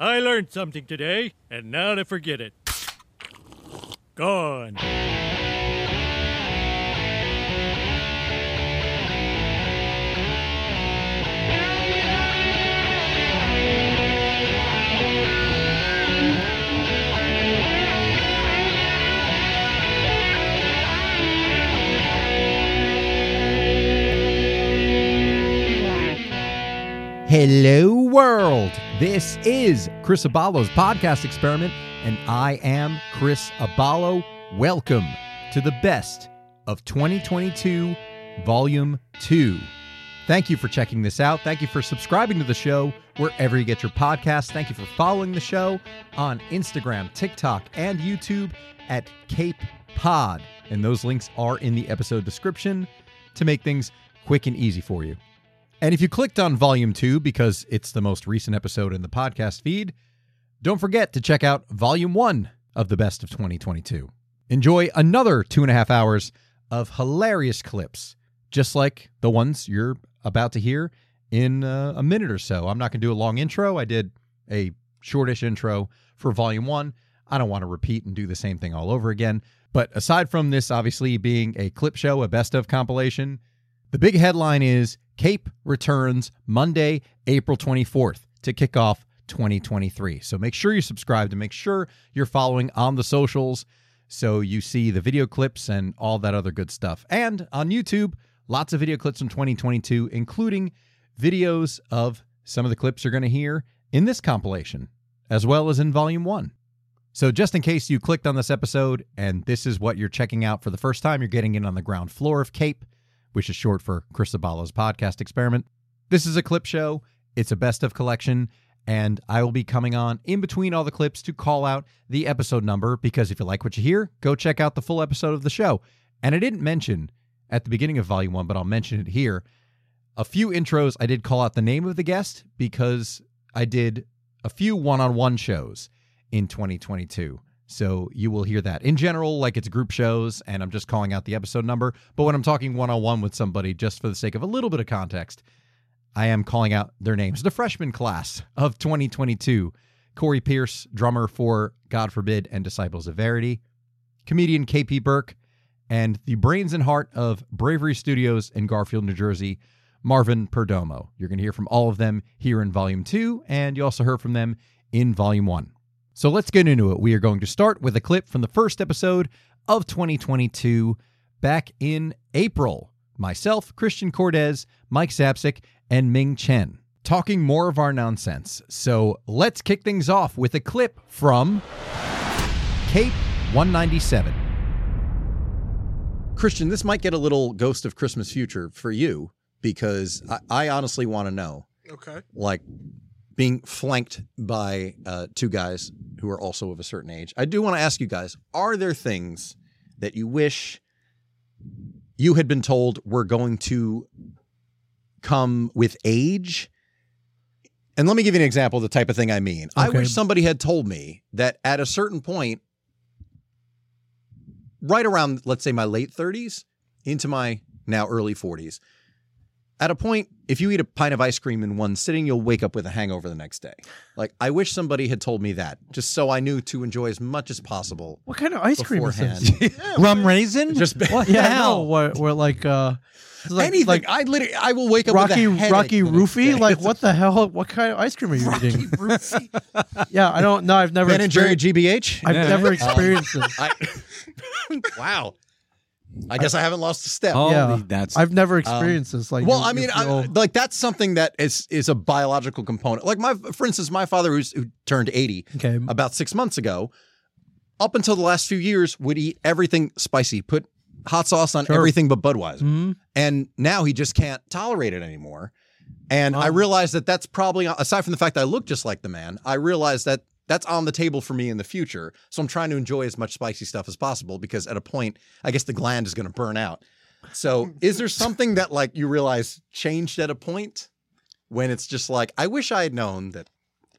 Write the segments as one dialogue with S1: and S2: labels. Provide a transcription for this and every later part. S1: I learned something today, and now to forget it. Gone.
S2: Hello, world. This is Chris Abalo's podcast experiment, and I am Chris Abalo. Welcome to the best of 2022, Volume 2. Thank you for checking this out. Thank you for subscribing to the show wherever you get your podcasts. Thank you for following the show on Instagram, TikTok, and YouTube at Cape Pod. And those links are in the episode description to make things quick and easy for you. And if you clicked on Volume 2 because it's the most recent episode in the podcast feed, don't forget to check out Volume 1 of the Best of 2022. Enjoy another two and a half hours of hilarious clips, just like the ones you're about to hear in uh, a minute or so. I'm not going to do a long intro. I did a shortish intro for Volume 1. I don't want to repeat and do the same thing all over again. But aside from this, obviously, being a clip show, a best of compilation, the big headline is Cape returns Monday, April 24th to kick off 2023. So make sure you subscribe to make sure you're following on the socials so you see the video clips and all that other good stuff. And on YouTube, lots of video clips from 2022, including videos of some of the clips you're going to hear in this compilation, as well as in Volume 1. So, just in case you clicked on this episode and this is what you're checking out for the first time, you're getting in on the ground floor of Cape, which is short for Chris Abalo's podcast experiment. This is a clip show, it's a best of collection, and I will be coming on in between all the clips to call out the episode number because if you like what you hear, go check out the full episode of the show. And I didn't mention at the beginning of volume one, but I'll mention it here. A few intros, I did call out the name of the guest because I did a few one on one shows in 2022. So you will hear that. In general, like it's group shows and I'm just calling out the episode number. But when I'm talking one on one with somebody, just for the sake of a little bit of context, I am calling out their names. The freshman class of 2022 Corey Pierce, drummer for God Forbid and Disciples of Verity, comedian KP Burke, and the brains and heart of Bravery Studios in Garfield, New Jersey, Marvin Perdomo. You're going to hear from all of them here in Volume 2, and you also heard from them in Volume 1. So let's get into it. We are going to start with a clip from the first episode of 2022 back in April. Myself, Christian Cortez, Mike Sapsik, and Ming Chen talking more of our nonsense. So let's kick things off with a clip from Cape 197. Christian, this might get a little ghost of Christmas future for you because I, I honestly want to know
S3: Okay.
S2: like being flanked by uh, two guys who are also of a certain age. I do want to ask you guys: Are there things that you wish you had been told were going to come with age? And let me give you an example of the type of thing I mean. I
S4: Okay.
S2: wish somebody had told me that at a certain point, right around, let's say, my late 30s into my now early 40s, at a point, if you eat a pint of ice cream in one sitting, you'll wake up with a hangover the next day. Like, I wish somebody had told me that, just so I knew to enjoy as much as possible
S4: What kind of ice cream is
S2: beforehand.
S4: this? Rum raisin?
S2: Just-
S4: what the
S2: Yeah,
S4: hell?
S2: no.
S4: What, what like uh it's like,
S2: Anything.
S4: like
S2: I literally, I will wake up
S4: Rocky
S2: with a headache
S4: Rocky
S2: the next day.
S4: Roofy? Like what the hell? What kind of ice cream are you eating? yeah, I don't know. I've never
S2: Ben and Jerry
S4: experienced,
S2: GBH.
S4: I've
S2: I,
S5: Yeah.
S4: never experienced this.
S2: wow. I guess I, haven't lost a step. Um,
S5: Oh,
S4: Yeah.
S5: the- that's
S4: I've never experienced this. Like
S2: well,
S4: you-
S2: I
S4: you
S2: mean, I,
S4: feel-
S2: like that's something that is is a biological component. Like my, for instance, my father who's, who turned eighty
S4: okay.
S2: about six months ago, up until the last few years, would eat everything spicy, put hot sauce on
S4: Sure.
S2: everything but Budweiser,
S4: Mhm.
S2: and now he just can't tolerate it anymore. And I
S4: Wow.
S2: realized that that's probably aside from the fact that I look just like the man, I realized that that's on the table for me in the future. So I'm trying to enjoy as much spicy stuff as possible because at a point, I guess the gland is going to burn out. So is there something that like you realize changed at a point when it's just like I wish I had known that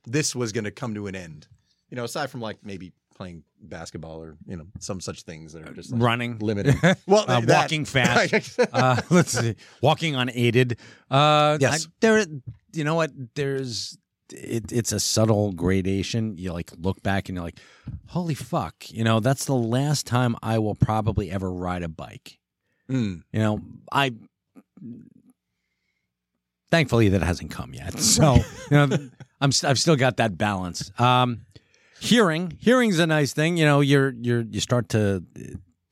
S2: this was going to come to an end? You know, aside from like maybe playing basketball or you know some such things that are just like,
S5: running.
S2: limited. Well,
S5: Well, uh,
S2: that-
S5: walking fast. uh, let's see, walking unaided. Uh,
S2: Yes.
S5: I- there. You know what? There's it, it's a subtle gradation. You like look back and you're like, holy fuck, you know, that's the last time I will probably ever ride a bike.
S2: Mm.
S5: You know, I thankfully that hasn't come yet. So, you know, I'm st- I've still got that balance. Um, hearing, hearing's a nice thing. You know, you're you're you start to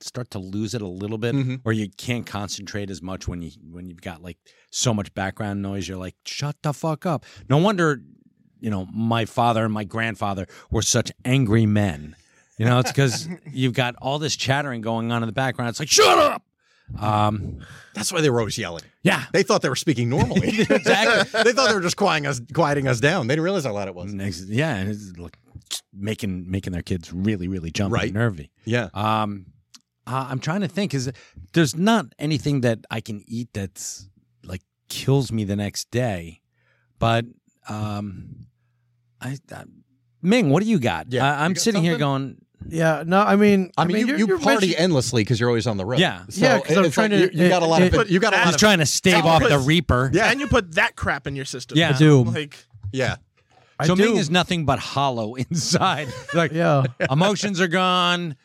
S5: start to lose it a little bit,
S2: Mhm.
S5: or you can't concentrate as much when you when you've got like so much background noise. You're like, shut the fuck up. No wonder, you know, my father and my grandfather were such angry men. You know, it's because you've got all this chattering going on in the background. It's like, shut up. Um,
S2: That's why they were always yelling.
S5: yeah,
S2: They thought they were speaking normally.
S5: Exactly.
S2: they thought they were just quieting us, quieting us down. They didn't realize how loud it was.
S5: Next, yeah, and it's like making making their kids really really jumpy,
S2: Right.
S5: and nervy.
S2: Yeah.
S5: Um, uh, I'm trying to think. Is there's not anything that I can eat that's like kills me the next day, but um, I, I Ming, what do you got?
S2: Yeah,
S5: I, I'm
S2: you got
S5: sitting here going,
S4: Yeah. No, I mean,
S2: I mean, you,
S4: you're-
S2: you
S4: you're
S2: party
S4: mentioning-
S2: endlessly because you're always on the road.
S5: Yeah.
S4: Yeah, 'cause I'm
S2: it's
S4: trying
S2: like
S4: to-
S2: You, you got a lot
S4: it-
S2: of. You got a lot
S5: he's
S2: of.
S5: trying to stave off the
S6: Outputs.
S5: reaper.
S2: Yeah.
S6: and you put that crap in your system.
S5: Yeah. I
S4: do.
S6: Like
S2: yeah.
S4: I
S5: so Ming
S4: do.
S5: is nothing but hollow inside. like
S4: Yeah.
S5: emotions are gone,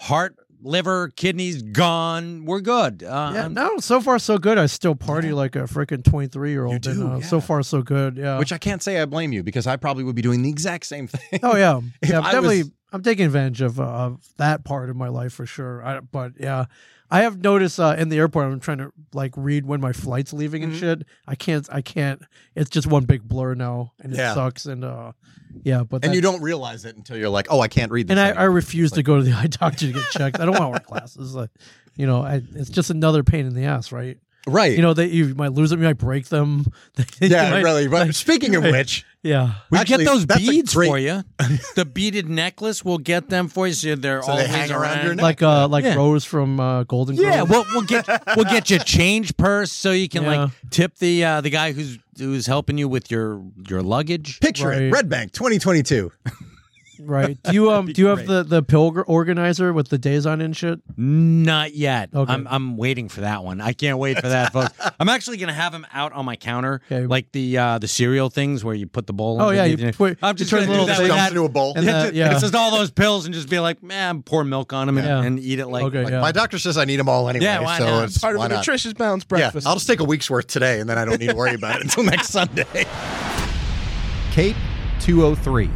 S5: heart, liver, kidneys gone. We're good. Uh,
S4: Yeah,
S5: I'm-
S4: no, so far so good. I still party like a freaking 23 year old.
S2: You
S4: and,
S2: do,
S4: uh,
S2: yeah.
S4: So far so good. Yeah.
S2: Which I can't say I blame you because I probably would be doing the exact same thing.
S4: oh, yeah. yeah
S2: I
S4: definitely.
S2: was-
S4: I'm taking advantage of, uh, of that part of my life for sure. I, but yeah, I have noticed uh, in the airport, I'm trying to like read when my flight's leaving
S2: Mm-hmm.
S4: and shit. I can't, I can't. It's just one big blur now and it
S2: Yeah.
S4: sucks. And uh, yeah, but
S2: and
S4: that-
S2: you don't realize it until you're like, oh, I can't read this.
S4: and I, I
S2: anymore.
S4: refuse to go to the eye doctor to get checked. I don't want to wear glasses. Like, you know, I, it's just another pain in the ass, right?
S2: right.
S4: You know, that you might lose them, you might break them. You
S2: yeah,
S4: might-
S2: really. But speaking of which,
S4: Yeah.
S5: We
S2: Actually,
S5: get those
S2: that's a
S5: beads
S2: great-
S5: for you. the beaded necklace, we'll get them for you. So they're
S2: So
S5: all
S2: they hang around your neck.
S4: Like uh, like
S5: Yeah.
S4: Rose from uh, Golden Girls.
S5: Yeah, we'll, we'll get we'll get you a change purse so you can like tip the uh, the guy who's who's helping you with your your luggage.
S2: picture it.
S4: Right.
S2: Red Bank 2022.
S4: right. Do you um do you have the the pilgr organizer with the days on and shit?
S5: Not yet.
S4: Okay.
S5: I'm I'm waiting for that one. I can't wait for that, folks. I'm actually gonna have them out on my counter,
S4: Okay.
S5: like the uh, the cereal things where you put the bowl.
S4: Oh, yeah,
S5: underneath
S4: you
S5: it.
S4: put-
S5: I'm
S4: you
S5: just
S4: turn the
S5: gonna
S4: little
S5: do that
S4: thing
S5: with
S4: Dumps
S5: that.
S2: into a bowl.
S4: And that- yeah.
S5: It's just all those pills and just be like, man, pour milk on them and,
S4: Yeah.
S5: and eat it like
S4: okay. Yeah.
S2: My doctor says I need them all anyway.
S5: Yeah, why
S2: so
S5: not?
S2: It's,
S6: part of
S2: why
S6: a
S2: not?
S6: nutritious balanced
S2: Yeah,
S6: breakfast.
S2: I'll just take a week's worth today, and then I don't need to worry about it until next Sunday.
S7: Cape 203.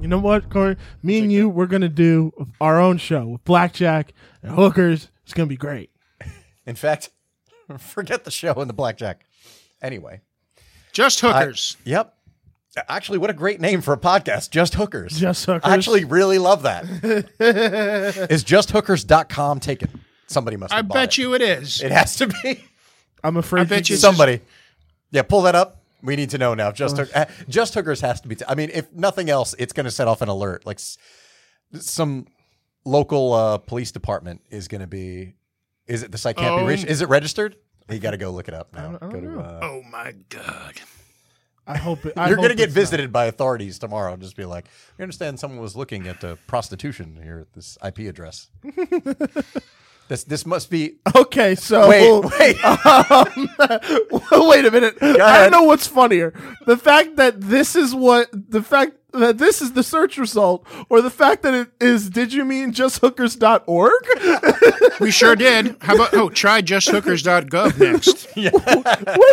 S8: You know what, Corey? Me and you, we're gonna do our own show with blackjack and hookers. It's gonna be great.
S2: In fact, forget the show and the blackjack. Anyway,
S6: just
S2: I-
S6: hookers.
S2: yep. Actually, what a great name for a podcast, Just Hookers.
S8: Just Hookers.
S2: I actually really love that. Is justhookers.com taken? Somebody must
S6: I,
S2: have bought
S6: bet
S2: it.
S6: you it is.
S2: It has to be
S8: I'm afraid.
S6: I bet
S8: you
S6: you-
S2: somebody. Yeah, pull that up. We need to know now. Just hook, uh, Just Hookers has to be t- I mean, if nothing else, it's going to set off an alert. Like s- some local uh, police department is going to be Is it the site can't
S8: Um,
S2: be
S6: Oh.
S2: reached? Is it registered? You got to go look it up now. Go to, uh,
S6: oh my god.
S8: I hope it, I
S2: You're going to
S8: hope
S2: get
S8: it's not.
S2: visited by authorities tomorrow and just be like, "You understand someone was looking at uh, prostitution here at this IP address." this this must be
S8: Okay, so
S2: Wait, wait.
S8: um, wait a minute. I
S2: ahead.
S8: don't know what's funnier: the fact that this is what the fact that this is the search result, or the fact that it is. Did you mean justhookers.org?
S6: We sure did. How about oh try justhookers.gov next.
S8: wait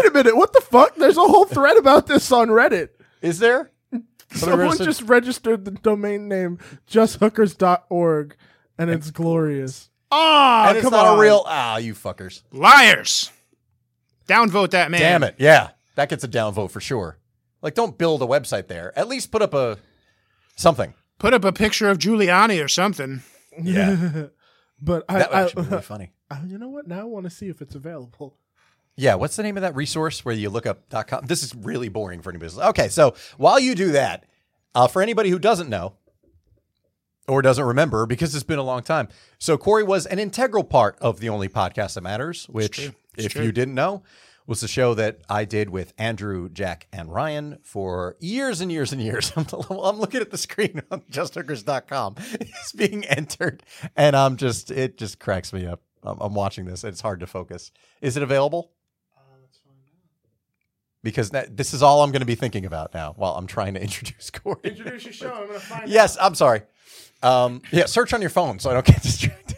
S8: a minute. What the fuck? There's a whole thread about this on Reddit.
S2: Is there?
S8: Someone just registered the domain name justhookers.org, and it's glorious. Ah,
S2: and it's
S8: come
S2: not
S8: on.
S2: a real ah, you fuckers.
S6: Liars. Downvote that man.
S2: Damn it. Yeah. That gets a downvote for sure. Like don't build a website there. At least put up a something.
S6: Put up a picture of Giuliani or something.
S2: Yeah.
S8: But I,
S2: That would
S8: I,
S2: actually be really funny.
S8: I- you know what? Now I want to see if it's available.
S2: Yeah, what's the name of that resource where you look up .com? This is really boring for any business. Okay, so while you do that, uh, for anybody who doesn't know or doesn't remember, because it's been a long time, so Corey was an integral part of the only podcast that matters, which, if you didn't know, was the show that I did with Andrew, Jack, and Ryan for years and years and years. I'm, I'm looking at the screen on justhookers.com. It's being entered, and I'm just it just cracks me up. I'm, I'm watching this. It's hard to focus. Is it available? because that, this is all I'm going to be thinking about now while I'm trying to introduce Corey.
S8: Introduce your show. I'm gonna find
S2: yes, I'm sorry. Um, yeah, search on your phone so I don't get distracted.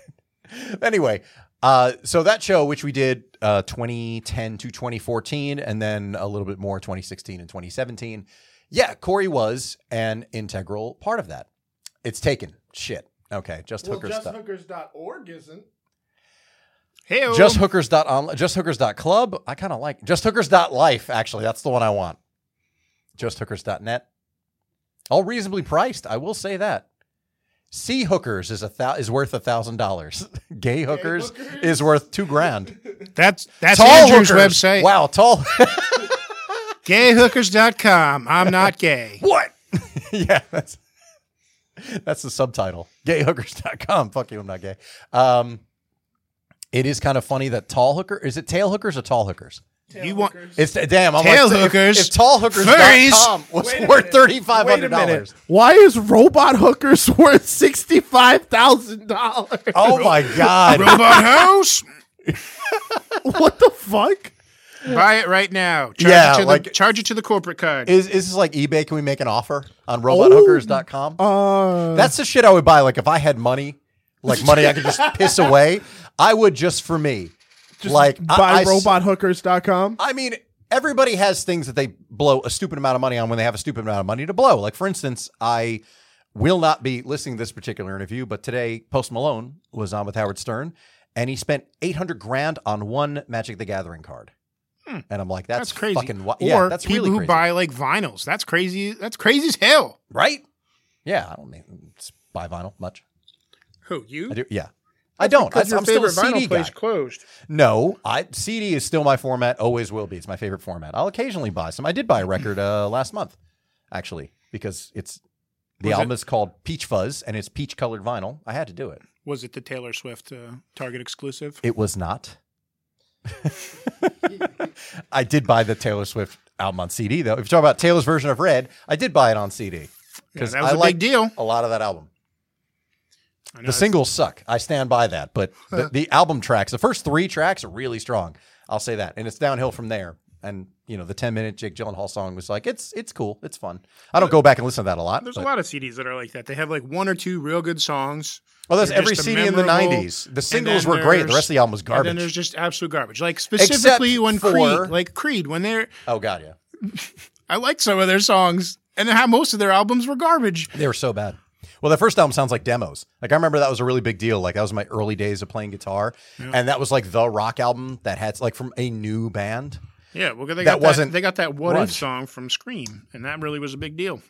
S2: anyway, uh, so that show, which we did uh, 2010 to 2014, and then a little bit more 2016 and 2017. Yeah, Corey was an integral part of that. It's taken. Shit. Okay, just hooker stuff.
S8: justhookers.org isn't.
S6: Hey,
S2: Just hookers dot on just hookers dot club. I kind of like just hookers dot life. Actually, that's the one I want. Just hookers dot net. All reasonably priced. I will say that. Sea hookers is a thou- is worth a thousand dollars. Gay hookers
S8: hookers.
S2: is worth two grand.
S6: that's that's
S2: Tall
S6: Andrew's
S2: hookers.
S6: website.
S2: Wow, tall.
S6: Gayhookers.com. I'm not gay.
S2: what? yeah, that's that's the subtitle. Gayhookers.com. Fuck you, I'm not gay. Um, it is kind of funny that tall hooker is it tail hookers or tall hookers?
S6: you want
S2: It's damn. I'm
S6: Tail
S2: like, if-
S6: hookers,
S2: If, tall hookers
S6: furries.
S2: was worth thirty five hundred dollars.
S8: Why is robot hookers worth sixty five thousand dollars?
S2: Oh my god!
S6: robot house?
S8: what the fuck?
S6: Buy it right now. Charge
S2: Yeah,
S6: it to the,
S2: like-
S6: charge it to the corporate card. Oh,
S2: Is is this like eBay? Can we make an offer on RobotHookers.com?
S8: Uh,
S2: That's the shit I would buy. Like if I had money, like money I could just piss away, I would just for me. like I- I
S8: buy
S2: s-
S8: robothookers.com.
S2: I mean, everybody has things that they blow a stupid amount of money on when they have a stupid amount of money to blow. Like, for instance, I will not be listening to this particular interview, but today Post Malone was on with Howard Stern, and he spent eight hundred grand on one Magic the Gathering card. And I'm like, that's,
S6: Hmm. that's crazy.
S2: Fucking wi-
S6: or
S2: yeah, that's
S6: people
S2: really
S6: who
S2: crazy.
S6: buy like vinyls. That's crazy. That's crazy as hell.
S2: right? Yeah, I don't need, buy vinyl much.
S6: Who you?
S2: I do, yeah. I don't. I,
S6: Because your
S2: am still a
S6: favorite
S2: CD
S6: vinyl place
S2: guy.
S6: closed.
S2: No, I CD is still my format. Always will be. It's my favorite format. I'll occasionally buy some. I did buy a record uh, last month, actually, because it's the
S6: Was
S2: album is called Peach Fuzz and it's peach colored vinyl. I had to do it.
S6: Was it the Taylor Swift uh, Target exclusive?
S2: It was not. I did buy the Taylor Swift album on CD though. If you talk about Taylor's version of Red, I did buy it on CD
S6: Because
S2: because
S6: that was
S2: I
S6: a
S2: like
S6: big deal.
S2: a lot of that album.
S6: I know,
S2: The singles suck. I stand by that. But the, the album tracks, the first three tracks are really strong. I'll say that. And it's downhill from there. And you know, the ten minute Jake Gyllenhaal song was like, it's it's cool, it's fun. I don't go back and listen to that a lot.
S6: There's
S2: but-
S6: a lot of CDs that are like that. They have like one or two real good songs.
S2: Oh, that's
S6: They're
S2: every
S6: just a
S2: CD in the
S6: memorable-
S2: '90s. The
S6: and
S2: singles
S6: then
S2: were great. The
S6: there's-
S2: rest of the album was
S6: And then there's
S2: garbage.
S6: just absolute garbage. Like specifically when
S2: for-
S6: Creed, like Creed, when they're
S2: Oh god, yeah,
S6: I like some of their songs and how most of their albums were garbage.
S2: they were so bad. Well, the first album sounds like demos. Like I remember that was a really big deal. Like that was my early days of playing guitar, and that was like the rock album that had like from a new band.
S6: Yeah, well, they got that
S2: That wasn't
S6: they got that what
S2: grunge.
S6: if song from Scream, and that really was a big deal.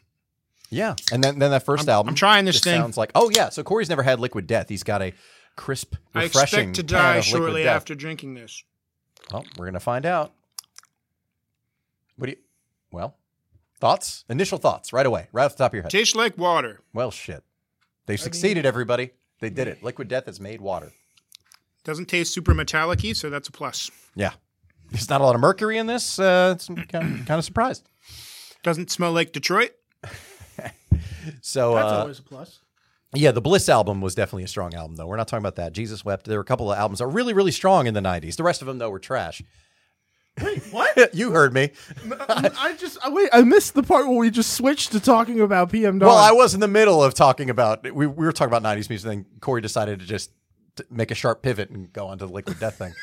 S2: Yeah, and then then that 1st album.
S6: I'm trying this
S2: just
S6: thing.
S2: Sounds like oh yeah. So Corey's never had liquid death. He's got a crisp,
S6: I
S2: refreshing.
S6: expect to
S2: pan
S6: die
S2: of Liquid
S6: shortly
S2: Death.
S6: after drinking this.
S2: Well, we're gonna find out. What do you? Well, thoughts. Initial thoughts right away, right off the top of your head.
S6: Tastes like water.
S2: well, shit. They succeeded, everybody. They did it. Liquid death has made water.
S6: Doesn't taste super metallic-y, so that's a plus.
S2: Yeah. There's not a lot of mercury in this. Uh, it's kind of, kind of surprised.
S6: Doesn't smell like Detroit.
S2: So
S8: That's
S2: uh,
S8: always a plus.
S2: Yeah, the Bliss album was definitely a strong album, though. We're not talking about that. Jesus Wept. There were a couple of albums that were really, really strong in the 90s. The rest of them, though, were trash.
S8: Wait, what?
S2: you heard me.
S8: I just I, wait. I missed the part where we just switched to talking about PM. Dawn.
S2: Well, I was in the middle of talking about, we, we were talking about 90s music, and then Corey decided to just t- make a sharp pivot and go on to the Liquid Death thing.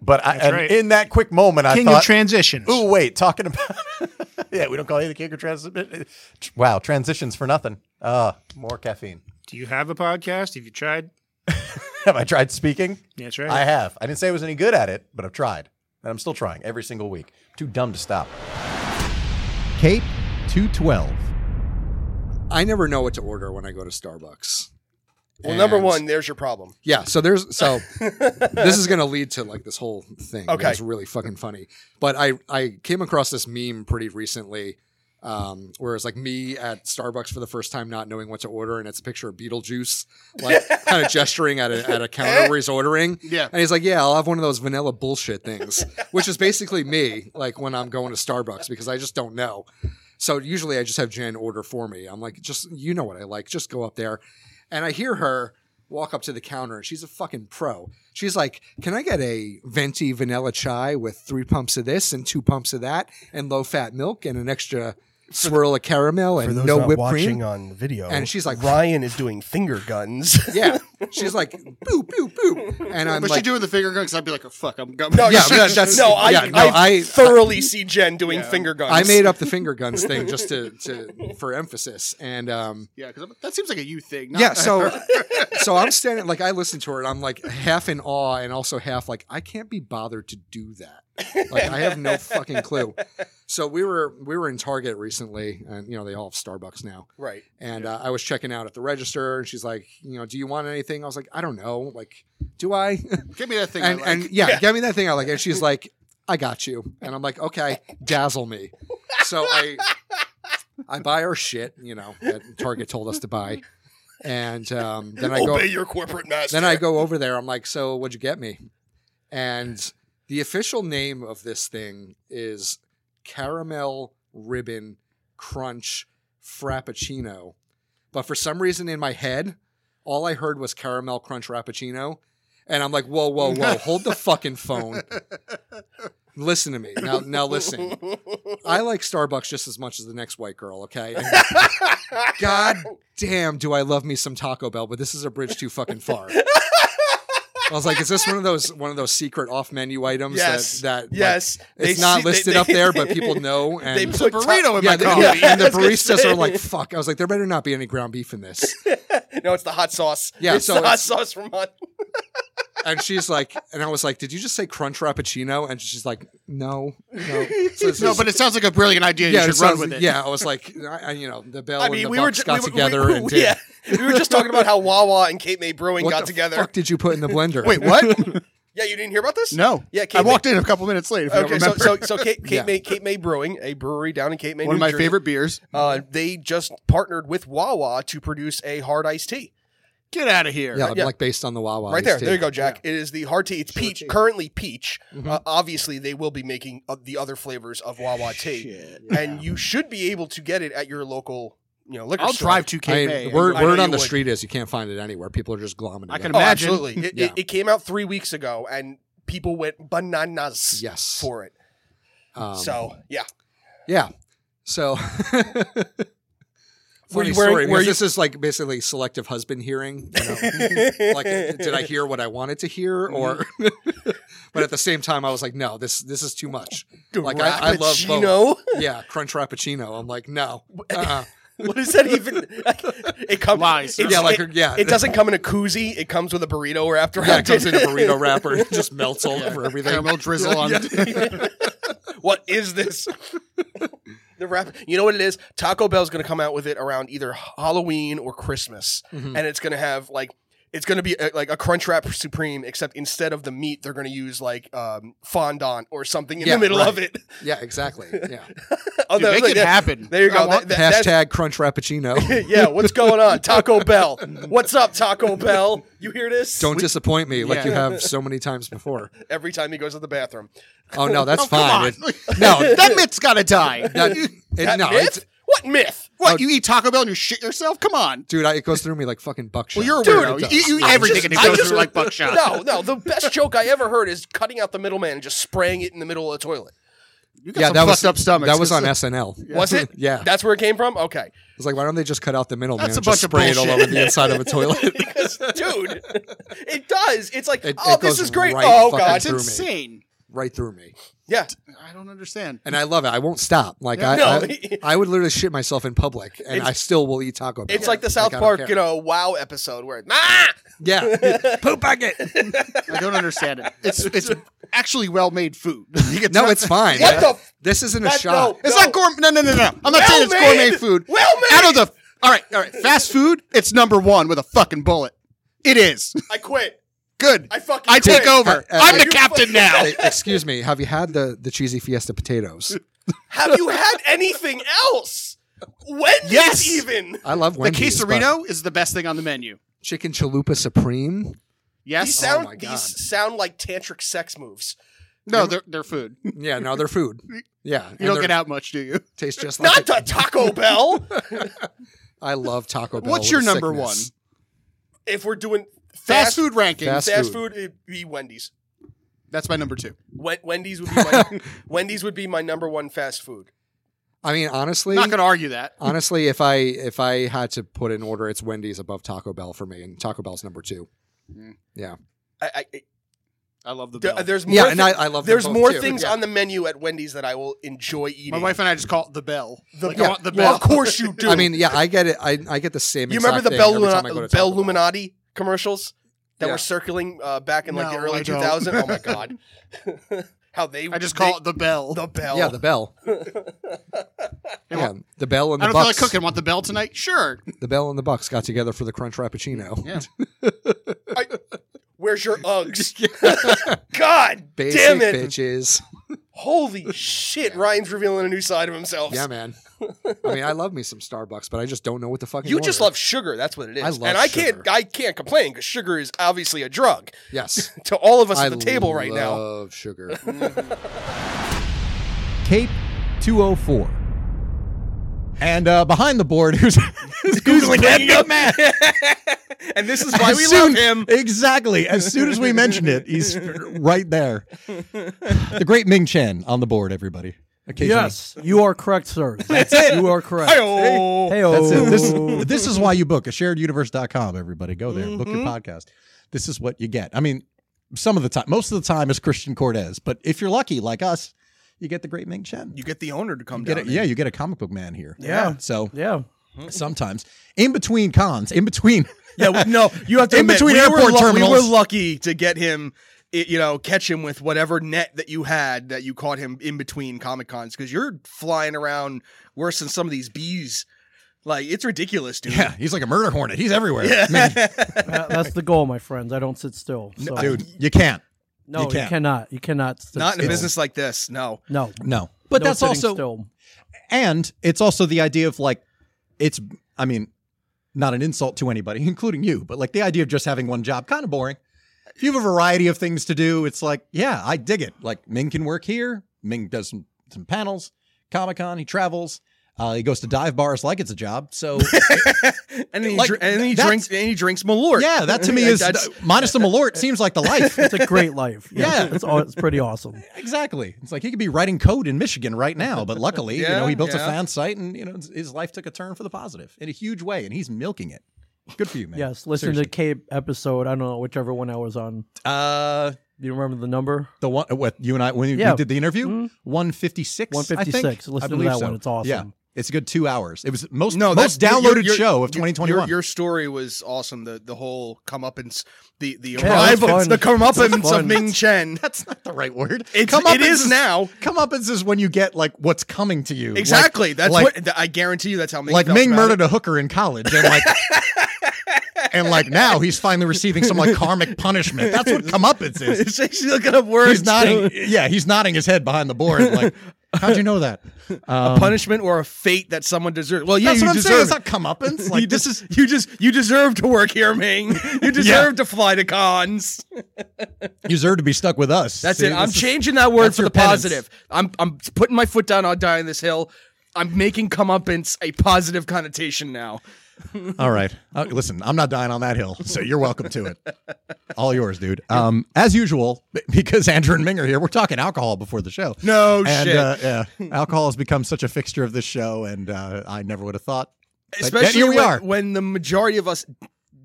S2: But I, and
S6: right.
S2: in that quick moment, I
S6: King
S2: thought,
S6: of transitions.
S2: ooh, wait, talking about, yeah, we don't call you the king of transitions. Wow, transitions for nothing. Uh, more caffeine.
S6: Do you have a podcast? Have you tried?
S2: Have I tried speaking?
S6: That's right.
S2: I have. I didn't say I was any good at it, but I've tried. And I'm still trying every single week. Too dumb to stop.
S7: Cape 212.
S9: I never know what to order when I go to Starbucks.
S10: Well, number
S9: And-
S10: one, there's your problem.
S9: Yeah, so there's so this is going to lead to like this whole thing.
S10: Okay.
S9: it's really fucking funny. But I I came across this meme pretty recently, um, where it's like me at Starbucks for the first time, not knowing what to order, and it's a picture of Beetlejuice, like kind of gesturing at a at a counter where he's ordering.
S10: Yeah.
S9: and he's like, "Yeah, I'll have one of those vanilla bullshit things," which is basically me, like when I'm going to Starbucks because I just don't know. So usually I just have Jen order for me. I'm like, just you know what I like, just go up there, and I hear her walk up to the counter and she's a fucking pro. She's like, Can I get a venti vanilla chai with three pumps of this and two pumps of that and low fat milk and an extra swirl of caramel
S10: For
S9: and
S10: those
S9: no
S10: not
S9: whipped
S10: watching
S9: cream?
S10: on video,
S9: And she's like-
S10: Ryan is doing finger guns.
S9: yeah. She's like, Boop, boop, boop. And I'm
S6: but
S9: like,
S6: she doing the finger gun because I'd be like, oh, fuck, I'm gum.
S10: no,
S9: Yeah,
S10: she-
S9: that- that's-
S10: no, I,
S9: yeah, no,
S10: I,
S9: I-
S10: thoroughly see Jen doing finger guns.
S9: I made up the finger guns thing just to, to for emphasis. And um,
S6: Yeah, because that seems like a you thing. not-
S9: yeah, so so I'm standing like I listen to her and I'm like half in awe and also half like I can't be bothered to do that. Like I have no fucking clue. So we were we were in Target recently and you know they all have Starbucks now.
S10: right.
S9: And uh, I was checking out at the register and she's like, you know, do you want anything? I was like, I don't know. Like, do I?
S6: give me that thing.
S9: and,
S6: I like.
S9: and yeah, give me that thing I like. And she's like, I got you. And I'm like, okay, dazzle me. So I I buy her shit, you know, that Target told us to buy. And um, then I
S10: Obey
S9: go
S10: your corporate master.
S9: then I go over there. I'm like, so what'd you get me? And the official name of this thing is Caramel Ribbon Crunch Frappuccino. But for some reason in my head, all I heard was Caramel Crunch Frappuccino. And I'm like, whoa, whoa, whoa, hold the fucking phone. Listen to me. Now now listen. I like Starbucks just as much as the next white girl, okay? And God damn, do I love me some Taco Bell, but this is a bridge too fucking far. I was like, is this one of those one of those secret off menu items
S10: Yes.
S9: that, that like,
S10: yes,
S9: it's
S10: They
S9: not
S10: see- they-
S9: listed
S10: they-
S9: up there, but people know and
S10: They put
S6: burrito in
S9: yeah,
S6: my
S9: they-
S6: coffee.
S9: and the
S10: I was gonna
S9: baristas
S10: say.
S9: are like, "Fuck!" I was like, "There better not be any ground beef in this."
S10: no, it's the hot sauce.
S9: Yeah,
S10: it's
S9: so
S10: the hot
S9: it's-
S10: sauce from hot.
S9: And she's like, and I was like, "Did you just say crunch frappuccino?" And she's like, "No, no." So it's
S6: no, but it sounds like a brilliant idea.
S9: yeah,
S6: you
S9: it
S6: should run
S9: sounds-
S6: with it.
S9: Yeah, I was like, I, I- you know, the bell
S10: I
S9: and
S10: mean,
S9: the
S10: we were
S9: Bucks
S10: just
S9: got together
S10: we,
S9: and did.
S10: yeah, we were just talking about how Wawa and Cape May Brewing
S9: What
S10: got
S9: the
S10: together.
S9: fuck did you put in the blender?
S6: Wait, what?
S10: Yeah, you didn't hear about this?
S6: no.
S10: Yeah,
S6: I
S10: Cape May-
S6: walked in a couple minutes late. If you
S10: Okay,
S6: don't
S10: so
S6: remember.
S10: so so Cape, Cape
S9: Yeah.
S10: May Cape May Brewing, a brewery down in Cape May,
S6: one of
S10: New
S6: my
S10: Jersey,
S6: favorite beers.
S10: Uh, they just partnered with Wawa to produce a hard iced tea.
S6: Get out of here.
S9: Yeah,
S10: Yeah.
S9: like based on the Wawa.
S10: right there,
S9: iced tea.
S10: there you go, Jack. It is the hard tea. It's peach,
S9: tea.
S10: currently peach.
S9: Mhm.
S10: Uh, obviously, they will be making uh, the other flavors of Wawa tea, and you should be able to get it at your local, you know, liquor
S6: I'll
S10: store.
S6: drive to
S9: I
S6: Cape
S9: mean,
S6: May.
S9: word
S10: I know
S9: word on
S10: you
S9: the
S10: would.
S9: street is you can't find it anywhere. People are just glomming.
S6: I
S9: it
S6: can
S9: up.
S10: Oh,
S6: imagine.
S10: absolutely. It,
S9: Yeah.
S10: it, it came out three weeks ago, and people went bananas
S9: Yes.
S10: for it.
S9: Um,
S10: so yeah,
S9: yeah, so.
S10: Were
S9: Funny
S10: you wearing-
S9: story,
S10: were
S9: because
S10: you-
S9: this is like basically selective husband hearing. You know? like, did I hear what I wanted to hear, or?
S10: Mm-hmm.
S9: but at the same time, I was like, no, this this is too much. Like I, I love both.
S10: Frappuccino?
S9: Yeah, crunch rappuccino. I'm like, no, uh-uh.
S10: What is that even? it comes
S6: Lies.
S10: It,
S9: yeah, like
S10: it,
S9: yeah,
S10: it doesn't come in a koozie. It comes with a burrito wrapped around
S9: Yeah, it comes
S10: it.
S9: in a burrito wrapper and just melts all over everything.
S6: Caramel drizzle on.
S10: what is this? the wrap. You know what it is? Taco Bell's going to come out with it around either Halloween or Christmas,
S9: Mm-hmm.
S10: and it's going to have like. It's going to be a, like a Crunchwrap Supreme, except instead of the meat, they're going to use like um, fondant or something in
S9: Yeah,
S10: the middle
S9: right.
S10: of it.
S9: Yeah, exactly. Yeah.
S10: Although,
S6: make
S10: look,
S6: it
S10: that-
S6: happen.
S10: There you
S6: I
S10: go.
S6: want-
S10: That- that- that's-
S9: Hashtag crunch rappuccino.
S10: yeah, what's going on? Taco Bell. What's up, Taco Bell? You hear this?
S9: Don't disappoint me like
S6: Yeah.
S9: you have so many times before.
S10: Every time he goes to the bathroom.
S9: Oh no, that's
S6: Oh, come on.
S9: fine. It- no,
S6: that myth's got to die.
S9: that- it-
S10: That
S9: no,
S10: myth?
S9: it's, Oh.
S10: what myth?
S6: what? You eat Taco Bell and you shit yourself? Come on.
S9: dude, I, it goes through me like fucking buckshot.
S6: Well, you're a
S9: Dude,
S6: weirdo.
S9: it
S6: you
S9: does.
S6: you eat
S10: I
S6: everything
S10: just-
S6: and it
S10: I
S6: goes
S10: just-
S6: through like buckshot.
S10: No, no. The best joke I ever heard is cutting out the middleman and just spraying it in the middle of the toilet.
S6: You got
S9: yeah,
S6: some
S9: that
S6: fucked
S9: was
S6: up stomachs.
S9: That was on
S6: 'cause
S9: SNL.
S10: Was it?
S9: Yeah,
S10: That's where it came from? Okay.
S9: it's like why don't they just cut out the middleman
S6: That's
S9: and
S6: a
S9: just
S6: bunch of
S9: spray it all
S6: bullshit.
S9: over the inside of a toilet?
S10: Because, dude, it does. It's like,
S9: It-
S10: oh,
S9: it
S10: this
S9: goes
S10: is great.
S9: right
S10: oh,
S9: fucking
S10: God.
S6: That's
S9: through me.
S6: insane.
S9: right through me,
S10: Yeah.
S6: I don't understand.
S9: and I love it. I won't stop. Like I,
S10: No.
S9: I, I would literally shit myself in public, and
S10: It's-
S9: I still will eat Taco Bell.
S10: It's like the South
S9: I don't
S10: Park,
S9: care.
S10: you know, wow episode where, ah!
S9: Yeah, poop bucket.
S6: I don't understand it. It's it's actually well made food. Like,
S9: No, it's fine.
S10: What the f-
S9: This isn't a
S10: That-
S9: shot.
S10: no.
S6: It's not gourmet. No, no, no, no. I'm not saying it's
S10: Well-made.
S6: gourmet food.
S10: Well-made.
S6: Out of the. All right, all right. Fast food. It's number one with a fucking bullet. It is
S10: I quit.
S6: good.
S10: I fucking
S6: I take
S10: quit.
S6: over.
S9: I- I-
S6: I'm
S9: Are
S6: the
S10: you
S6: captain
S10: fucking-
S6: now.
S9: Hey, Excuse me. Have you had the the cheesy fiesta potatoes?
S10: Have you had anything else? Wendy's
S6: Yes.
S10: even.
S9: I love
S6: The
S9: Wendy's. but
S6: quesarito is the best thing on the menu.
S9: chicken chalupa supreme.
S10: These
S6: Yes.
S10: sound
S9: Oh my God.
S10: these sound like tantric sex moves.
S6: No, they're, they're food. You
S9: Yeah, no, they're food. Yeah, and
S6: don't
S9: they're-
S6: get out much, do you?
S9: Tastes just like.
S10: Not the Taco Bell.
S9: I love Taco Bell.
S6: What's
S9: with
S6: your
S9: a
S6: number
S9: sickness.
S10: if we're doing
S11: Fast-
S8: Fast food ranking.
S9: fast
S11: Fast,
S9: food.
S11: food, it'd be Wendy's.
S8: That's my number two.
S11: Wen- Wendy's would be my Wendy's would be my number one fast food.
S9: I mean, honestly,
S8: Not gonna argue that.
S9: honestly, if I if I had to put an order, it's Wendy's above Taco Bell for me, and Taco Bell's number two.
S6: Mm.
S11: I, I, I-
S8: I love the
S11: there-
S8: bell.
S11: there's more
S9: Yeah,
S11: thi-
S9: and I, I love. them
S11: there's
S9: both,
S11: more
S9: too.
S11: things
S9: Yeah.
S11: on the menu at Wendy's that I will enjoy eating.
S8: my wife and I just call it the bell.
S11: the,
S8: Like, I
S11: yeah,
S8: want the
S11: well,
S8: bell.
S11: of course you do.
S9: I mean, yeah, I get it. I, I get the same.
S11: you
S9: exact
S11: remember the
S9: thing
S11: Bell,
S9: every time I go
S11: Luna-
S9: to
S11: Bell
S9: Taco Bell.
S11: Luminati commercials that
S9: Yeah.
S11: were circling uh, back in like the
S8: No,
S11: early
S8: I don't.
S11: 2000s? Oh my god, how they
S8: I just
S11: they-
S8: call it the bell.
S11: the Bell.
S9: Yeah, the Bell. yeah, the Bell and
S8: I
S9: the Bucks.
S8: don't feel like cooking. Want the bell tonight? Sure.
S9: The Bell and the Bucks got together for the Crunch Rappuccino.
S8: Yeah.
S11: Where's your Uggs? God
S9: Basic
S11: damn it!
S9: bitches.
S11: Holy shit! Ryan's revealing a new side of
S2: Oh.
S11: himself.
S9: Yeah, man. I mean, I love me some Starbucks, but I just don't know what the fuck
S11: You just love sugar. That's what it is.
S9: I love
S11: and I
S9: sugar.
S11: can't. I can't complain because sugar is obviously a drug
S9: Yes,
S11: to all of us
S9: I
S11: at the table right now.
S9: Love sugar.
S2: Cape 204. And uh, behind the board, who's Googling that man?
S11: and this is why we love him.
S2: Exactly. As soon as we mentioned it, he's right there. The great Ming Chen on the board, everybody. Occasionally.
S4: Yes, you are correct, sir. That's it. You are correct.
S11: Hey-oh.
S4: Hey, oh.
S2: That's it. This, this is why you book at shareduniverse.com, everybody. Go there, book your podcast. This is what you get. I mean, some of the time, most of the time is Christian Cortez, but if you're lucky, like us, you get the great Ming Chen.
S11: You get the owner to come
S2: You get
S11: down.
S2: a, yeah, you get a comic book man here.
S4: Yeah.
S2: So
S4: yeah.
S2: sometimes in between cons, in between
S10: Yeah, we- no, you have to
S2: In
S10: admit,
S2: between
S10: we were
S2: airport
S10: lu- We
S2: terminals.
S10: were lucky to get him, i- you know, catch him with whatever net that you had that you caught him in between Comic Cons because you're flying around worse than some of these bees. Like it's ridiculous, dude.
S2: Yeah, he's like a murder hornet. He's everywhere. Man,
S4: That- Uh, that's the goal, my friends. I don't sit still. So.
S2: dude, you can't.
S4: no,
S2: you
S4: you,
S2: can't.
S4: cannot. You cannot. Sit
S10: Not in a
S4: still.
S10: business like this. No.
S4: No,
S2: No. But
S4: No
S2: that's
S4: sitting
S2: also
S4: still.
S2: and it's also the idea of like it's I mean, not an insult to anybody, including you, but like the idea of just having one job kind of boring. If you have a variety of things to do, it's like, yeah, I dig it. Like Ming can work here. Ming does some some panels, Comic Con, he travels. Uh, he goes to dive bars like it's a job. So
S10: And then he,
S2: Like,
S10: dr- and then he
S2: that's-
S10: drinks. And he drinks Malort.
S2: yeah, that to me is
S10: That's-
S2: minus the malort seems like the life.
S4: It's a great life. Yeah,
S2: Yeah.
S4: it's all, it's pretty awesome.
S2: Exactly. It's like he could be writing code in Michigan right now, but luckily, you know, he
S10: Yeah,
S2: built a
S10: yeah.
S2: fan site, and you know, his life took a turn for the positive in a huge way, and he's milking it. Good for you, man.
S4: Yes, listen to Cape episode. I don't know whichever one I was on.
S2: to uh,
S4: Do you remember the number?
S2: the one what you and I when we
S4: Yeah.
S2: did the interview,
S10: Hmm?
S2: one fifty six, one fifty
S4: 156. Listen to that one. It's awesome.
S2: Yeah, it's a good two hours. It was most
S10: No,
S2: most
S10: that- your-
S2: downloaded
S10: your-
S2: show of
S10: your-
S2: twenty twenty
S10: Your,
S2: one.
S10: your story was awesome. The the whole comeuppance, the the
S4: that was
S10: arrival,
S4: fun.
S10: the
S4: That was
S10: comeuppance
S4: fun.
S10: of Ming Chen.
S2: That's not the right word.
S10: It's-
S2: Comeuppance
S10: it is now.
S2: Comeuppance is when you get like what's coming to you. Like-
S10: Exactly. that's
S2: like,
S10: what I guarantee you. That's how Ming
S2: like
S10: felt
S2: Ming
S10: about
S2: murdered a hooker in college, and like, and like now he's finally receiving some like karmic punishment. That's what comeuppance
S10: it.
S2: is.
S10: She's looking up words.
S2: He's nodding. Yeah, he's nodding his head behind the board. Like, how'd you know that? Um,
S10: punishment or a fate that someone deserves. Well, yeah,
S2: that's
S10: you
S2: what I'm saying.
S10: deserve.
S2: It's not comeuppance. Like this is
S10: you just you deserve to work here, Ming. You deserve to fly to cons.
S2: Um, you deserve to be stuck with us.
S10: That's
S2: See,
S10: it. I'm
S2: this is-
S10: changing that word
S2: that's
S10: for
S2: your
S10: the
S2: penance.
S10: positive. I'm I'm putting my foot down on dying this hill. I'm making comeuppance a positive connotation now.
S2: All right. Uh, listen, I'm not dying on that hill, so you're welcome to it. All yours, dude. Um, as usual, b- because Andrew and Ming are here, we're talking alcohol before the show.
S10: No
S2: and,
S10: shit.
S2: Uh, yeah, alcohol has become such a fixture of this show, and uh, I never would have thought. But yet
S10: Especially
S2: here we
S10: when,
S2: are.
S10: when the majority of us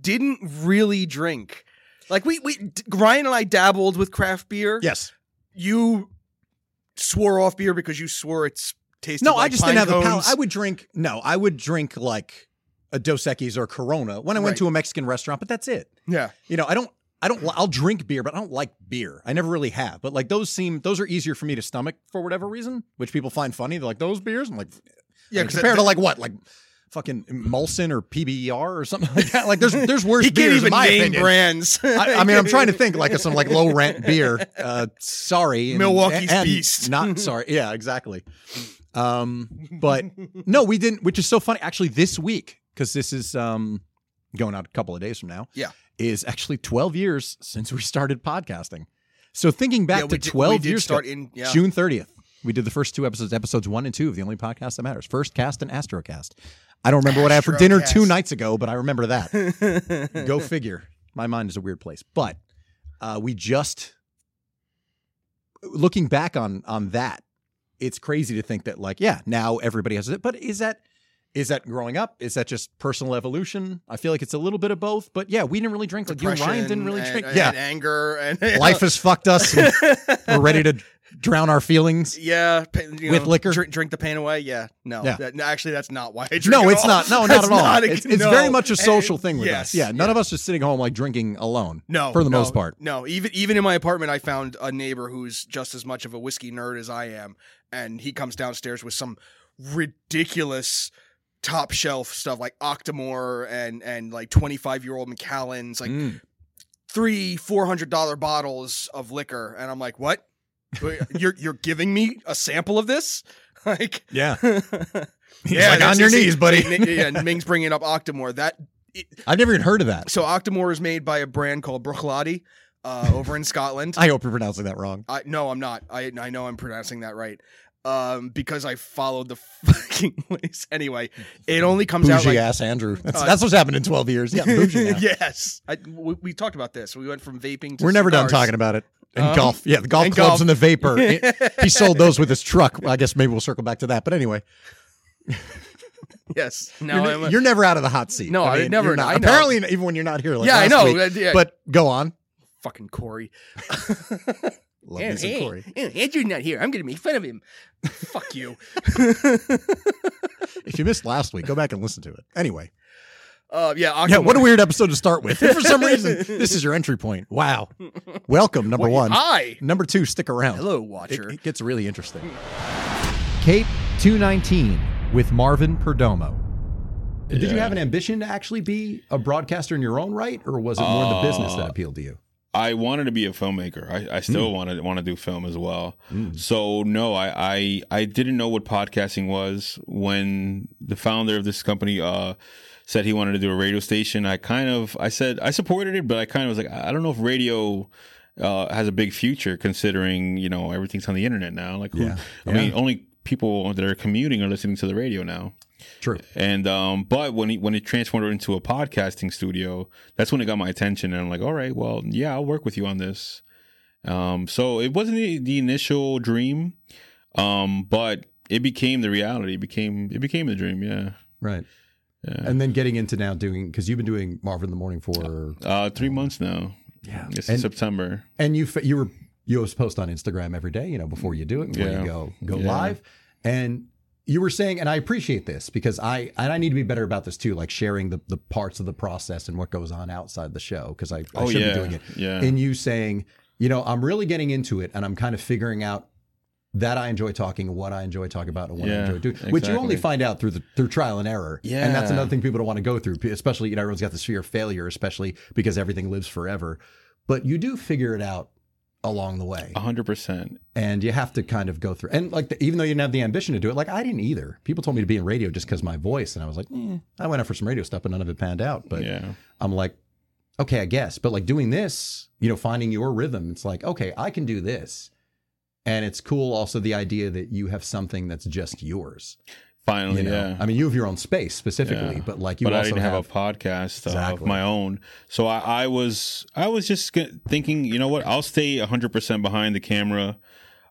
S10: didn't really drink. Like we we d- Ryan and I dabbled with craft beer.
S2: Yes.
S10: You swore off beer because you swore it's tasted
S2: No,
S10: like
S2: I just didn't have
S10: pine
S2: the palate.
S10: cones.
S2: I would drink. No, I would drink like a Dos Equis or Corona when I went
S10: Right.
S2: to a Mexican restaurant, but that's it.
S10: yeah.
S2: You know, I don't. I don't. li- I'll drink beer, but I don't like beer. I never really have. But like those seem those are easier for me to stomach for whatever reason, which people find funny. They're like those beers. I'm like,
S10: Yeah,
S2: Yeah,
S10: 'cause
S2: compared
S10: that-
S2: to like what, like fucking Molson or PBR or something like that. Like there's there's worse
S10: He
S2: beers
S10: can't even
S2: in my
S10: name
S2: opinion.
S10: brands.
S2: I, I mean, I'm trying to think like of some like low rent beer. Uh, sorry, and-
S10: Milwaukee's
S2: and
S10: Beast.
S2: Not sorry. Yeah, exactly. Um, but no, we didn't. Which is so funny. Actually, this week because this is um going out a couple of days from now.
S10: Yeah.
S2: is actually 12 years since we started podcasting. So thinking back
S10: Yeah, we
S2: to
S10: did- we
S2: 12
S10: did
S2: years
S10: start
S2: ago,
S10: in- yeah.
S2: June 30th. We did the first two episodes, episodes one and two of the only podcast that matters, First Cast and Astrocast. I don't remember what I had for dinner two
S10: Astrocast.
S2: nights ago, but I remember that. Go figure. my mind is a weird place. But uh, we just looking back on on that, it's crazy to think that like yeah, now everybody has it. But is that is that growing up? Is that just personal evolution? I feel like it's a little bit of both. But yeah, we didn't really drink. Like you and Ryan didn't really
S10: and-
S2: drink.
S10: and
S2: yeah,
S10: anger and
S2: life has fucked us. and we're ready to drown our feelings.
S10: Yeah, pa- you
S2: With
S10: know,
S2: liquor?
S10: drink, drink the pain away. Yeah, no,
S2: Yeah.
S10: That- no, actually, that's not why. I drink
S2: No,
S10: at
S2: it's
S10: all.
S2: not. No, not
S10: That's
S2: at all.
S10: not a-
S2: it's it's
S10: no.
S2: very much a social
S10: And-
S2: thing with
S10: yes,
S2: us. Yeah, none of us are sitting home like drinking alone.
S10: No,
S2: for the
S10: no,
S2: most part.
S10: No, even even in my apartment, I found a neighbor who's just as much of a whiskey nerd as I am, and he comes downstairs with some ridiculous top shelf stuff like Octomore and and like twenty five year old Macallans, like
S2: Mm.
S10: three four hundred dollar bottles of liquor, and I'm like, what? you're you're giving me a sample of this? Like,
S2: Yeah.
S10: yeah,
S2: like,
S10: that's-
S2: "On your
S10: see,
S2: knees, buddy."
S10: see, Nick- yeah, Ming's bringing up Octomore. That
S2: I've never even heard of that.
S10: so Octomore is made by a brand called Bruchladi uh, over in Scotland.
S2: I hope you're pronouncing that wrong.
S10: I no, I'm not. I I know I'm pronouncing that right. Um, because I followed the fucking place. Anyway, it only comes
S2: Bougie
S10: out like
S2: ass Andrew. That's,
S10: Uh,
S2: that's what's happened in 12 years. Yeah, bougie ass.
S10: yes. I, we, we talked about this. We went from vaping. to
S2: We're never done
S10: cigars.
S2: talking about it. And
S10: Um,
S2: golf. Yeah, the golf
S10: and
S2: clubs
S10: golf.
S2: and the vapor. It- he sold those with his truck. I guess maybe we'll circle back to that. But anyway,
S10: Yes.
S2: you're,
S10: Now
S2: ne-
S10: I'm. A,
S2: you're never out of the hot seat.
S10: No, I never-
S2: you're Not,
S10: I know.
S2: apparently, even when you're not here. Like
S10: yeah, I
S2: last
S10: know.
S2: week.
S10: that- yeah.
S2: But go on.
S10: fucking Corey.
S2: Love me some Corey.
S10: and Andrew's not here. I'm gonna make fun of him. Fuck you.
S2: If you missed last week, go back and listen to it. Anyway,
S10: Uh, yeah. Octomore.
S2: yeah, what a weird episode to start with. If for some reason, this is your entry point. Wow. Welcome, number one.
S10: Hi.
S2: Number two, stick around.
S10: Hello,
S2: It,
S10: watcher.
S2: it gets really interesting.
S7: Cape 219 with Marvin Perdomo.
S2: Did you have an ambition to actually be a broadcaster in your own right, or was it more the business that appealed to you?
S12: Uh,
S2: Hmm.
S12: I wanted to be a filmmaker. I, I still want to want to do film as well. So no, I, I I didn't know what podcasting was when the founder of this company uh, said he wanted to do a radio station. I kind of I said I supported it, but I kind of was like I I don't know if radio uh, has a big future considering you know everything's on the internet now. Like who,
S2: Yeah.
S12: I mean, only people that are commuting are listening to the radio now.
S2: True.
S12: And um, but when he, when it transformed it into a podcasting studio, that's when it got my attention, and I'm like, all right, well, yeah, I'll work with you on this. Um, so it wasn't the, the initial dream, um, but it became the reality. It became it became the dream. Yeah,
S2: Right.
S12: yeah.
S7: And then getting into now doing, because you've been doing Marvin in the Morning for,
S12: Uh, three months now.
S7: yeah.
S12: It's
S7: And,
S12: September.
S7: and you f- you were, you always post on Instagram every day, you know, before you do it, before
S12: Yeah.
S7: you go, go
S12: Yeah.
S7: live. And you were saying, and I appreciate this because I, and I need to be better about this too, like sharing the, the parts of the process and what goes on outside the show, because I, I
S12: Oh
S7: should
S12: yeah,
S7: be doing it.
S12: yeah.
S7: in you saying, you know, I'm really getting into it and I'm kind of figuring out that I enjoy talking and what I enjoy talking about and what I
S12: Yeah,
S7: enjoy doing, which you only
S12: exactly.
S7: find out through the through trial and error. And that's
S12: Yeah.
S7: another thing people don't want to go through, especially, you know, everyone's got this fear of failure, especially because everything lives forever. But you do figure it out along the way
S12: A hundred percent.
S7: and you have to kind of go through and like the, even though you didn't have the ambition to do it like i didn't either people told me to be in radio just because my voice and i was like eh, i went out for some radio stuff but none of it panned out but
S12: Yeah,
S7: I'm like, okay, I guess. But like doing this, you know, finding your rhythm, it's like, okay, I can do this. And it's cool also the idea that you have something that's just yours.
S12: finally.
S7: You know?
S12: yeah.
S7: I mean, you have your own space specifically,
S12: Yeah.
S7: but like you
S12: but
S7: also
S12: I didn't have,
S7: have,
S12: a podcast uh,
S7: Exactly.
S12: of my own, so I, I was I was just g- thinking, you know what? I'll stay hundred percent behind the camera.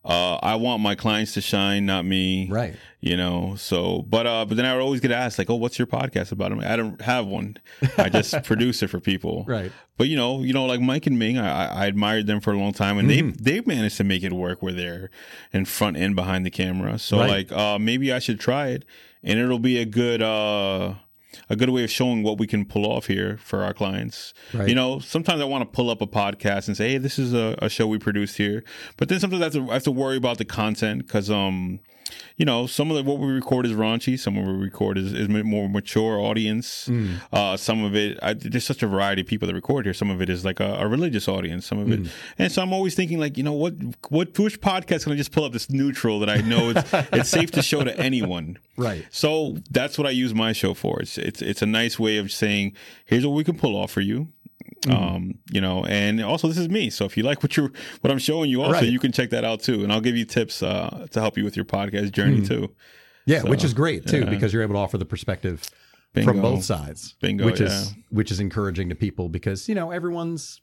S12: Uh, I want my clients to shine, not me.
S7: right.
S12: You know. So, but uh, but then I would always get asked like, "Oh, what's your podcast about?" I'm like, I don't have one. I just produce it for people.
S7: Right.
S12: But you know, you know, like Mike and Ming, I, I- I admired them for a long time, and
S7: Mm-hmm.
S12: they they've managed to make it work where they're in front and behind the camera. So
S7: Right.
S12: like, uh, maybe I should try it, and it'll be a good uh, a good way of showing what we can pull off here for our clients.
S7: Right.
S12: You know, sometimes I want to pull up a podcast and say, hey, this is a, a show we produced here, but then sometimes I have to, I have to worry about the content because um, you know, some of the, what we record is raunchy. Some of what we record is, is ma- more mature audience. Uh, some of it, I, there's such a variety of people that record here. Some of it is like a, a religious audience. Some of it, and so I'm always thinking like, you know, what what which podcast can I just pull up this neutral that I know it's, it's safe to show to anyone.
S7: Right.
S12: So that's what I use my show for. It's it's it's a nice way of saying, here's what we can pull off for you.
S7: Mm-hmm.
S12: Um, you know, and also this is me. So if you like what you're what I'm showing you also,
S7: Right.
S12: you can check that out too. And I'll give you tips uh to help you with your podcast journey too.
S7: Mm-hmm. Yeah, which is great too,
S12: yeah.
S7: because you're able to offer the perspective
S12: Bingo.
S2: from both sides,
S12: Bingo,
S2: which is which is encouraging to people because you know everyone's.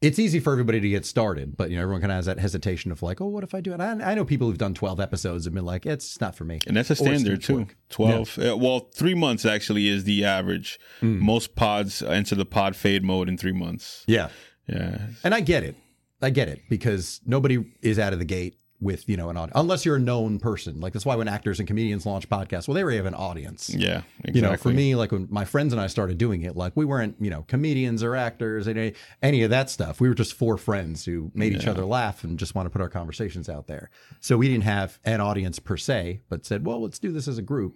S2: It's easy for everybody to get started, but you know everyone kind of has that hesitation of like, oh, what if I do it? I, I know people who've done twelve episodes and been like, it's not for me,
S12: And that's a
S2: Or it's
S12: standard
S2: too much
S12: too.
S2: work.
S12: Twelve. uh, Well, three months actually is the average.
S7: Mm.
S12: Most pods enter the pod fade mode in three months.
S2: Yeah.
S12: Yeah.
S2: And I get it. I get it because nobody is out of the gate with, you know, an audience, unless you're a known person. Like that's why when actors and comedians launch podcasts, well, they already have an audience.
S12: Yeah. Exactly.
S2: You know, for me, like when my friends and I started doing it, like we weren't, you know, comedians or actors and any, any of that stuff. We were just four friends who made each
S12: Yeah.
S2: other laugh and just want to put our conversations out there. So we didn't have an audience per se, but said, well, let's do this as a group.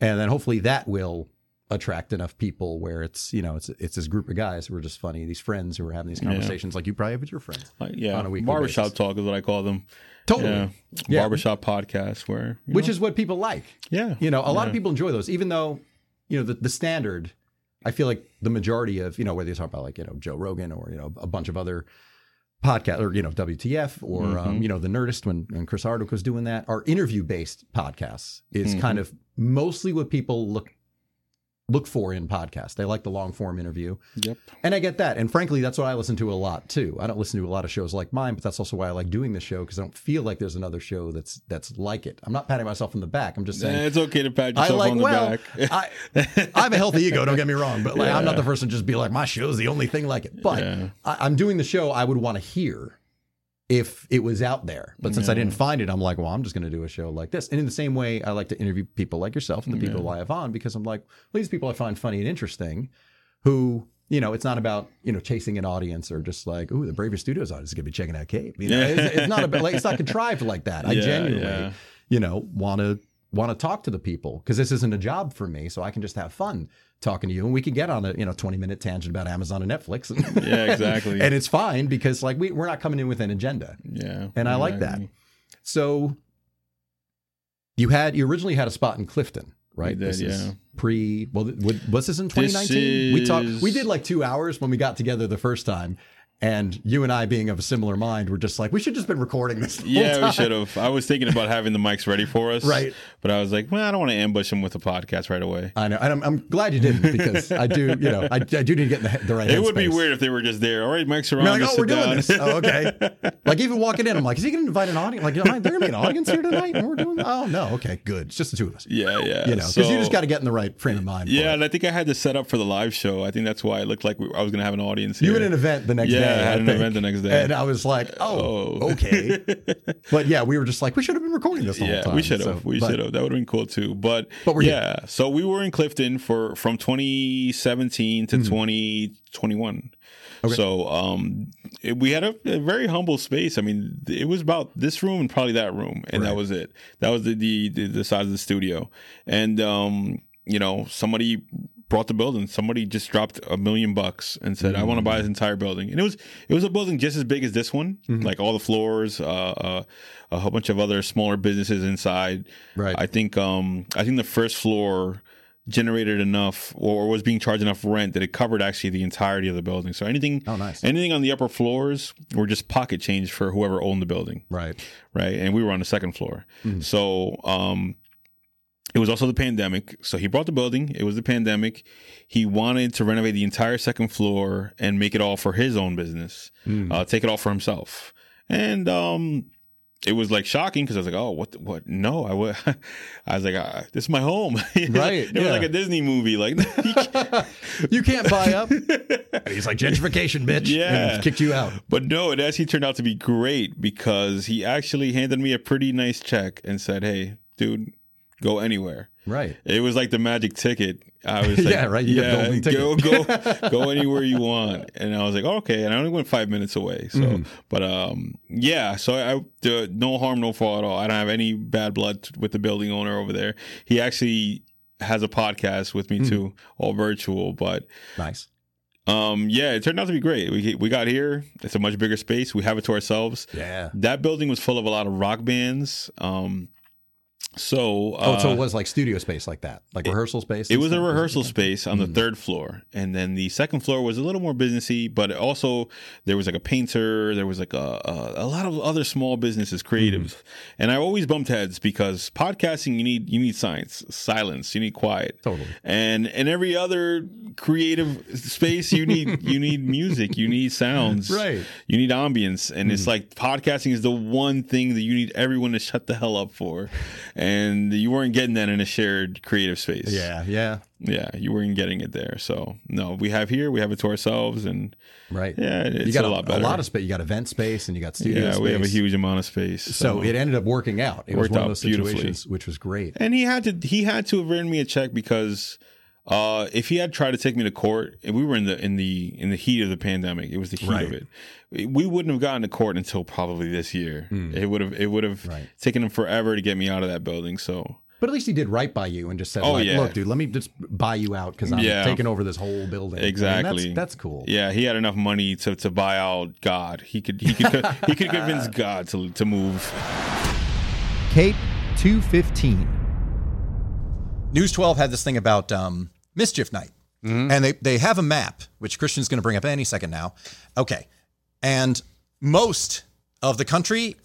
S2: And then hopefully that will attract enough people where it's, you know, it's it's this group of guys who are just funny, these friends who are having these
S12: Yeah.
S2: conversations like you probably have with your friends.
S12: Like, yeah.
S2: On a weekly
S12: barbershop
S2: basis.
S12: talk is what I call them.
S2: Totally.
S12: Yeah.
S2: Yeah.
S12: Barbershop podcast where you
S2: which
S12: know,
S2: is what people like.
S12: yeah.
S2: You know, a lot of
S12: Yeah.
S2: people enjoy those, even though, you know, the, the standard, I feel like the majority of, you know, whether you talk about like, you know, Joe Rogan or, you know, a bunch of other podcast or, you know, WTF or, um,
S12: Mhm.
S2: you know, The Nerdist when, when Chris Hardwick was doing that, our interview based podcasts is
S12: Mhm.
S2: kind of mostly what people look look for in podcasts. They like the long form interview.
S12: Yep.
S2: And I get that. And frankly, that's what I listen to a lot too. I don't listen to a lot of shows like mine, but that's also why I like doing this show because I don't feel like there's another show that's that's like it. I'm not patting myself on the back. I'm just
S12: Eh,
S2: saying
S12: it's okay to pat
S2: I
S12: yourself
S2: like
S12: on the
S2: well.
S12: back.
S2: I, I have a healthy ego. Don't get me wrong, but like I'm not the person to just be like my show's the only thing like it. But
S12: Yeah.
S2: I, I'm doing the show I would want to hear if it was out there. But since I didn't find it, I'm like, well, I'm just going to do a show like this. And in the same way, I like to interview people like yourself and the people I have on because I'm like, well, these people I find funny and interesting who, you know, it's not about, you know, chasing an audience or just like, ooh, the Braver Studios audience is going to be checking out Cape. You know,
S12: Yeah.
S2: it's, it's not about, like, it's not contrived like that. I
S12: Yeah,
S2: genuinely,
S12: yeah.
S2: you know, want to want to talk to the people because this isn't a job for me. So I can just have fun talking to you and we can get on a, you know, 20 minute tangent about Amazon and Netflix.
S12: Yeah, exactly.
S2: and it's fine because like we, we're not coming in with an agenda.
S12: yeah.
S2: And I like that.
S12: exactly.
S2: So you had you originally had a spot in Clifton, right?
S12: We did,
S2: this is
S12: yeah.
S2: pre well th- would- was this in
S12: This
S2: 2019? We talked we
S12: is-
S2: did like 2 hours when we got together the first time and you and I being of a similar mind were just like we should just been recording this. the whole
S12: Yeah, we
S2: time.
S12: should have. I was thinking about having the mics ready for us.
S2: Right.
S12: But I was like, well, I don't want to ambush him with a podcast right away.
S2: I know, and I'm, I'm glad you didn't because I do, you know, I, I do need to get in the, he- the right.
S12: It would be
S2: headspace.
S12: weird if they were just there. All right, mics are on.
S2: Be like,
S12: just
S2: oh, we're
S12: sit
S2: doing
S12: down."
S2: this. Oh, okay. like even walking in, I'm like, is he going to invite an audience? Like, am I- there going to be an audience here tonight? And we're doing. Oh no, okay, good. It's just the two of us.
S12: yeah, yeah.
S2: You know, because you just got to get in the right frame of mind. for
S12: Yeah,
S2: it.
S12: and I think I had to set up for the live show. I think that's why it looked like we, I was going to have an audience.
S2: You
S12: here.
S2: had an event the next
S12: yeah,
S2: day.
S12: I had an
S2: think.
S12: event the next day.
S2: and I was like, oh,
S12: Oh.
S2: okay. But yeah, we were just like, we should have been recording this the whole
S12: yeah,
S2: time.
S12: we should have.
S2: So-
S12: we
S2: but-
S12: should have. That would have been cool too. But,
S2: But we're
S12: yeah, so we were in Clifton for from 2017
S2: Hmm.
S12: to 2021. So um, it, we had a, a very humble space. I mean, th- it was about this room and probably that room, and that was it. That was the, the the the size of the studio, and um, you know, somebody brought the building. Somebody just dropped a million bucks and said, "I want to buy this entire building." And it was it was a building just as big as this one,
S2: Mm-hmm.
S12: like all the floors, uh, uh, a whole bunch of other smaller businesses inside.
S2: Right.
S12: I think um I think the first floor generated enough or was being charged enough rent that it covered actually the entirety of the building. So anything
S2: Oh, nice.
S12: anything on the upper floors were just pocket change for whoever owned the building
S2: Right. Mm-hmm.
S12: right? And we were on the second floor. So um it was also the pandemic. So he brought the building. It was the pandemic. He wanted to renovate the entire second floor and make it all for his own business,
S2: Hmm.
S12: uh, take it all for himself. And um, it was like shocking because I was like, oh, what? the- What? No, I wa- I was like, ah, this is my home. It was
S2: Right,
S12: like- It was
S2: yeah.
S12: like a Disney movie. Like,
S2: You can't buy up. And he's like, gentrification, bitch.
S12: Yeah.
S2: And kicked you out.
S12: But no, it actually turned out to be great because he actually handed me a pretty nice check and said, "Hey, dude, go anywhere."
S2: Right.
S12: It was like the magic ticket. I was like,
S2: Yeah, right, you got the
S12: yeah,
S2: golden
S12: go
S2: ticket."
S12: go go anywhere you want." And I was like, "Okay." And I only went five minutes away. So,
S2: Mm-hmm.
S12: but um, yeah. So I uh, no harm, no foul at all. I don't have any bad blood with the building owner over there. He actually has a podcast with me too, all virtual, but
S2: Mm. Nice.
S12: um, yeah, it turned out to be great. We we got here. It's a much bigger space. We have it to ourselves.
S2: Yeah.
S12: That building was full of a lot of rock bands. Um, So,
S2: oh, so
S12: uh,
S2: it was like studio space like that, like rehearsal space.
S12: It
S2: and
S12: was a
S2: stuff?
S12: rehearsal space on the
S2: Hmm.
S12: third floor, and then the second floor was a little more businessy. But it also, there was like a painter, there was like a a, a lot of other small businesses,
S2: Hmm.
S12: creatives, and I always bumped heads because podcasting you need you need science, silence, you need quiet,
S2: totally,
S12: and and every other creative space you need you need music, you need sounds,
S2: Right.
S12: You need ambience, and
S2: Mm-hmm.
S12: it's like podcasting is the one thing that you need everyone to shut the hell up for, and you weren't getting that in a shared creative space.
S2: Yeah, yeah.
S12: Yeah, you weren't getting it there. So no, we have here, we have it to ourselves, and
S2: right.
S12: Yeah, it's
S2: you got
S12: a, lot
S2: a
S12: better.
S2: lot of space. You got event space, and you got studio.
S12: yeah,
S2: space.
S12: we have a huge amount of space.
S2: So, it ended up working out. It was
S12: worked
S2: one of
S12: out
S2: those
S12: beautifully.
S2: situations, which was great.
S12: And he had to he had to have written me a check because uh, if he had tried to take me to court, and we were in the in the in the heat of the pandemic, it was the heat of
S2: Right.
S12: it. We wouldn't have gotten to court until probably this year.
S2: Hmm.
S12: It would have it would have taken him forever to get me out of that building. So
S2: But at least he did right by you and just said,
S12: Oh,
S2: like,
S12: yeah.
S2: "Look, dude, let me just buy you out because I'm
S12: Yeah.
S2: taking over this whole building." I mean, that's-
S12: Exactly.
S2: that's, cool.
S12: Yeah, he had enough money to, to buy out God. He could he could he could convince God to to move.
S7: Cape 215.
S2: News 12 had this thing about um, Mischief Night.
S5: Mm-hmm.
S2: And they, they have a map, which Christian's going to bring up any second now. Okay. And most of the country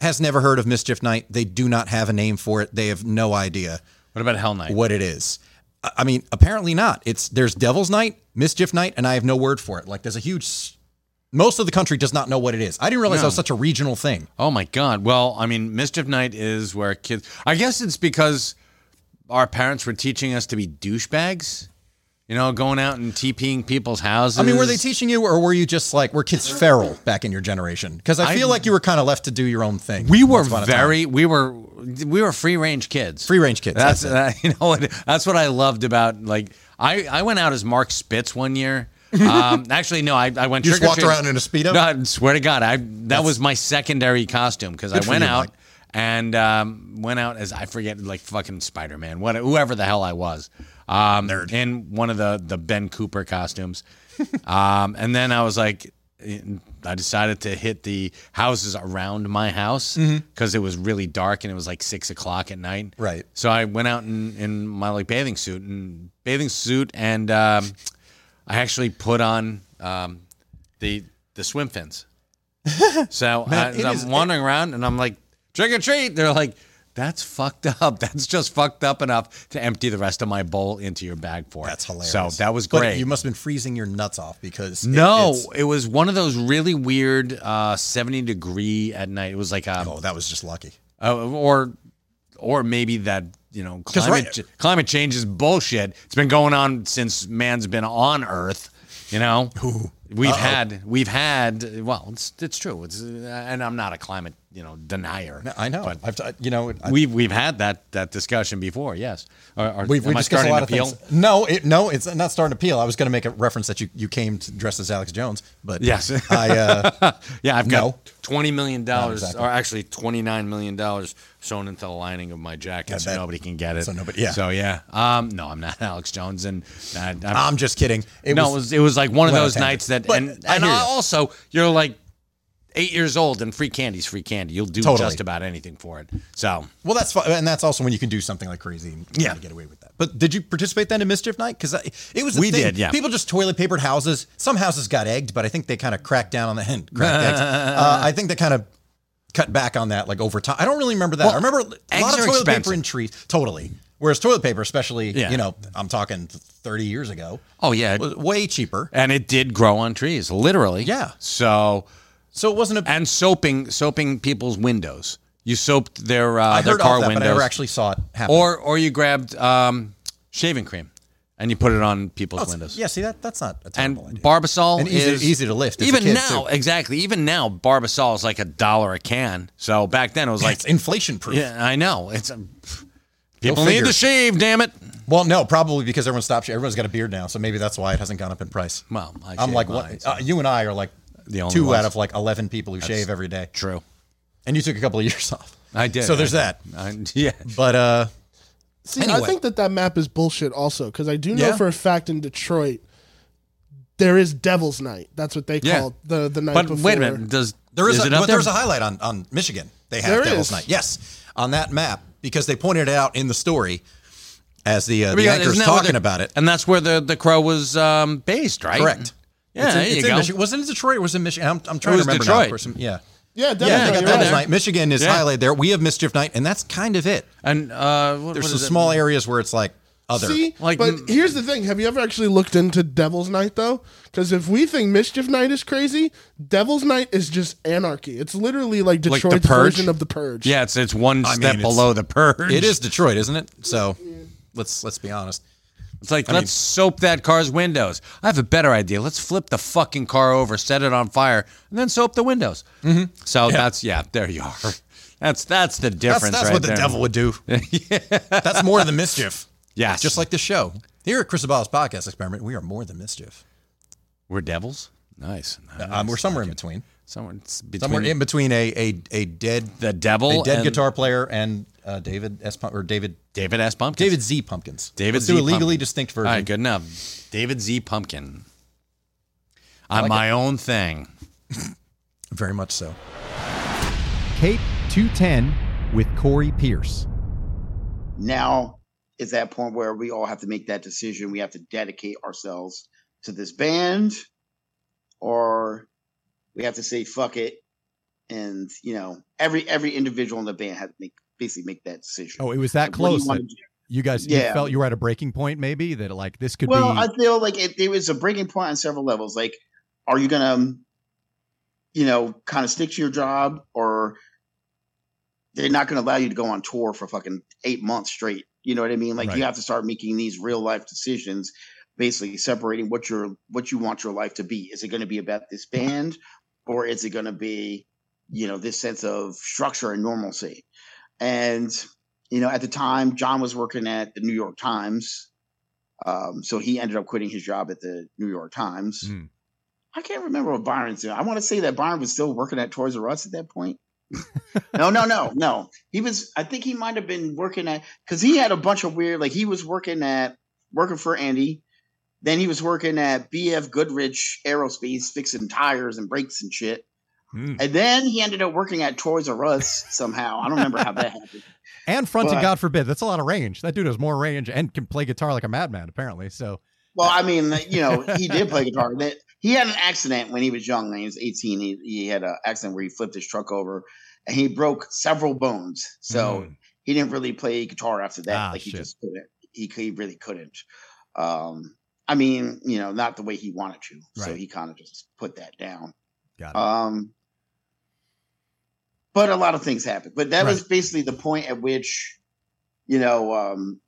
S2: has never heard of Mischief Night. They do not have a name for it. They have no idea.
S5: What about Hell Night?
S2: What it is. I I mean, apparently not. It's there's Devil's Night, Mischief Night, and I have no word for it. Like there's a huge s- most of the country does not know what it is. I didn't realize
S5: No.
S2: that was such a regional thing.
S5: Oh my God. Well, I mean, Mischief Night is where kids. I guess it's because our parents were teaching us to be douchebags. You know, going out and TPing people's houses.
S2: I mean, were they teaching you, or were you just like were kids feral back in your generation? Because I
S5: I-
S2: feel like you were kind of left to do your own thing.
S5: We were
S2: once upon a time.
S5: very. We were. We were free range kids.
S2: Free range kids,
S5: That's,
S2: that's
S5: that- you know. what- That's what I loved about. Like I, I went out as Mark Spitz one year. Um, actually, no, I, I went.
S2: You just walked
S5: trick-or-treating.
S2: around in a Speedo?
S5: No, I swear to God, I that was my secondary costume because I
S2: Good for
S5: went
S2: you,
S5: out
S2: Mike.
S5: and um, went out as I forget, like fucking Spider Man, what whoever the hell I was, um, in one of the the Ben Cooper costumes, um, and then I was like. I decided to hit the houses around my house
S2: Mm-hmm.
S5: because it was really dark and it was like six o'clock at night.
S2: Right.
S5: So I went out in, in my like bathing suit and bathing suit, and um, I actually put on um, the the swim fins. So
S2: Man,
S5: I,
S2: it
S5: I'm
S2: is-
S5: wandering around and I'm like, trick or treat. They're like, that's fucked up. That's just fucked up enough to empty the rest of my bowl into your bag for.
S2: That's hilarious.
S5: So that was
S2: But
S5: great.
S2: you must have been freezing your nuts off because it-
S5: No,
S2: it's-
S5: it was one of those really weird uh, 70 degree at night. It was like a,
S2: oh, that was just lucky.
S5: uh, or or maybe that you know
S2: 'Cause
S5: climate
S2: right-
S5: ch- climate change is bullshit. It's been going on since man's been on Earth. You know, we've
S2: Uh-oh.
S5: had we've had well, it's it's true. It's uh, and I'm not a climate you know denier.
S2: No, I know.
S5: But
S2: I've t- you know I-
S5: we've we've had that that discussion before. Yes, or, or
S2: we've, we
S5: am I
S2: discussed a
S5: starting
S2: lot
S5: to
S2: of
S5: peel?
S2: things. No, it, no, it's not starting to peel. I was going to make a reference that you you came to dress as Alex Jones, but
S5: Yes.
S2: I uh,
S5: yeah, I've got
S2: no.
S5: twenty million
S2: Not
S5: dollars,
S2: exactly.
S5: or actually twenty nine million dollars, sewn into the lining of my jacket,
S2: Yeah,
S5: so
S2: that-
S5: nobody can get it.
S2: so nobody- yeah.
S5: So yeah. Um, no, I'm not Alex Jones, and I, I'm,
S2: I'm just kidding.
S5: no, it was it was like one of
S2: Went on a
S5: those
S2: tangent.
S5: nights that,
S2: But
S5: and
S2: I
S5: and
S2: hear you.
S5: also you're like eight years old, and free candy's free candy. You'll do
S2: Totally.
S5: just about anything for it. So
S2: Well, that's fun, and that's also when you can do something like crazy and yeah. get away with that. But did you participate then in mischief night? Because it was a
S5: We
S2: thing.
S5: did, yeah.
S2: People just toilet papered houses. Some houses got egged, but I think they kind of cracked down on the hint. Cracked eggs. Uh, I think they kind of cut back on that like over time. I don't really remember that. I
S5: Well,
S2: remember a lot of
S5: eggs
S2: toilet
S5: are
S2: paper
S5: expensive.
S2: and trees. Totally. Whereas toilet paper, especially,
S5: Yeah.
S2: you know, I'm talking 30 years ago,
S5: oh yeah,
S2: was way cheaper.
S5: and it did grow on trees, literally.
S2: Yeah.
S5: So
S2: So it wasn't a.
S5: and soaping soaping people's windows. You soaped their uh,
S2: I
S5: their
S2: heard
S5: car
S2: all that,
S5: windows.
S2: but I never actually saw it happen.
S5: Or or you grabbed um, shaving cream and you put it on people's
S2: Oh, it's-
S5: windows.
S2: yeah, see that that's not a
S5: And
S2: terrible idea.
S5: Barbasol
S2: And easy-
S5: is
S2: easy to lift as a
S5: Even
S2: kid,
S5: now,
S2: too.
S5: exactly. Even now, Barbasol is like a dollar a can. So back then it was like,
S2: it's inflation proof.
S5: yeah, I know. It's um, people need
S2: figure.
S5: to shave. Damn it.
S2: Well, no, probably because everyone stopped. Everyone's got a beard now, so maybe that's why it hasn't gone up in price.
S5: Well, I
S2: I'm
S5: shave
S2: like,
S5: mine,
S2: what?
S5: so-
S2: Uh, you and I are like
S5: The only
S2: two
S5: ones.
S2: out of like 11 people who shave every day,
S5: True.
S2: and you took a couple of years off.
S5: I did.
S2: So there's
S5: I-
S2: that.
S5: I, yeah.
S2: But uh,
S13: See, I
S2: Anyway.
S13: think that that map is bullshit also because I do know
S2: Yeah.
S13: for a fact in Detroit there is Devil's Night. That's what they
S5: Yeah.
S13: call the the night
S5: But
S13: before.
S5: wait a minute. Does
S2: there is,
S5: is
S2: a,
S5: it up
S2: but
S5: there?
S2: there's a highlight on on Michigan. They have
S13: There
S2: Devil's
S13: is.
S2: Night. Yes, on that map, because they pointed it out in the story as the uh, the
S5: Because
S2: anchor's
S5: isn't that where
S2: talking
S5: the-
S2: about it.
S5: and that's where the the crow was um, based, right?
S2: Correct.
S5: Yeah,
S2: It's in-
S5: there
S2: it's
S5: you
S2: in
S5: go.
S2: Michi- wasn't it Detroit? Or was it Michigan? I'm, I'm trying
S5: It
S2: to
S5: was
S2: remember now.
S5: Detroit.
S2: of course. Yeah.
S13: Yeah,
S2: Yeah, they got
S13: definitely.
S2: that
S13: right.
S2: tonight. Michigan is
S5: Yeah.
S2: highlighted there. We have Mischief Night, and that's kind of it.
S5: And uh,
S2: there's
S13: what
S2: some
S13: is it?
S2: small areas where it's like other.
S13: See, but here's the thing: Have you ever actually looked into Devil's Night though? Because if we think Mischief Night is crazy, Devil's Night is just anarchy. It's literally like
S5: Like the
S13: Detroit's
S5: Purge?
S13: version of the Purge.
S5: Yeah, it's it's one
S2: I mean,
S5: step
S2: it's-
S5: below the purge.
S2: It is Detroit, isn't it? So let's let's be honest.
S5: It's like
S2: I
S5: let's
S2: mean-
S5: soap that car's windows. I have a better idea. Let's flip the fucking car over, set it on fire, and then soap the windows. Mm-hmm. So that's yeah. There you are. That's that's the difference.
S2: that's
S5: right
S2: what the
S5: there.
S2: devil would do. That's more than mischief.
S5: Yes.
S2: Just like the show. Here at Chris Abala's podcast experiment, we are more than mischief.
S5: We're devils. Nice.
S2: Um, we're somewhere in between.
S5: Somewhere, it's
S2: somewhere
S5: between-
S2: in between a a, a dead
S5: the devil
S2: a dead
S5: and-
S2: guitar player and uh, David S Pump or David
S5: David S Pumpkins.
S2: David Z Pumpkins.
S5: David
S2: Let's
S5: Z.
S2: do a legally
S5: Pumpkin.
S2: distinct
S5: All
S2: version.
S5: right, good enough. David Z. Pumpkin.
S2: I
S5: I'm
S2: like
S5: my own thing.
S2: Very much so.
S7: Cape 210 with Corey Pierce.
S14: now is that point where we all have to make that decision. We have to dedicate ourselves to this band, or we have to say fuck it. And you know, every every individual in the band had to make basically make that decision.
S7: Oh, it was that
S14: Like, what do you
S7: close.
S14: wanna
S7: that
S14: do?
S7: You guys you
S14: Yeah.
S7: felt you were at a breaking point, maybe that like this could
S14: well,
S7: be.
S14: I feel like it, there was a breaking point on several levels. Like, are you gonna, um, you know, kind of stick to your job, or they're not gonna allow you to go on tour for fucking eight months straight? You know what I mean? Like,
S15: Right.
S14: you have to start making these real life decisions, basically separating what your what you want your life to be. Is it going to be about this band, or is it going to be, you know, this sense of structure and normalcy? And you know, at the time, John was working at the New York Times. Um, so he ended up quitting his job at the New York Times. I can't remember what Byron's doing. I want to say that Byron was still working at Toys R Us at that point. no, no, no, no. He was. I think he might have been working at because he had a bunch of weird. Like he was working at working for Andy. Then he was working at BF Goodrich Aerospace, fixing tires and brakes and shit. And then he ended up working at Toys R Us somehow. I don't remember how that happened.
S7: and fronting,
S14: but-
S7: God forbid, that's a lot of range. That dude has more range and can play guitar like a madman, apparently. So
S14: Well, I mean, you know, he did play guitar. That he had an accident when he was young. When he was eighteen, he, he had an accident where he flipped his truck over, and he broke several bones. So
S15: Hmm.
S14: he didn't really play guitar after that.
S15: Ah,
S14: like he just couldn't. He, c- he really couldn't. Um, I mean, you know, not the way he wanted to. So
S15: Right.
S14: he kind of just put that down.
S7: Got
S15: it.
S14: Um, but a lot of things happened. But that was basically the point at which, you know, um,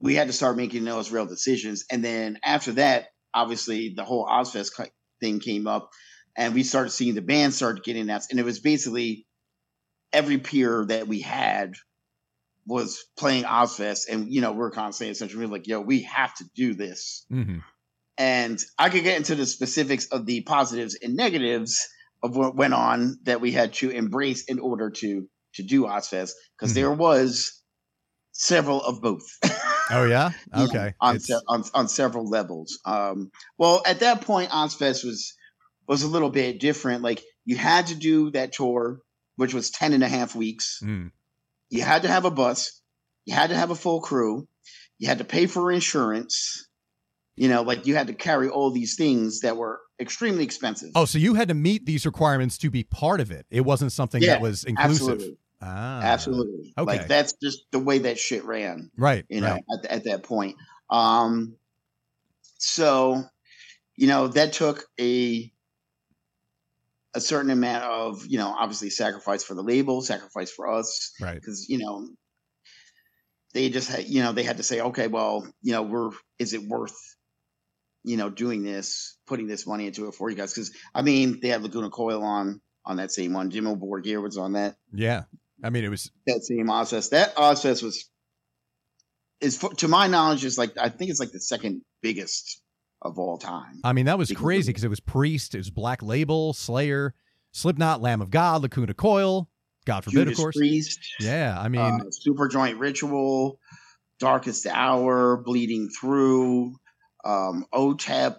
S14: we had to start making those real decisions. And then after that, obviously, the whole Ozfest cu- thing came up, and we started seeing the band start getting announced. And it was basically every peer that we had was playing Ozfest, and you know, we we're kind of saying essentially, we we're like, "Yo, we have to do this."
S2: Mm-hmm.
S14: and I could get into the specifics of the positives and negatives of what went on that we had to embrace in order to to do Ozfest because there was several of both
S7: Oh yeah. Okay.
S14: on, se- on on several levels. Um, well, at that point, Ozfest was was a little bit different. Like you had to do that tour, which was 10 and a half weeks. You had to have a bus. You had to have a full crew. You had to pay for insurance. You know, like you had to carry all these things that were extremely expensive.
S7: Oh, so you had to meet these requirements to be part of it. It wasn't something
S14: Yeah,
S7: that was inclusive.
S14: absolutely.
S7: Ah,
S14: Absolutely.
S7: Okay.
S14: Like that's just the way that shit ran.
S7: Right,
S14: You know,
S7: right.
S14: at, th- at that point. Um, so, you know, that took a a certain amount of, you know, obviously sacrifice for the label, sacrifice for us,
S7: right?
S14: Because you know, they just had, you know, they had to say, okay, well, you know, we're is it worth, you know, doing this, putting this money into it for you guys? Because I mean, they had Laguna Coil on on that same one. Jimmo Borgir was on that
S7: Yeah. I mean, it was
S14: that same Ozfest. That Ozfest was, is for- to my knowledge, is like I think it's like the second biggest of all time.
S7: I mean, that was crazy because it was Priest, it was Black Label, Slayer, Slipknot, Lamb of God, Lacuna Coil, God forbid,
S14: Judas
S7: of course.
S14: Priest.
S7: Yeah, I mean,
S14: uh, Super Joint Ritual, Darkest Hour, Bleeding Through, um, OTEP,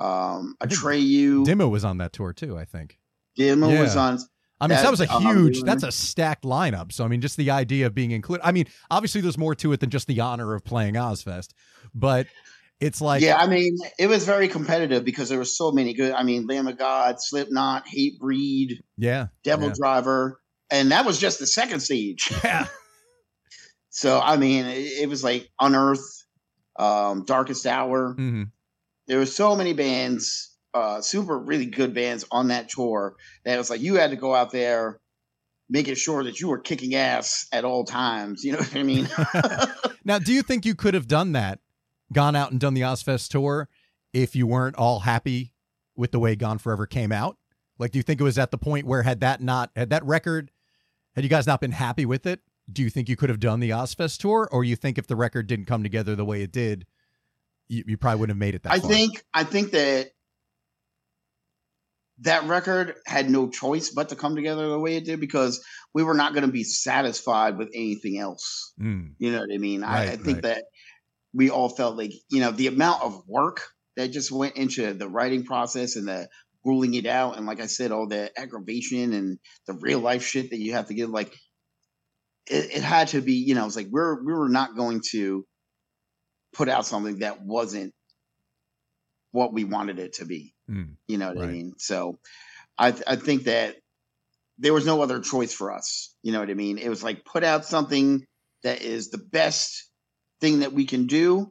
S14: um, Atreyu,
S7: Demo was on that tour too, I think.
S14: Demo
S7: Yeah.
S14: was on.
S7: I mean, so that was a
S14: uh,
S7: huge. That's a stacked lineup. So I mean, just the idea of being included. I mean, obviously there's more to it than just the honor of playing Ozfest, but it's like
S14: yeah, I mean, it was very competitive because there were so many good. I mean, Lamb of God, Slipknot, Hate Breed,
S7: yeah,
S14: Devil
S7: yeah.
S14: Driver, and that was just the second stage.
S7: Yeah.
S14: so I mean, it, it was like Unearth, um, Darkest Hour.
S7: Mhm.
S14: There were so many bands, uh, super really good bands on that tour that it was like you had to go out there, making sure that you were kicking ass at all times. You know what I mean?
S7: Now, do you think you could have done that, gone out and done the Ozfest tour, if you weren't all happy with the way Gone Forever came out? Like, do you think it was at the point where had that not had that record, had you guys not been happy with it? Do you think you could have done the Ozfest tour, or you think if the record didn't come together the way it did, you, you probably wouldn't have made it that
S14: I
S7: far?
S14: think I think that that record had no choice but to come together the way it did because we were not going to be satisfied with anything else.
S5: Hmm.
S7: Mm.
S14: You know what I mean? I, I
S7: Right,
S14: think
S7: right.
S14: that we all felt like you know the amount of work that just went into the writing process and the ruling it out, and like I said, all the aggravation and the real life shit that you have to get. Like it, it had to be, you know, it's like we're we were not going to put out something that wasn't what we wanted it to be.
S7: Mm.
S14: You know what I mean? So I th- I think that there was no other choice for us. You know what I mean? It was like put out something that is the best thing that we can do,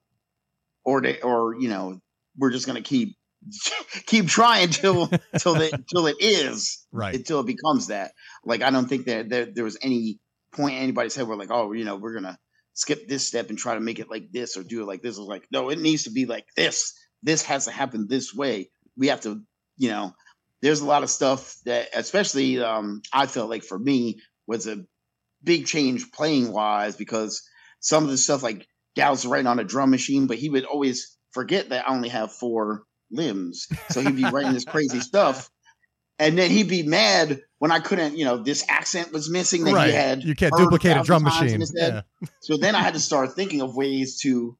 S14: or to, or you know we're just gonna keep keep trying till till it till it is
S7: Right.
S14: until it becomes that. Like I don't think that there, there was any point anybody said we're like oh you know we're gonna skip this step and try to make it like this or do it like this. It was like no, it needs to be like this. This has to happen this way. We have to you know there's a lot of stuff that especially um, i felt like for me was a big change playing wise because some of the stuff like Dow's writing on a drum machine, but he would always forget that I only have four limbs. So he'd be writing this crazy stuff. And then he'd be mad when I couldn't, you know, this accent was missing that
S7: Right.
S14: he had.
S7: You can't
S14: heard
S7: duplicate a
S14: thousand
S7: drum
S14: times
S7: machine.
S14: in his head. so then I had to start thinking of ways to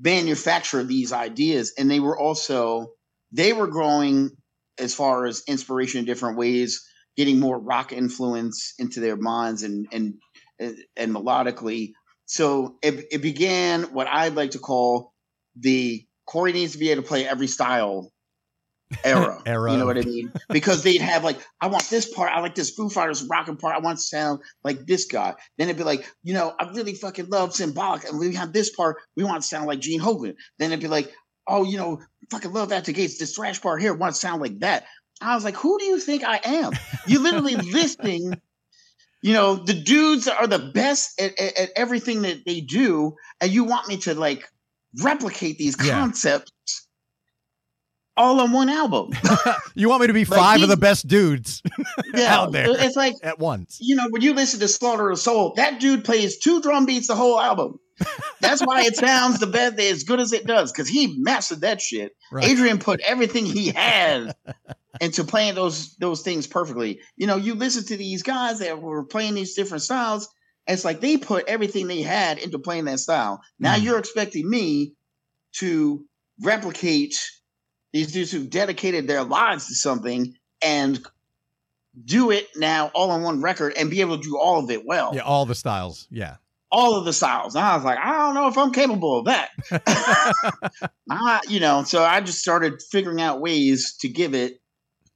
S14: manufacture these ideas. And they were also, they were growing as far as inspiration in different ways, getting more rock influence into their minds and and and, and melodically. So it, it began what I'd like to call the Corey needs to be able to play every style era.
S7: Era.
S14: You know what I mean? Because they'd have like, I want this part. I like this Foo Fighters rocking part. I want to sound like this guy. Then it'd be like, you know, I really fucking love Symbolic. And we have this part. We want to sound like Gene Hogan. Then it'd be like, oh, you know, fucking love After Gates. This thrash part here. want to sound like that. I was like, who do you think I am? You're literally listing you know the dudes are the best at, at, at everything that they do and you want me to like replicate these concepts all on one album
S7: You want me to be
S14: Like,
S7: five
S14: he-
S7: of the best dudes out there
S14: it's like
S7: at once.
S14: you know when you listen to slaughter of soul that dude plays two drum beats the whole album that's why it sounds the best as good as it does because he mastered that shit
S7: Right.
S14: adrian put everything he had into playing those those things perfectly you know you listen to these guys that were playing these different styles and it's like they put everything they had into playing that style now
S7: Hmm.
S14: you're expecting me to replicate these dudes who dedicated their lives to something and do it now all on one record and be able to do all of it well
S7: Yeah, all the styles. Yeah.
S14: all of the styles. And I was like, I don't know if I'm capable of that. I, you know, so I just started figuring out ways to give it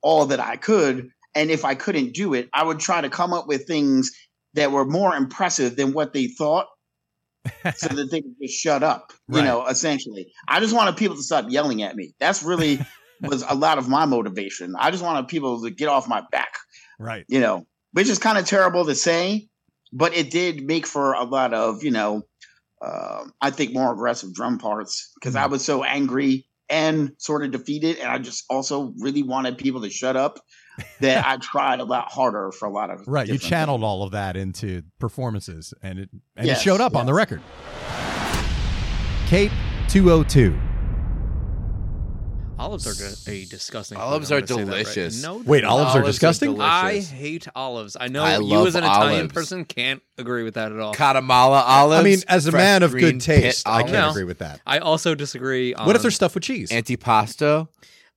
S14: all that I could. And if I couldn't do it, I would try to come up with things that were more impressive than what they thought so that they could just shut up, you
S7: Right.
S14: know, essentially. I just wanted people to stop yelling at me. That's really was a lot of my motivation. I just wanted people to get off my back
S7: Right.
S14: you know, which is kind of terrible to say, but it did make for a lot of, you know, um I think more aggressive drum parts because
S7: Mm.
S14: I was so angry and sort of defeated. And I just also really wanted people to shut up that I tried a lot harder for a lot of.
S7: Right. You
S14: different-
S7: channeled all of that into performances and it and
S14: Yes,
S7: it showed up on the record. Cape 202.
S15: Olives are go- a disgusting. food,
S16: Olives
S15: I'm
S16: are
S15: gonna say that, right?
S16: delicious.
S15: No, they're
S7: Wait,
S15: not.
S7: olives are disgusting?
S15: I
S16: delicious.
S15: hate olives. I know
S16: I
S15: you
S16: love
S15: as an Italian
S16: olives.
S15: person can't agree with that at all.
S16: Katamala olives.
S7: I mean, as a
S16: fresh
S7: man of good
S16: green pit
S7: taste, I can't
S16: olives.
S7: agree with that.
S15: I also disagree. On,
S16: What if they're
S7: stuffed with cheese?
S16: Antipasto.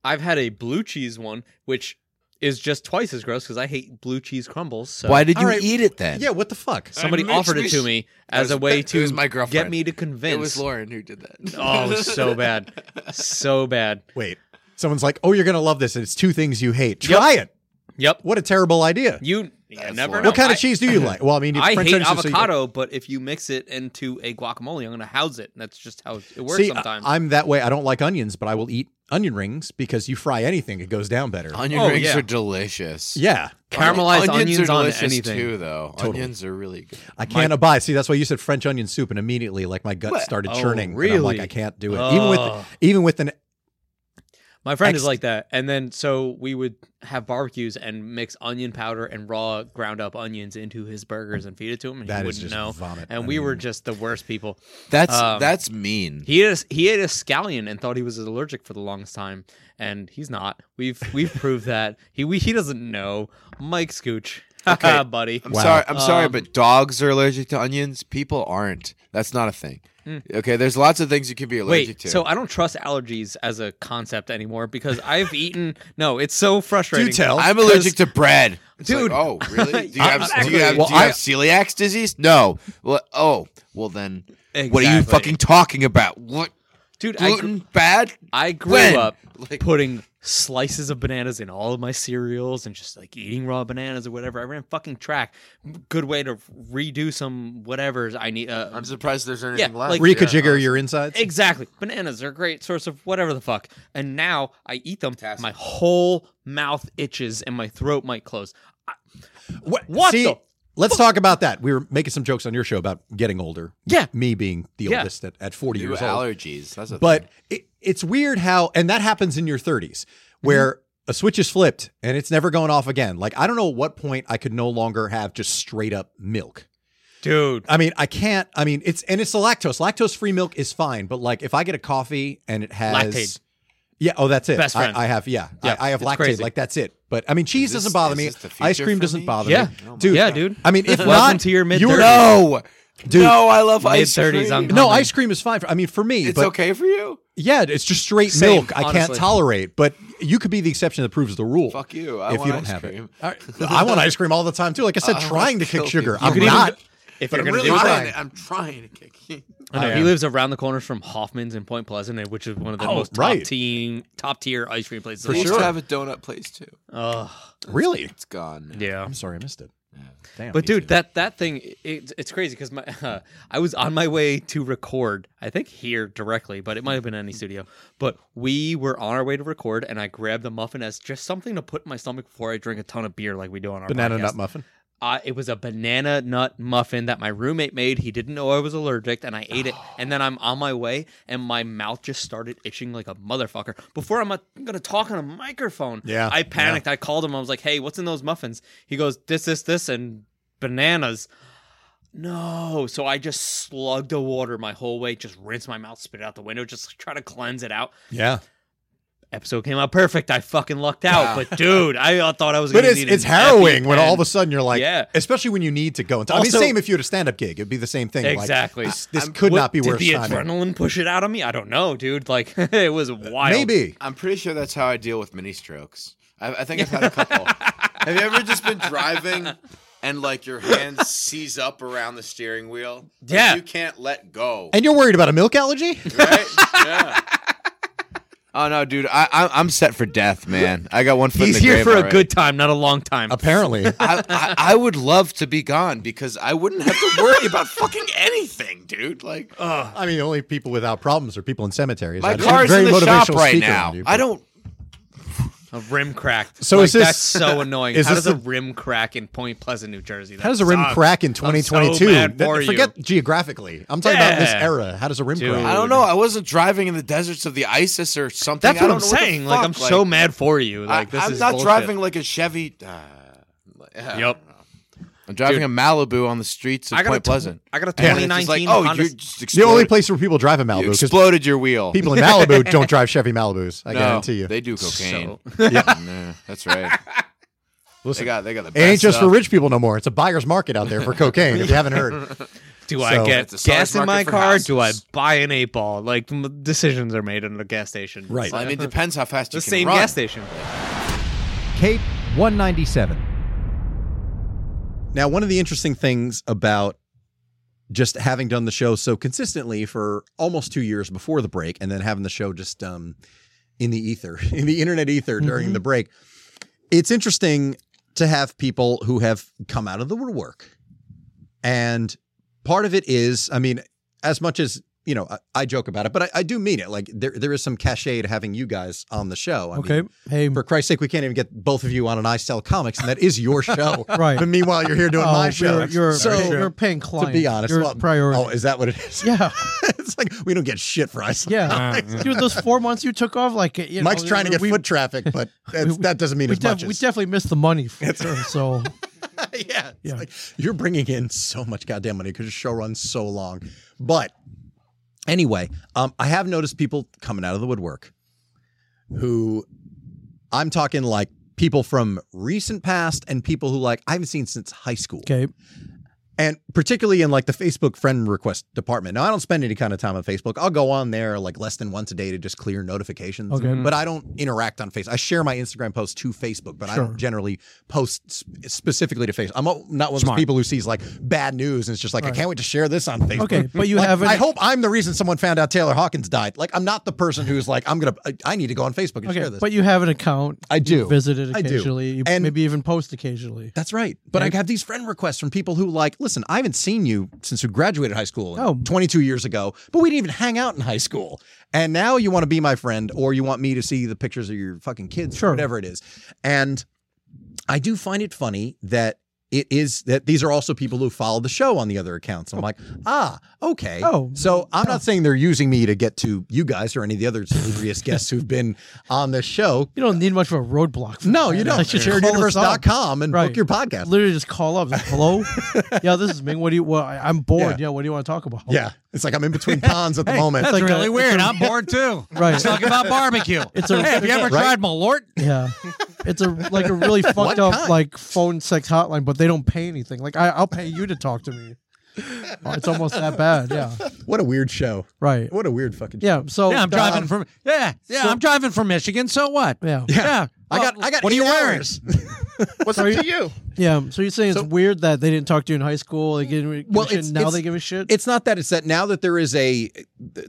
S15: I've had a blue cheese one, which is just twice as gross because I hate blue cheese crumbles. So.
S16: Why did you Alright. eat it then?
S2: Yeah, what the fuck?
S15: Somebody
S16: It makes
S15: offered
S16: me
S15: it to
S16: s-
S15: me
S16: That
S15: as
S16: was-
S15: a way
S16: that
S15: to
S16: was my
S15: get
S16: girlfriend.
S15: me to
S16: It was
S15: convince.
S16: Lauren who did that.
S15: Oh, it was so bad, so bad.
S2: Wait, someone's like, "Oh, you're gonna love this." and It's two things you hate. Try it.
S15: Yep.
S2: What a terrible idea.
S15: You yeah, never.
S2: What
S15: know.
S2: kind of
S15: I-
S2: cheese do you like? Well, I mean,
S15: I
S2: French
S15: hate
S2: onions, so you-
S15: avocado, but if you mix it into a guacamole, I'm going to house it. And that's just how it works
S2: See, I-
S15: sometimes.
S2: I'm that way. I don't like onions, but I will eat onion rings because you fry anything, it goes down better.
S16: Onion
S15: Oh,
S16: rings
S15: yeah.
S16: are delicious.
S2: Yeah.
S15: Caramelized onions
S16: are
S15: on
S16: delicious
S15: anything.
S16: too, though.
S2: Totally.
S16: Onions are really good.
S2: I can't abide. See, that's why you said French onion soup, and immediately, like my gut
S16: What?
S2: started
S15: Oh,
S2: churning. and I'm like,
S15: really?
S2: I can't do it.
S15: Oh.
S2: Even with even with an
S15: My friend is
S2: Ex-
S15: like that. And then so we would have barbecues and mix onion powder and raw ground up onions into his burgers and feed it to him and
S2: That
S15: he
S2: is
S15: wouldn't
S2: just
S15: know.
S2: vomit.
S15: And
S2: I
S15: we were
S2: mean-
S15: just the worst people.
S16: That's
S15: Um,
S16: that's mean.
S15: He ate a, he ate a scallion and thought he was allergic for the longest time and he's not. We've we've proved that. He we, he doesn't know. Mike Scooch.
S16: Okay.
S15: buddy.
S16: I'm sorry. I'm sorry,
S15: Um,
S16: but dogs are allergic to onions. People aren't. That's not a thing.
S15: Hmm.
S16: Okay, there's lots of things you can be allergic
S15: Wait,
S16: to.
S15: so I don't trust allergies as a concept anymore because I've eaten. No, it's so frustrating.
S16: I'm
S15: 'cause-
S16: allergic to bread. It's like,
S15: Dude.
S16: oh, really? Do you have, do
S15: Exactly.
S16: you have,
S15: Well,
S16: do you have
S15: I-
S16: celiac disease? No. Well, oh, well then, what are you
S15: Exactly.
S16: fucking talking about? What?
S15: Dude, I gr-
S16: gluten bad?
S15: I grew
S16: When?
S15: up
S16: Like-
S15: putting slices of bananas in all of my cereals and just like eating raw bananas or whatever. I ran fucking track. Good way to redo some whatever's I need. Uh,
S16: I'm surprised there's
S15: yeah,
S16: anything left.
S15: like-
S2: Rika jigger your insides.
S15: Exactly. Bananas are a great source of whatever the fuck. And now I eat them, my whole mouth itches and my throat might close. I-
S2: What,
S15: the
S2: See, let's talk about that. We were making some jokes on your show about getting older.
S15: Yeah.
S2: Me being the
S15: Yeah.
S2: oldest at, at 40
S16: New
S2: years old.
S16: allergies. That's a
S2: But it, it's weird how, and that happens in your 30s, where
S15: Mm-hmm.
S2: a switch is flipped and it's never going off again. Like, I don't know at what point I could no longer have just straight up milk.
S15: Dude.
S2: I mean, I can't. I mean, it's, and it's the lactose. Lactose free milk is fine, but like if I get a coffee and it has.
S15: Lactate.
S2: Yeah. Oh, that's it.
S15: Best
S2: I-
S15: friend.
S2: I, have. Yeah.
S15: Yeah,
S2: I, I have
S15: it's
S2: lactate.
S15: crazy.
S2: Like that's it. But I mean, cheese
S16: Is this-
S2: doesn't bother
S16: is
S2: me.
S16: this the
S2: Ice
S16: future
S2: cream
S16: for
S2: doesn't
S16: me?
S2: bother
S15: Yeah.
S2: me.
S15: Oh my
S2: dude.
S15: Yeah, dude.
S2: I mean, if
S15: Welcome
S2: not,
S15: to your
S2: you were-
S15: mid-thirties.
S16: no.
S2: Dude.
S16: no, I love ice
S15: Mid-thirties,
S16: cream.
S15: I'm
S2: No,
S15: humming.
S2: ice cream is fine. For, I mean, for me,
S16: It's
S2: but
S16: okay for you.
S2: yeah, it's just straight
S15: Same,
S2: milk. I can't
S15: honestly.
S2: tolerate. But you could be the exception that proves the rule.
S16: Fuck you. I
S2: if
S16: want
S2: you don't
S16: ice
S2: have
S16: cream.
S2: it, All right. I want ice cream all the time too. Like I said,
S16: I wanna
S2: trying to
S16: kill
S2: kick sugar.
S16: people.
S2: I'm
S15: You could even-
S2: not.
S15: if
S16: But
S15: you're
S16: I'm
S15: gonna
S16: really
S15: do it,
S16: trying. I'm trying to kick you.
S15: I know
S2: I
S15: Uh, he
S2: am.
S15: lives around the corner from Hoffman's in Point Pleasant, which is one of the
S2: Oh,
S15: most
S2: right.
S15: top team, top tier ice cream places.
S16: For
S15: of all
S16: sure.
S15: time.
S16: have a donut place too.
S15: Ugh.
S2: Really?
S16: It's gone.
S15: Oh. yeah.
S2: I'm sorry, I missed it. Damn.
S15: But dude, that that thing, it, it's crazy because my I was on my way to record. I think here directly, but it might have been any studio. But we were on our way to record, and I grabbed a muffin as just something to put in my stomach before I drink a ton of beer, like we do on our
S2: banana
S15: podcast.
S2: nut muffin.
S15: Uh, it was a banana nut muffin that my roommate made. He didn't know I was allergic, and I ate it. And then I'm on my way, and my mouth just started itching like a motherfucker. Before I'm, uh, gonna talk on a microphone,
S2: Yeah,
S15: I panicked. I called him. I was like, "Hey, what's in those muffins?" He goes, "This, this, this, and bananas." No, so I just slugged the water my whole way, just rinse my mouth, spit it out the window, just try to cleanse it out.
S2: Yeah.
S15: Episode came out perfect. I fucking lucked out,
S16: Wow.
S15: but dude, I uh, thought I was.
S2: But
S15: gonna
S2: it's,
S15: need
S2: it's
S15: an
S2: harrowing when
S15: EpiPen.
S2: all of a sudden you're like,
S15: Yeah.
S2: especially when you need to go. And I mean,
S15: Also-
S2: same if you had a stand up gig, it'd be the same thing. Like,
S15: Exactly.
S2: this this could
S15: What-
S2: not be
S15: did
S2: worse
S15: the
S2: timing.
S15: adrenaline push it out of me? I don't know, dude. Like it was wild.
S2: Uh, Maybe.
S16: I'm pretty sure that's how I deal with mini strokes. I, I think I've had a couple. Have you ever just been driving and like your hand seize up around the steering wheel? Like,
S15: Yeah.
S16: you can't let go.
S2: And you're worried about a milk allergy?
S16: Right? yeah. Oh no, dude! I, I I'm set for death, man. I got one foot. in
S15: He's
S16: the
S15: here
S16: grave
S15: for a
S16: already.
S15: good time, not a long time.
S2: Apparently.
S16: I, I I would love to be gone because I wouldn't have to worry about fucking anything, dude. Like
S2: I mean, the only people without problems are people in cemeteries.
S16: my
S2: I-
S16: car's
S2: very
S16: in the shop
S2: motivational
S16: right
S2: speaker on
S16: now.
S2: you, but-
S16: I don't
S15: A rim crack.
S2: So
S15: Like,
S2: is this-
S15: that's so annoying.
S2: is
S15: How
S2: this
S15: does a
S2: the-
S15: rim crack in Point Pleasant, New Jersey? That
S2: How does a rim
S15: sucks.
S2: crack in
S15: I'm so
S2: 2022?
S15: mad
S2: That-
S15: for you.
S2: Forget geographically. I'm talking about this
S15: Yeah.
S2: era. How does a rim
S15: Dude.
S2: crack?
S16: I don't know. I wasn't driving in the deserts of the ISIS or something.
S15: That's
S16: I
S15: what
S16: don't
S15: I'm
S16: know the
S15: saying. like
S16: fuck,
S15: I'm so mad for you. Like this
S16: I, am
S15: is
S16: not
S15: bullshit.
S16: driving like a Chevy. Uh,
S15: Yep.
S16: I'm driving
S15: Dude.
S16: a Malibu on the streets of
S15: I got a
S16: Point
S15: tw-
S16: Pleasant.
S15: I got a
S16: And it's just
S15: 2019
S16: Like, oh,
S15: Honda-
S16: you're just
S2: the
S16: exploded,
S2: only place where people drive a
S16: you
S2: Malibu because
S16: exploded your wheel.
S2: people in Malibu don't drive Chevy Malibus. I
S16: No,
S2: guarantee you.
S16: They do cocaine.
S15: So-
S16: yeah, Nah, that's right.
S2: Listen,
S16: they got they got the.
S2: it ain't
S16: best
S2: just for
S16: stuff.
S2: rich people no more. It's a buyer's market out there for cocaine. if you haven't heard,
S15: Do
S2: So-
S15: I get
S16: It's a seller's
S15: gas in
S16: market
S15: my
S16: for
S15: car? Do I
S16: houses.
S15: buy an eight ball? Like m- decisions are made in a gas station.
S2: Right.
S15: So-
S16: I mean, it depends how fast you
S15: the
S16: can
S15: same
S16: run.
S15: gas station.
S7: Cape 197.
S2: Now, one of the interesting things about just having done the show so consistently for almost two years before the break, and then having the show just um, in the ether, in the internet ether during
S16: Mm-hmm.
S7: Mhm.
S2: the break, it's interesting to have people who have come out of the woodwork. And part of it is, I mean, as much as you know, I, I joke about it, but I, I do mean it. Like there, there is some cachet to having you guys on the show. I
S4: Okay.
S2: Mean, hey, for Christ's sake, we can't even get both of you on an I Sell Comics, and that is your show.
S4: Right.
S2: But meanwhile, you're here doing
S4: Oh,
S2: my show.
S4: you're- you're a
S2: so
S4: paying- you're a paying
S2: To be
S4: client.
S2: honest,
S4: You're a
S2: well,
S4: priority.
S2: Oh, is that what it is?
S4: Yeah.
S2: it's like we don't get shit for I Sell
S4: Yeah,
S2: Comics.
S4: Uh, dude, those four months you took off, like you know,
S2: Mike's trying to get
S4: we-
S2: foot traffic, but that's, that doesn't mean
S4: we,
S2: as much
S4: def-
S2: as
S4: we definitely missed the money for sure. So
S2: yeah. It's like, you're bringing in so much goddamn money because your show runs so long. But anyway, um, I have noticed people coming out of the woodwork who I'm talking like people from recent past and people who like I haven't seen since high school.
S4: Okay.
S2: And particularly in like the Facebook friend request department. Now I don't spend any kind of time on Facebook. I'll go on there like less than once a day to just clear notifications.
S7: Okay.
S2: But I don't interact on Facebook. I share my Instagram posts to Facebook, but I
S7: Sure.
S2: don't generally post s- specifically to Facebook. I'm not one of those
S7: Smart.
S2: people who sees like bad news and it's just like I
S4: Right.
S2: can't wait to share this on Facebook.
S4: Okay, but you
S2: Like,
S4: haven't-
S2: I hope I'm the reason someone found out Taylor Hawkins died. Like I'm not the person who's like I'm gonna. I, I need to go on Facebook and
S4: okay,
S2: share this.
S4: but you have an account.
S2: I do.
S4: You visit it
S2: I do.
S4: occasionally. You
S2: And-
S4: maybe even post occasionally.
S2: That's right. But I have these friend requests from people who like, listen, I haven't seen you since you graduated high school
S4: Oh.
S2: 22 years ago, but we didn't even hang out in high school. And now you want to be my friend or you want me to see the pictures of your fucking kids or whatever it is. And I do find it funny that it is that these are also people who follow the show on the other accounts. I'm like, ah, okay.
S7: Oh.
S2: so I'm not saying they're using me to get to you guys or any of the other salubrious guests who've been on this show.
S4: You don't need much of a roadblock. For
S2: No, you don't. SharedUniverse.com and book your podcast.
S4: Literally, just call up. Just, Hello. yeah, this is Ming. What do you? Well, I, I'm bored.
S2: Yeah.
S4: Yeah. What do you want to talk about?
S2: Yeah, it's like I'm in between ponds at the moment.
S4: it's like a- it's a-
S5: too.
S4: Right. Let's talk
S5: about barbecue.
S4: It's a- Hey, have you ever Right? tried
S5: Malort?
S4: Yeah. It's a like a really
S5: What
S4: fucked up
S5: kind?
S4: like phone sex hotline, but they don't pay anything. Like I, I'll pay you to talk to me. Oh, It's almost that bad. Yeah.
S2: What a weird show.
S4: Right.
S2: What a weird fucking.
S4: Yeah. So
S5: yeah, I'm driving
S4: um,
S5: from yeah, yeah,
S4: so-
S5: I'm driving from Michigan. So what?
S4: Yeah,
S5: yeah.
S2: I got-
S5: Well,
S2: I got
S5: What are you
S2: eight
S5: wearing?
S2: hours.
S8: What's up to you?
S4: Yeah. So you're saying it's weird that they didn't talk to you in high school? They give, give
S2: Well,
S4: a shit,
S2: it's-
S4: now
S2: it's-
S4: they give a shit.
S2: It's not that. It's that now that there is a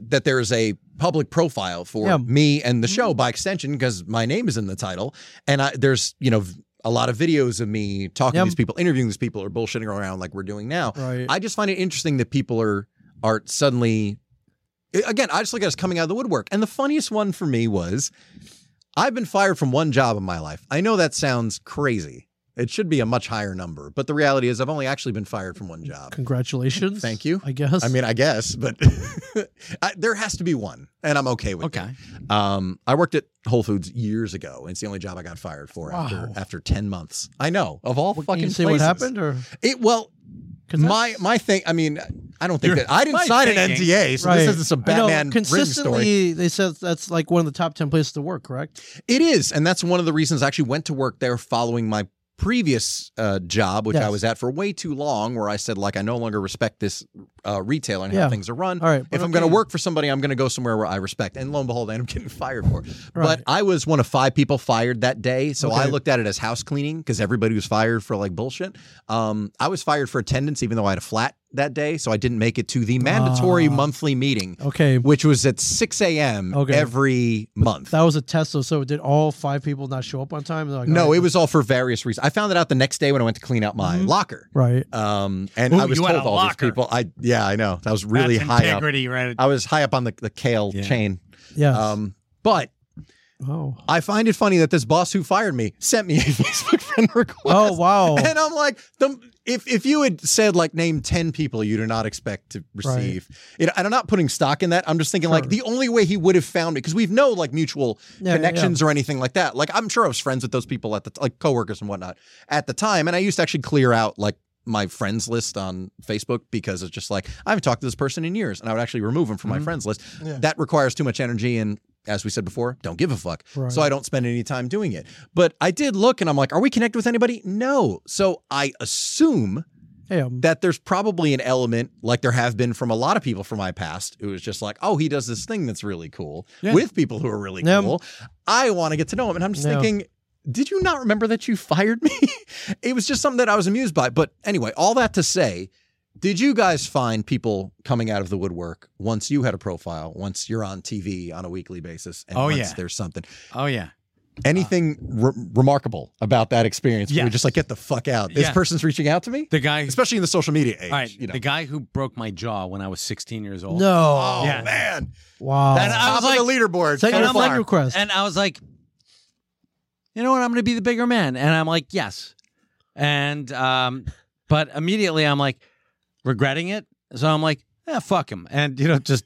S2: that there is a public profile for
S4: Yeah. Mm-hmm.
S2: me and the show by extension because my name is in the title, and I, there's you know a lot of videos of me talking
S4: Yeah.
S2: to these people, interviewing these people, or bullshitting around like we're doing now.
S4: Right.
S2: I just find it interesting that people are are suddenly I- again. I just look at us coming out of the woodwork, and the funniest one for me was I've been fired from one job in my life. I know that sounds crazy. It should be a much higher number, but the reality is I've only actually been fired from one job.
S4: Congratulations.
S2: Thank you.
S4: I guess.
S2: I mean, I guess, but I, there has to be one, and I'm okay with okay. it. Um, I worked at Whole Foods years ago, and it's the only job I got fired for after
S4: Wow.
S2: after ten months. I know of all fucking
S4: Can you say
S2: places.
S4: what happened or
S2: It well, my my thing. I mean, I don't think
S4: You're-
S2: that I didn't
S4: my
S2: sign an
S4: thinking.
S2: NDA, so
S4: Right.
S2: this isn't some
S4: I know,
S2: Batman rim
S4: consistently,
S2: story.
S4: they said that's like one of the top ten places to work. Correct.
S2: It is, and that's one of the reasons I actually went to work there following my previous uh, job, which I
S4: Yes.
S2: was at for way too long, where I said like I no longer respect this uh, retailer and how
S4: Yeah.
S2: things are run.
S4: All right,
S2: if
S4: but
S2: I'm going to
S4: okay.
S2: work for somebody, I'm going to go somewhere where I respect. And lo and behold, I end up getting fired for. it. But
S7: Right.
S2: I was one of five people fired that day, so I
S7: Okay.
S2: looked at it as house cleaning because everybody was fired for like bullshit. Um, I was fired for attendance, even though I had a flat that day, so I didn't make it to the mandatory
S4: Ah.
S2: monthly meeting,
S4: Okay.
S2: which was at 6 a.m.
S4: Okay.
S2: every month.
S4: That was a test, though. So did all five people not show up on time? They're like,
S2: No,
S4: "Oh,
S2: it was all for various reasons. I found it out the next day when I went to clean out my locker.
S4: Mm-hmm. Right.
S2: Um, and
S4: Ooh,
S2: I was
S4: you
S2: told
S4: had a
S2: all
S4: locker.
S2: these people. I yeah, I know. I was really
S4: That's
S2: high
S4: integrity
S2: up.
S4: right-
S2: I was high up on the, the kale chain.
S4: Yes.
S2: Um, but
S4: oh,
S2: I find it funny that this boss who fired me sent me a Facebook friend request.
S4: Oh wow.
S2: And I'm like, the, if if you had said like name ten people you do not expect to receive, you know, and I'm not putting stock in that. I'm just thinking like the only way he would have found it because we've no like mutual
S7: Yeah, yeah,
S2: connections
S7: yeah.
S2: or anything like that. Like I'm sure I was friends with those people at the t- like coworkers and whatnot at the time, and I used to actually clear out like my friends list on Facebook because it's just like I haven't talked to this person in years, and I would actually remove them from my
S7: Mhm.
S2: friends list.
S7: Yeah.
S2: That requires too much energy and. As we said before, don't give a fuck.
S7: Right.
S2: So I don't spend any time doing it. But I did look and I'm like, are we connected with anybody? No. So I assume
S4: Yeah.
S7: um,
S2: that there's probably an element like there have been from a lot of people from my past who is just like, oh, he does this thing that's really cool
S7: Yeah.
S2: with people who are really
S7: Yeah.
S2: cool. I want to get to know him. And I'm just
S7: Yeah.
S2: thinking, did you not remember that you fired me? it was just something that I was amused by. But anyway, all that to say, did you guys find people coming out of the woodwork once you had a profile, once you're on TV on a weekly basis, and
S5: Oh,
S2: once
S5: yeah.
S2: there's something?
S5: Oh yeah.
S2: Anything re- remarkable about that experience? Yeah. You're
S5: Yes.
S2: just like, get the fuck out. This
S5: Yeah.
S2: person's reaching out to me?
S17: The guy,
S2: especially in the social media age.
S17: All right,
S2: you know.
S17: the guy who broke my jaw when I was 16 years old.
S2: No. Oh,
S17: Yeah.
S2: man.
S4: Wow.
S17: And I was like,
S2: leaderboard.
S17: and I'm like-
S4: request.
S5: And I was like, you know what? I'm going to be the bigger man. And I'm like, yes. And, um, but immediately I'm like, regretting it. So I'm like, eh, fuck him. And, you know, just.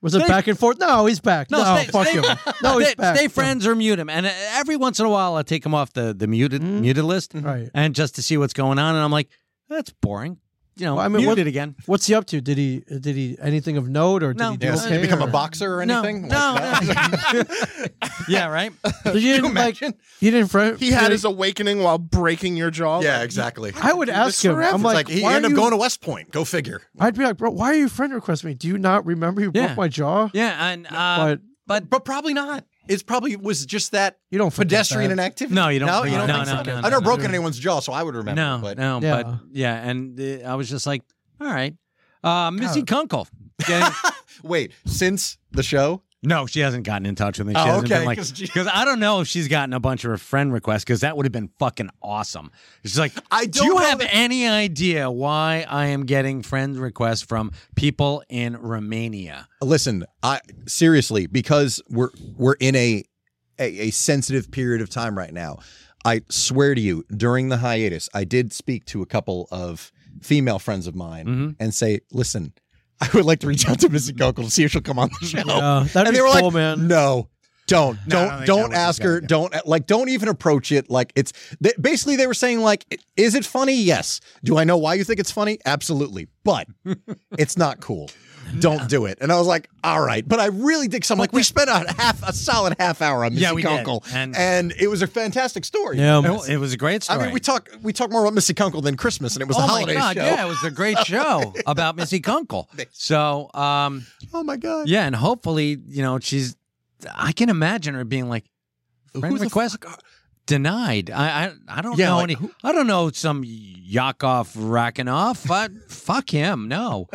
S4: Was it back and forth? No, he's back. No,
S5: stay-
S4: fuck
S5: stay-
S4: him. No, he's
S5: stay,
S4: back.
S5: stay friends or mute him. And uh, every once in a while, I take him off the, the muted, muted list.
S4: Mm-hmm. Right.
S5: And just to see what's going on. And I'm like, that's boring. You know,
S4: Well,
S5: I mean,
S4: what-
S5: mute it again.
S4: What's he up to? Did he uh, did he anything of note or did
S5: No.
S4: he do
S5: Yeah,
S4: okay?
S5: did he become a
S4: or-
S5: boxer or No, anything? no, Yeah, right?
S4: You didn't like. You didn't. Fr-
S8: He had his awakening while breaking your jaw.
S18: Yeah, exactly.
S4: I would
S8: Do
S4: ask
S8: this
S4: him.
S8: forever.
S4: I'm
S8: It's like,
S4: like,
S8: he
S4: why
S8: ended
S4: are
S8: up
S4: you-
S8: going to
S18: West Point. Go figure.
S4: I'd be like, bro, why are you friend requesting me? Do you not remember you
S2: Yeah.
S4: broke my jaw?
S5: Yeah, and uh,
S4: But-
S5: but
S2: but probably not. It's probably was just that
S4: you don't forget
S2: pedestrian
S4: that.
S2: inactivity.
S5: No, you don't
S2: No,
S5: forget
S2: you don't
S5: that.
S2: think
S5: No,
S2: so?
S5: no, no,
S2: I've
S5: no,
S2: never
S5: no.
S2: broken anyone's jaw, so I would remember.
S5: no,
S2: but
S5: no, but yeah, and uh, I was just like, all right, uh, Missy Kunkel.
S2: Wait, since the show?
S5: No, she hasn't gotten in touch with me. She
S2: Oh,
S5: hasn't
S2: okay,
S5: been like,
S2: 'cause she-
S5: because I don't know if she's gotten a bunch of her friend requests because that would have been fucking awesome. She's like, I do
S2: don't
S5: you
S2: know
S5: have any idea why I am getting friend requests from people in Romania?
S2: listen, I seriously because we're we're in a, a a sensitive period of time right now. I swear to you, during the hiatus, I did speak to a couple of female friends of mine
S5: Mm-hmm.
S2: and say, "Listen, I would like to reach out to Missy Coco to see if she'll come on the show."
S4: Yeah, that'd
S2: and
S4: be
S2: they were
S4: cool,
S2: like, man. "No." Don't
S4: No, I don't
S2: don't
S4: think that
S2: don't
S4: would be
S2: ask
S4: good,
S2: her. Don't like don't even approach it. Like it's they, basically they were saying like, is it funny? Yes. Do I know why you think it's funny? Absolutely. But it's not cool. Don't do it. And I was like, all right. But I really dig. So I'm like, we spent a half, a solid half hour on Missy
S5: Yeah, we did.
S2: Kunkel,
S5: And-
S2: and, it was a fantastic story.
S5: Yeah, Well, it was a great
S2: I
S5: story.
S2: mean, we talk we talk more about Missy Kunkel than Christmas, and it was
S5: oh
S2: a holiday
S5: my god,
S2: show.
S5: yeah, it was a great show about Missy Kunkel. So, um,
S2: oh my god,
S5: yeah, and hopefully, you know, she's. I can imagine her being like, friend request denied. I, I, I don't
S2: uh, Yeah,
S5: know
S2: like,
S5: any. I don't know some Yakov Rakhanov. I, fuck him. No.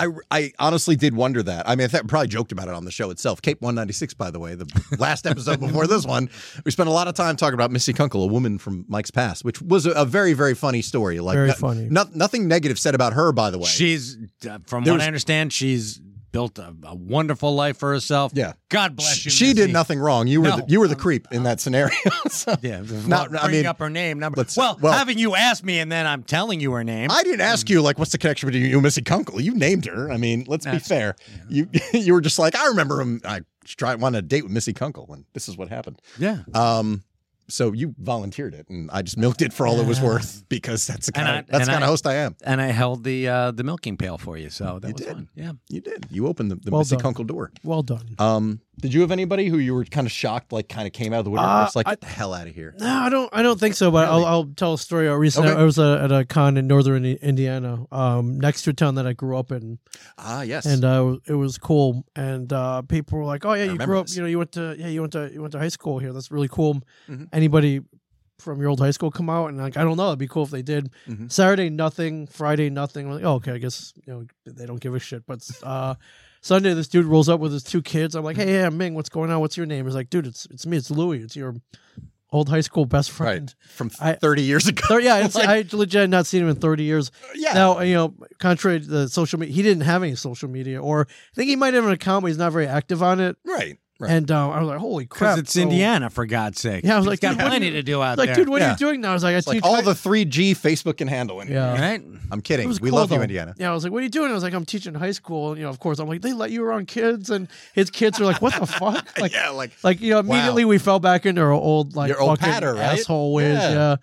S2: I, I honestly did wonder that. I mean, I th- probably joked about it on the show itself. Cape 196, by the way, the last episode before this one, we spent a lot of time talking about Missy Kunkel, a woman from Mike's past, which was a, a very, very funny story. Like,
S5: Very
S2: no-
S5: funny.
S2: no- nothing negative said about her, by the way.
S5: She's, uh, from
S2: There
S5: what
S2: was-
S5: I understand, she's built a, a wonderful life for herself. Yeah. God bless you.
S2: she did nothing wrong. You were
S5: No.
S2: the, you were the creep in that scenario. So-
S5: Yeah.
S2: Not-
S5: bringing
S2: I mean,
S5: up her name. Number,
S2: let's-
S5: well,
S2: well-
S5: having you ask me and then I'm telling you her name.
S2: I didn't ask you like what's the connection between you and Missy Kunkel. You named her. I mean, let's be
S5: That's-
S2: fair. You you were just like I remember him. I tried wanted a date with Missy Kunkel, and this is what happened.
S5: Yeah.
S2: Um. So you volunteered it, and I just milked it for all it was worth because that's the
S5: And
S2: kind
S5: I-
S2: of that's
S5: and
S2: the kind
S5: I-
S2: of host I am.
S5: And I held the uh, the milking pail for you. So that was fun. Yeah.
S2: You did. You opened the, the
S4: Well
S2: Missy
S4: done.
S2: Kunkel door.
S4: Well done.
S2: Um. Did you have anybody who you were kind of shocked, like kind of came out of the woodwork?
S4: Uh,
S2: it's like
S4: I-
S2: get the hell out of here.
S4: No, I don't. I don't think so. But I'll, I'll tell a story. I recently
S2: Okay.
S4: I was uh, at a con in northern Indi- Indiana, um, next to a town that I grew up in.
S2: Ah, yes.
S4: And uh, it was cool. And uh, people were like, "Oh yeah, you
S2: remember
S4: grew up.
S2: this.
S4: You know, you went to yeah, you went to you went to high school here. That's really cool.
S2: Mhm.
S4: Anybody from your old high school come out?" And like, I don't know. It'd be cool if they did.
S2: Mhm.
S4: Saturday nothing, Friday nothing. I'm like, oh, okay, I guess you know they don't give a shit. But uh, Sunday, this dude rolls up with his two kids. I'm
S2: Mm-hmm.
S4: like, hey, yeah, Ming, what's going on? What's your name? He's like, dude, it's it's me. It's Louie. It's your old high school best friend
S2: from 30 years ago.
S4: yeah, it's,
S2: Like-
S4: I legit had not seen him in 30 years.
S2: Yeah.
S4: Now, you know, contrary to the social media, he didn't have any social media, or I think he might have an account, but he's not very active on it.
S2: Right.
S5: right.
S4: And uh, I was like, holy crap.
S5: Because it's
S4: so-
S5: Indiana, for God's sake.
S4: Yeah, I was
S5: She's
S4: like,
S5: got
S4: dude, what are
S5: plenty
S4: you-
S5: to do out
S4: like,
S5: there.
S4: dude, what are you doing now? I was like, I
S2: It's like
S4: teach
S2: all the 3G Facebook can handle in
S4: Yeah.
S5: Right?
S2: I'm
S4: It
S2: kidding.
S4: was
S2: We
S4: cool,
S2: love you,
S4: though.
S2: Indiana.
S4: Yeah, I was like, "What are you doing?" I was like, "I'm teaching high school." And, you know, of course, I'm like, "They let you around kids," and his kids are like, "What the fuck?" Like,
S2: yeah, like,
S4: like you know, immediately we fell back into our old like
S2: Your old
S4: fucking
S2: patter, right?
S4: asshole ways.
S2: Yeah. Oh,
S4: Yeah.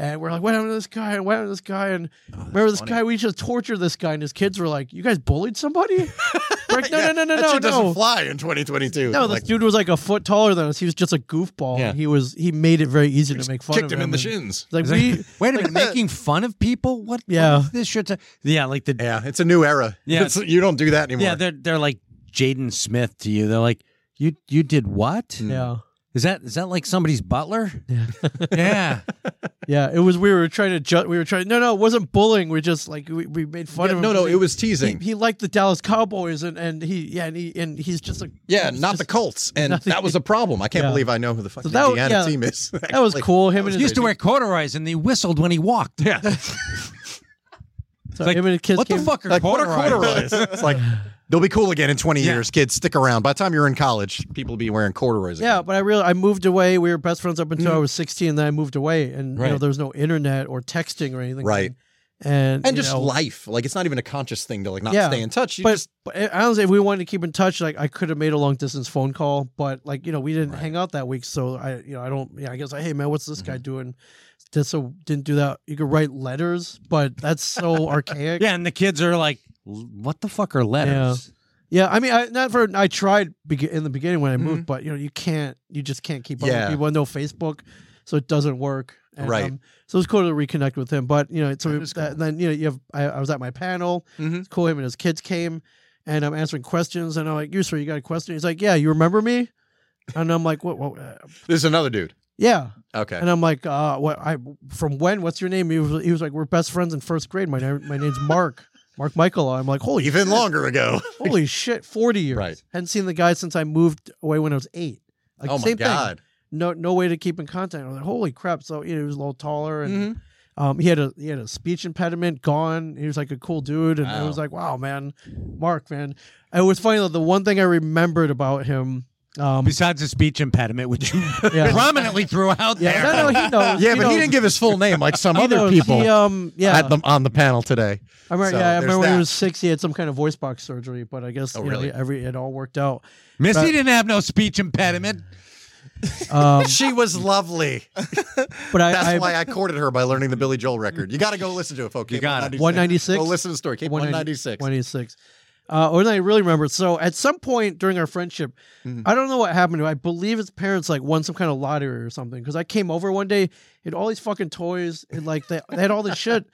S4: And we're like, what happened to this guy? And what happened to this guy? And remember this guy? We just tortured this guy, and his kids were like, "You guys bullied somebody?" We're like, no, no, no, no,
S2: that
S4: no,
S2: shit doesn't
S4: no.
S2: fly in 2022.
S4: No, this
S2: Like,
S4: dude was like a foot taller than us. He was just a goofball.
S2: Yeah.
S4: He was he made it very easy to make fun
S2: kicked
S4: of
S2: him
S4: him.
S2: in the
S4: and-
S2: shins.
S4: Like
S5: It's like,
S4: we
S5: wait a minute, making fun of people? What?
S4: Yeah.
S5: What is this shit. Yeah, like the.
S2: Yeah, it's a new era.
S5: Yeah,
S2: It's- you don't do that anymore. Hmm.
S5: Yeah, they're they're like Jaden Smith to you. They're like, you you did what?
S4: Yeah.
S19: Is that is that like somebody's butler? Yeah.
S4: Yeah, it was. We were trying to judge. We were trying. No, no, it wasn't bullying. We just like we, we made fun
S2: Yeah,
S4: of him.
S2: no, no,
S4: because
S2: it was teasing.
S4: He, he liked the Dallas Cowboys, and and he yeah, and he and he's just like
S2: Yeah,
S4: he's
S2: not
S4: just-
S2: the Colts, and
S4: nothing-
S2: that was a problem. I can't
S4: Yeah.
S2: believe I know who the fucking
S4: that was-
S2: Indiana
S4: yeah,
S2: team is.
S4: that was cool. Him
S19: He
S4: and his
S19: used to wear corduroys and he whistled when he walked. Yeah.
S4: so him and his kids.
S19: what the
S4: came-
S19: fuck are
S2: Like, what
S19: corduroys?
S2: are corduroys? it's like they'll be cool again in 20 years, kids. Stick around. By the time you're in college, people will be wearing corduroys.
S4: Yeah, but I real I moved away. We were best friends up until
S2: Mm.
S4: I was sixteen. Then I moved away, and you know
S2: Right.
S4: there was no internet or texting or anything.
S2: Right.
S4: And
S2: And
S4: you
S2: just
S4: know,
S2: life. Like it's not even a conscious thing to like not stay in touch. You
S4: but,
S2: just
S4: but I- honestly, if we wanted to keep in touch, like I could have made a long distance phone call, but like you know we didn't hang out that week, so I you know I don't yeah I guess like, hey man, what's this
S2: Mm-hmm.
S4: guy doing? Did so didn't do that. You could write letters, but that's so archaic.
S19: Yeah, and the kids are like, "L- what the fuck are letters?
S4: Yeah, I mean, I not for I tried begi- in the beginning when I moved, but you know, you can't, you just can't keep up
S2: Mm-hmm. Yeah.
S4: with people. And no Facebook, so it doesn't work. And, um,
S2: Right.
S4: so it was cool to reconnect with him, but you know, so we, that, then you know, you have I, I was at my panel.
S2: Mm-hmm.
S4: It's cool. Him and his kids came, and I'm answering questions, and I'm like, "You sir, you got a question?" He's like, "Yeah, you remember me?" And I'm like, "What? what uh,
S2: This is another dude.
S4: yeah."
S2: Okay.
S4: And I'm like, uh, what? I from when? What's your name? He was, he was like, we're best friends in first grade. My name, my name's Mark, Mark Michael. I'm like, holy,
S2: Even
S4: shit.
S2: longer ago.
S4: Holy shit, forty years.
S2: Right.
S4: Hadn't seen the guy since I moved away when I was eight. Like,
S2: Oh my
S4: same
S2: God.
S4: Thing. No, no way to keep in contact. I'm like, holy crap. So you know, he was a little taller and.
S2: Mm-hmm.
S4: Um, he had a he had a speech impediment, gone. He was like a cool dude, and it was
S2: Wow.
S4: like, wow, man, Mark, man. And it was funny though. The one thing I remembered about him, um,
S19: besides the speech impediment, which you
S4: Yeah.
S19: prominently threw out
S4: Yeah,
S19: there.
S4: no, no, he knows.
S2: Yeah,
S4: he
S2: but
S4: knows.
S2: he didn't give his full name like some
S4: He
S2: other
S4: knows.
S2: people
S4: He, um, yeah.
S2: at the, on the panel today.
S4: I remember,
S2: So
S4: yeah, I
S2: there's
S4: remember when
S2: that.
S4: he was six, he had some kind of voice box surgery, but I guess
S2: Oh,
S4: you know,
S2: really?
S4: every it all worked out.
S19: Missy
S4: But,
S19: didn't have no speech impediment.
S4: um,
S2: she was lovely.
S4: But I-
S2: that's
S4: I-
S2: why I courted her by learning the Billy Joel record. You got to go listen to it, folks. You got
S4: One ninety six.
S2: Go listen to the story. Keep one ninety six.
S4: One ninety six. Uh, or then I really remember. So at some point during our friendship,
S2: Mm-hmm.
S4: I don't know what happened to. It. I believe his parents like won some kind of lottery or something. Because I came over one day, he had all these fucking toys, and like they, they had all this shit.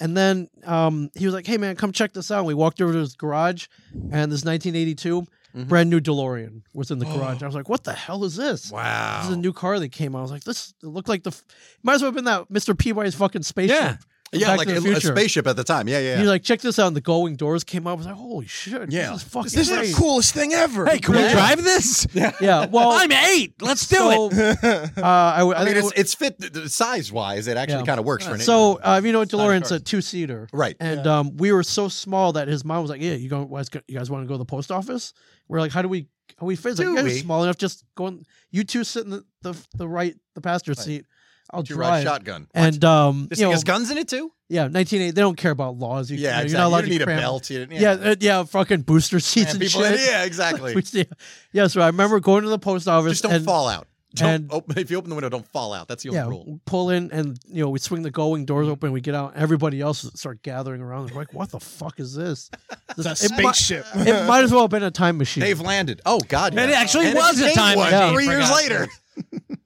S4: And then um, he was like, "Hey man, come check this out." And we walked over to his garage, and this 1982
S2: Mm-hmm.
S4: brand new DeLorean was in the garage. I was like, "What the hell is this?"
S2: Wow,
S4: this is a new car that came out. I was like, "This it looked like the f- might as well have been that Mr. Peabody's fucking spaceship."
S2: Yeah.
S4: from
S2: Yeah,
S4: Back
S2: like
S4: to
S2: a,
S4: the
S2: a
S4: Future.
S2: spaceship at the time. Yeah, yeah.
S4: You're
S2: yeah.
S4: like, check this out. And the going doors came up. I was like, holy shit.
S2: Yeah.
S4: This is fucking
S2: This is the
S4: great.
S2: coolest thing ever. Hey, can we
S4: Yeah.
S2: drive this?
S4: Yeah. yeah. Well,
S19: I'm eight. Let's do
S4: so,
S19: it.
S4: Uh, I, w- I
S2: I mean,
S4: think
S2: it's, it's fit size wise. It actually
S4: Yeah.
S2: kind of works for an.
S4: So, uh, you know, DeLorean's a two seater.
S2: Right.
S4: And um, we were so small that his mom was like, yeah, you, go, guys go- you guys want to go to the post office? We're like, how do we, how we fit? He's Like,
S2: Do
S4: you guys are
S2: we?
S4: small enough. Just go in, you two sit in the, the, the right, the passenger seat. I'll
S2: Two
S4: drive.
S2: ride shotgun.
S4: And, um,
S2: This
S4: you
S2: thing
S4: know,
S2: has guns in it too.
S4: Yeah, 1980. They don't care about laws. You, you
S2: Yeah,
S4: know,
S2: exactly. You
S4: You're not allowed
S2: don't
S4: to
S2: need a
S4: cram-
S2: belt. You don't-
S4: yeah,
S2: yeah.
S4: uh, yeah, fucking booster seats
S2: Yeah,
S4: and
S2: people-
S4: shit.
S2: yeah, exactly.
S4: We see- yeah, so I remember going to the post office.
S2: Just don't
S4: and,
S2: fall out. Don't
S4: and-
S2: open, if you open the window, don't fall out. That's the only
S4: yeah,
S2: rule.
S4: pull in, and you know we swing the going doors open. We get out. Everybody else start gathering around. We're like, "What the fuck is this? This
S6: a
S4: it mi-
S6: spaceship.
S4: it might as well have been a time machine.
S2: They've landed. Oh God!
S19: It
S2: yeah.
S19: actually
S2: And
S19: was a
S2: became
S19: time
S2: one
S19: machine,
S2: Three
S19: for
S2: years
S19: God's
S2: later.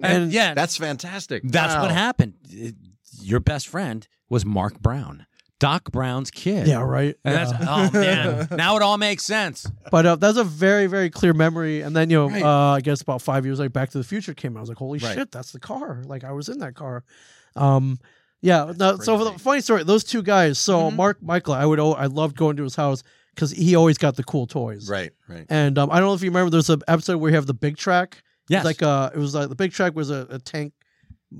S19: And, yeah,
S2: That's fantastic.
S19: That's
S2: Wow.
S19: what happened. It- Your best friend was Mark Brown, Doc Brown's kid.
S4: Yeah, right.
S19: And
S4: Yeah.
S19: That's, oh man, now it all makes sense.
S4: But uh, that's a very, very clear memory. And then, you know,
S19: Right.
S4: uh, I guess about five years later, Back to the Future came out. I was like, holy
S19: Right.
S4: shit, that's the car. Like, I was in that car. Um, yeah. No, so, for the funny story, those two guys. So, Mark Michael, I would, al- I loved going to his house because he always got the cool toys.
S2: Right, right.
S4: And um, I don't know if you remember, there's an episode where you have the big track. It was
S19: Yes.
S4: Like, uh, it was like the big track was a, a tank,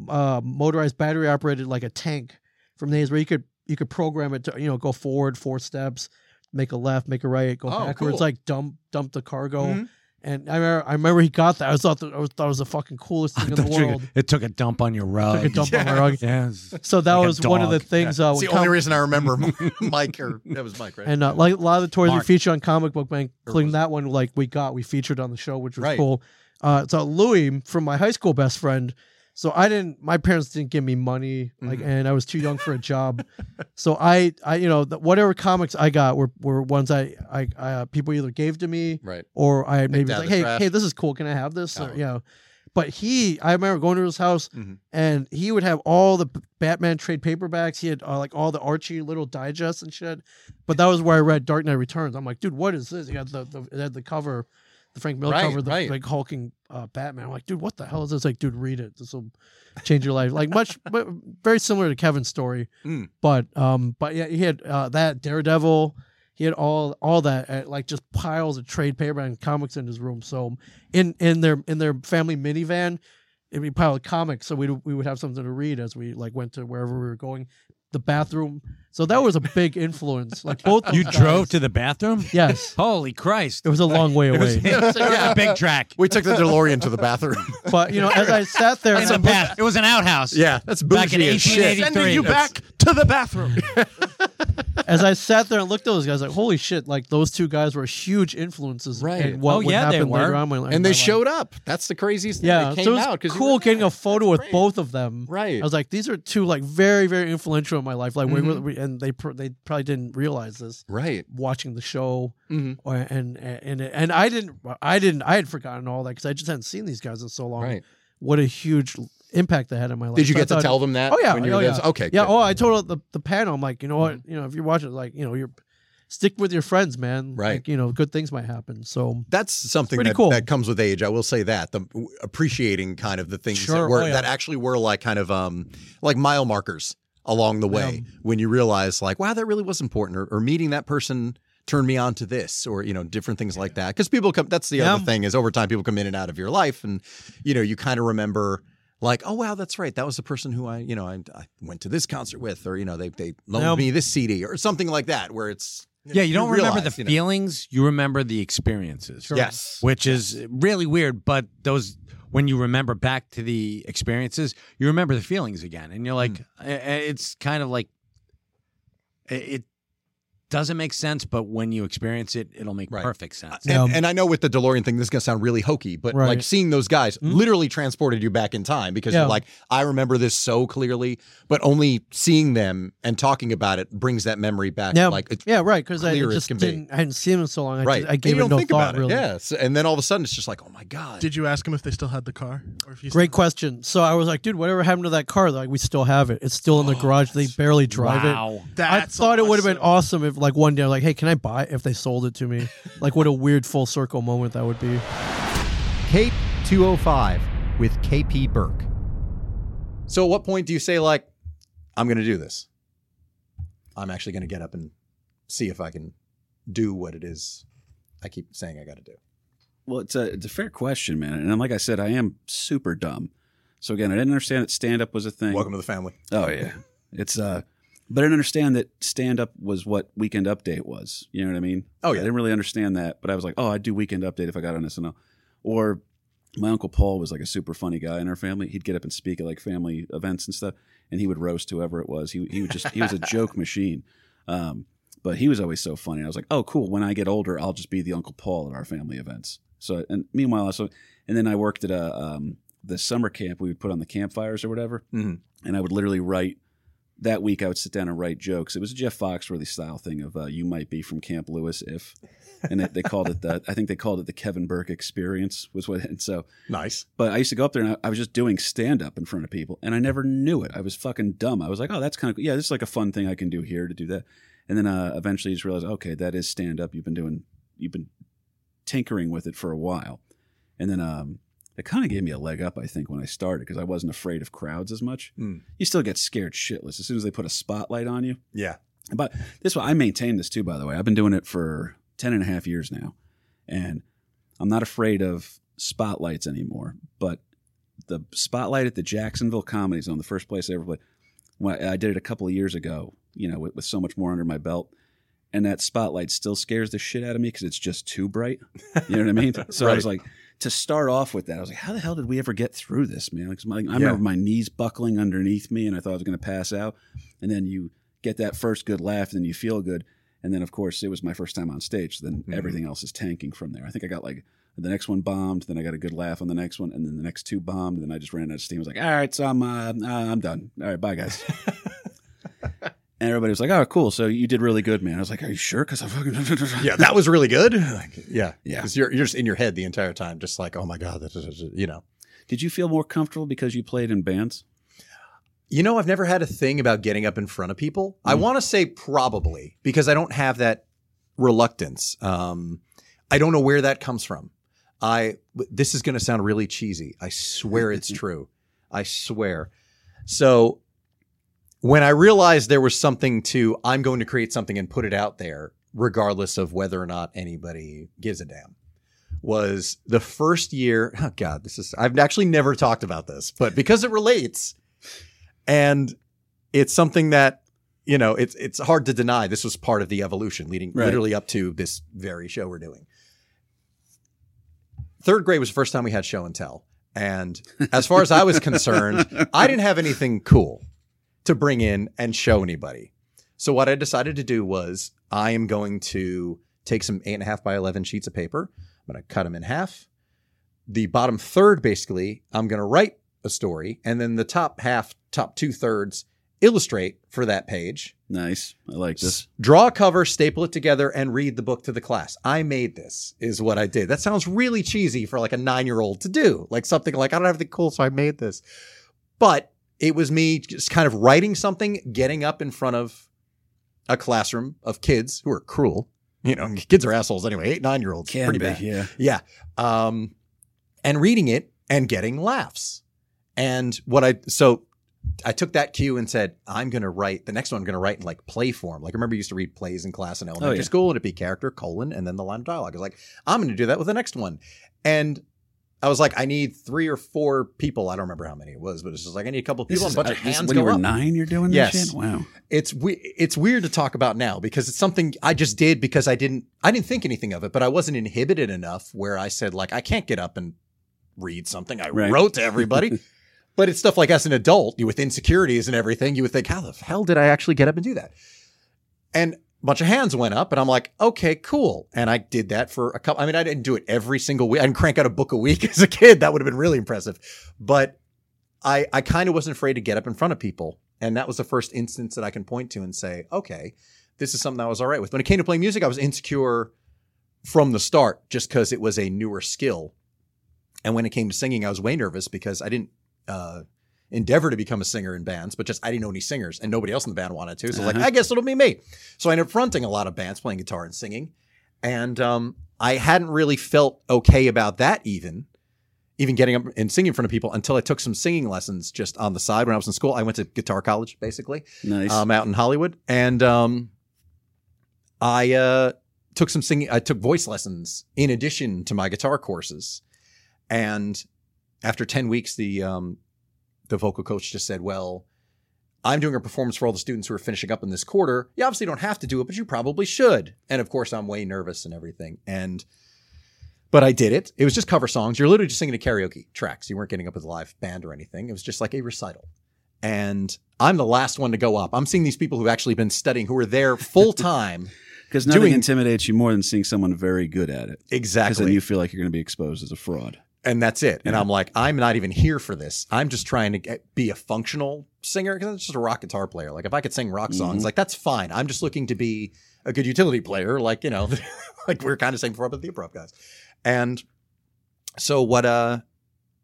S4: uh, motorized battery operated like a tank from these where you could, you could program it to, you know, go forward four steps, make a left, make a right, go
S2: Oh,
S4: backwards,
S2: cool.
S4: like dump dump the cargo.
S2: Mhm.
S4: And I remember, I remember he got that. I thought that, I was, thought it was the fucking coolest thing in the
S19: Don't you-
S4: world.
S19: It took a dump on your rug.
S4: Took a dump on my rug.
S19: Yes.
S4: So that
S19: Like a
S4: was one of the
S19: dog.
S4: things. Uh,
S2: It's
S4: when
S2: the only
S4: com-
S2: reason I remember Mike or that was Mike, right?
S4: and uh, like a lot of the toys
S2: Mark.
S4: we feature on Comic Book Man,
S2: Or
S4: including that one, like we got, we featured on the show, which was
S2: Right.
S4: cool. Uh, so Louis from my high school best friend. So I didn't. My parents didn't give me money, like,
S2: Mm-hmm.
S4: and I was too young for a job. so I, I, you know, the, whatever comics I got were were ones I, I, uh, people either gave to me,
S2: Right.
S4: or I
S2: Picked
S4: maybe
S2: out
S4: like,
S2: of the
S4: hey,
S2: trash.
S4: hey, this is cool. Can I have this? Or, you know, but he, I remember going to his house,
S9: Mm-hmm.
S4: and he would have all the B- Batman trade paperbacks. He had uh, like all the Archie little digests and shit. But that was where I read Dark Knight Returns. I'm like, dude, what is this? He had the, the it had the cover the Frank Miller
S9: Right,
S4: cover, the
S9: right.
S4: like hulking uh, Batman. I'm like, dude, what the hell is this? Like, dude, read it. This will change your life. Like much, but very similar to Kevin's story.
S20: Mm.
S4: But um, but yeah, he had uh, that Daredevil. He had all all that uh, like just piles of trade paper and comics in his room. So in in their in their family minivan, it'd be a pile of comics. So we we would have something to read as we like went to wherever we were going. The bathroom. So that was a big influence. Like both
S19: You
S4: those
S19: drove
S4: guys-
S19: to the bathroom?
S4: Yes.
S19: Holy Christ.
S4: It was a long way
S19: It was-
S4: away.
S19: it was a big track.
S2: We took the DeLorean to the bathroom.
S4: But you know, as I sat there,
S19: That's a bath. It was an outhouse.
S2: Yeah, that's
S19: back in
S2: bougie as shit.
S19: 1883.
S2: Sending you
S19: That's-
S2: back to the bathroom.
S4: as I sat there and looked at those guys, like holy shit, like those two guys were huge influences. Right. In what
S9: Oh,
S4: would
S9: yeah, they
S4: happen later
S9: were.
S4: on in my- in
S9: And they
S4: my life.
S9: showed up. That's the craziest thing.
S4: Yeah,
S9: They came
S4: so it was
S9: out 'cause you
S4: cool getting a photo with both of them.
S9: Right.
S4: I was like, these are two like very very influential in my life. Like we, were- we and they pr- they probably didn't realize this.
S9: Mm-hmm. Right.
S4: Watching the show.
S9: Mhm.
S4: Or, and and and I didn't I didn't I had forgotten all that because I just hadn't seen these guys in so long.
S9: Right.
S4: What a huge impact they had in my life.
S9: Did you
S4: So I
S9: get to
S4: thought-
S9: tell them that
S4: Oh yeah.
S9: when you were
S4: oh,
S9: there?
S4: yeah.
S9: Okay,
S4: Yeah.
S9: good. Mm-hmm.
S4: Oh, I told the the panel. I'm like, you know what? You know, if you're watching, like, you know, you're stick with your friends, man.
S2: Right.
S4: Like, you know, good things might happen. So
S2: That's something
S4: Pretty
S2: that,
S4: cool.
S2: that comes with age. I will say that the w- appreciating kind of the things
S4: Sure.
S2: that were
S4: Oh, yeah.
S2: that actually were like kind of um like mile markers along the way when you realize like wow that really was important or, or meeting that person turned me on to this or you know different things like that because people come that's the other
S19: Yeah.
S2: thing is over time people come in and out of your life and you know you kind of remember like oh wow that's right that was the person who I you know I, I went to this concert with or you know they they loaned
S19: Yeah.
S2: me this CD or something like that where it's
S19: Yeah, you don't remember
S2: realize,
S19: the
S2: you know.
S19: feelings, you remember the experiences.
S2: Sure. Yes.
S19: Which is really weird, but those when you remember back to the experiences, you remember the feelings again. And you're like
S2: Hmm.
S19: eh, eh, it's kind of like eh, it doesn't make sense, but when you experience it, it'll make perfect
S8: Uh,
S19: sense.
S2: And, and I know with the DeLorean thing, this is gonna sound really hokey, but
S19: Right.
S2: like seeing those guys
S4: Hmm?
S2: literally transported you back in time because
S19: Yeah.
S2: you're like, I remember this so clearly, but only seeing them and talking about it brings that memory back.
S4: yeah,
S2: like it's
S4: yeah, right. Because I
S2: clear as
S4: just
S2: can
S4: didn't, I hadn't seen him in so long. I,
S2: be.
S4: just-
S2: Right,
S4: I
S2: And
S4: gave
S2: you
S4: it
S2: don't
S4: no
S2: think
S4: thought
S2: about
S4: really.
S2: it. Yes, and then all of a sudden it's just like, oh my god.
S13: Did you ask him if they still had the car? Or if you
S4: Great question. So I was like, dude, whatever happened to that car? They're like, we still have it. It's still in the garage. They barely drive
S13: Wow.
S4: it. I
S13: That's
S4: thought it would have been awesome if, like, one day, I'm like, hey, can I buy it if they sold it to me? like, what a weird full circle moment that would be.
S7: Cape 205 with KP Burke.
S2: So at what point do you say like, I'm gonna do this? I'm actually gonna get up and see if I can do what it is I keep saying I gotta do.
S11: Well, it's a it's a fair question, man. And like I said, I am super dumb. So again, I didn't understand that stand up was a thing.
S2: Welcome to the family.
S11: Oh yeah, it's uh, but I didn't understand that stand up was what Weekend Update was. You know what I mean?
S2: Oh yeah,
S11: I didn't really understand that, but I was like, oh, I'd do Weekend Update if I got on SNL. Or my uncle Paul was like a super funny guy in our family. He'd get up and speak at like family events and stuff, and he would roast whoever it was. He he would just he was a joke machine. Um, but he was always so funny. I was like, oh, cool. When I get older, I'll just be the Uncle Paul at our family events. So, and meanwhile, I so and then I worked at a um, the summer camp we would put on the campfires or whatever,
S2: Mhm.
S11: and I would literally write. That week, I would sit down and write jokes. It was a Jeff Foxworthy style thing of uh, "You might be from Camp Lewis if," and it, they called it the. I think they called it the Kevin Burke experience was what. And so
S2: nice.
S11: But I used to go up there and I, I was just doing stand up in front of people, and I never knew it. I was fucking dumb. I was like, oh, that's kind of yeah, this is like a fun thing I can do here to do that. And then uh, eventually, you just realized, okay, that is stand up. You've been doing, you've been tinkering with it for a while, and then um, it kind of gave me a leg up, I think, when I started because I wasn't afraid of crowds as much. You still get scared shitless as soon as they put a spotlight on you.
S2: Yeah.
S11: But this one, I maintain this too, by the way. I've been doing it for 10 and a half years now. And I'm not afraid of spotlights anymore. But the spotlight at the Jacksonville Comedy Zone, the first place I ever played, when I I did it a couple of years ago, you know, with, with so much more under my belt. And that spotlight still scares the shit out of me because it's just too bright. You know what I mean? So I was
S9: Right.
S11: like, to start off with that, I was like, how the hell did we ever get through this, man? Like, 'cause my, I
S9: Yeah.
S11: remember my knees buckling underneath me, and I thought I was going to pass out. And then you get that first good laugh, and you feel good. And then, of course, it was my first time on stage. So then
S2: Mm-hmm.
S11: everything else is tanking from there. I think I got like the next one bombed, then I got a good laugh on the next one, and then the next two bombed. And then I just ran out of steam. I was like, all right, so I'm uh, uh, I'm done. All right, bye guys. and everybody was like, oh, cool. So you did really good, man. I was like, are you sure? Because I fucking
S2: yeah, that was really good. Like, yeah,
S11: Yeah.
S2: Because you're you're just in your head the entire time, just like, oh my god, this is- you know.
S11: Did you feel more comfortable because you played in bands?
S2: You know, I've never had a thing about getting up in front of people.
S11: Mm.
S2: I want to say probably because I don't have that reluctance. Um, I don't know where that comes from. I this is going to sound really cheesy. I swear it's true. I swear. So when I realized there was something to I'm going to create something and put it out there regardless of whether or not anybody gives a damn was the first year. Oh God, this is I've actually never talked about this, but because it relates, and it's something that you know it's it's hard to deny. This was part of the evolution leading
S11: Right.
S2: literally up to this very show we're doing. Third grade was the first time we had show and tell, and as far as I was concerned, I didn't have anything cool to bring in and show anybody. So what I decided to do was I am going to take some eight and a half by eleven sheets of paper. I'm going to cut them in half. The bottom third, basically, I'm going to write a story, and then the top half, top two thirds, illustrate for that page.
S11: Nice. I like this.
S2: Draw a cover, staple it together, and read the book to the class. I made this, is what I did. That sounds really cheesy for like a nine year old to do, like something like, I don't have the cool, so I made this. But it was me just kind of writing something, getting up in front of a classroom of kids who are cruel. You know, kids are assholes anyway. Eight, nine year olds,
S11: Can
S2: pretty
S11: be,
S2: bad.
S11: yeah.
S2: yeah. Um, and reading it and getting laughs. And what I so I took that cue and said, I'm going to write the next one. I'm going to write in like play form. Like I remember you used to read plays in class in
S11: Oh,
S2: elementary
S11: yeah.
S2: school, and it'd be character colon and then the line of dialogue. I was like, I'm going to do that with the next one. And I was like, I need three or four people. I don't remember how many it was, but it's just like I need a couple people. and a bunch of hands
S11: when you
S2: go
S11: were
S2: up.
S11: nine, you're doing
S2: yes.
S11: this shit? Wow.
S2: It's we- it's weird to talk about now because it's something I just did because I didn't I didn't think anything of it, but I wasn't inhibited enough where I said like I can't get up and read something I
S11: Right.
S2: wrote to everybody. but it's stuff like as an adult, you with insecurities and everything, you would think how the hell did I actually get up and do that? And a bunch of hands went up, and I'm like, okay, cool. And I did that for a couple. I mean, I didn't do it every single week. I didn't crank out a book a week as a kid. That would have been really impressive. But I, I kind of wasn't afraid to get up in front of people. And that was the first instance that I can point to and say, okay, this is something I was all right with. When it came to playing music, I was insecure from the start just because it was a newer skill. And when it came to singing, I was way nervous because I didn't uh, endeavor to become a singer in bands, but just I didn't know any singers and nobody else in the band wanted to. So I was like,
S11: Uh-huh.
S2: I guess it'll be me. So I ended up fronting a lot of bands, playing guitar and singing. And um, I hadn't really felt okay about that even even getting up and singing in front of people until I took some singing lessons just on the side when I was in school. I went to guitar college basically,
S11: Nice.
S2: um, out in Hollywood, and um, I uh, took some singing. I took voice lessons in addition to my guitar courses, and after ten weeks, the um, the vocal coach just said, "Well." I'm doing a performance for all the students who are finishing up in this quarter. You obviously don't have to do it, but you probably should. And of course, I'm way nervous and everything. And but I did it. It was just cover songs. You're literally just singing to karaoke tracks. You weren't getting up with a live band or anything. It was just like a recital. And I'm the last one to go up. I'm seeing these people who've actually been studying, who were there full time.
S11: Because nothing
S2: Doing-
S11: intimidates you more than seeing someone very good at it. Because then
S2: Exactly.
S11: you feel like you're going to be exposed as a fraud.
S2: and that's it. And
S11: Yeah.
S2: I'm like, I'm not even here for this. I'm just trying to get, be a functional singer because I'm just a rock guitar player. Like if I could sing rock songs,
S11: Mhm.
S2: like that's fine. I'm just looking to be a good utility player, like you know, like we were kind of saying before about the improv guys. And so what? Uh,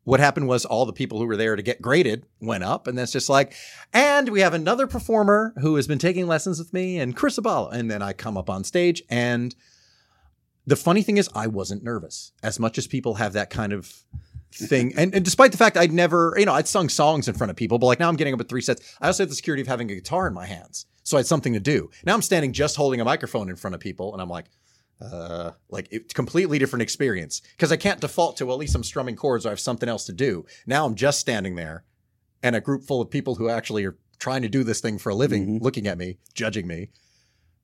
S2: what happened was all the people who were there to get graded went up, and that's just like, and we have another performer who has been taking lessons with me, and Chris Abalo. And then I come up on stage and the funny thing is I wasn't nervous as much as people have that kind of thing. And, and despite the fact I'd never, you know, I'd sung songs in front of people, but like now I'm getting up at three sets. I also had the security of having a guitar in my hands. So I had something to do. Now I'm standing just holding a microphone in front of people and I'm like, uh, like it's completely different experience because I can't default to well, at least I'm strumming chords or I have something else to do. Now I'm just standing there and a group full of people who actually are trying to do this thing for a living
S11: Mm-hmm.
S2: looking at me, judging me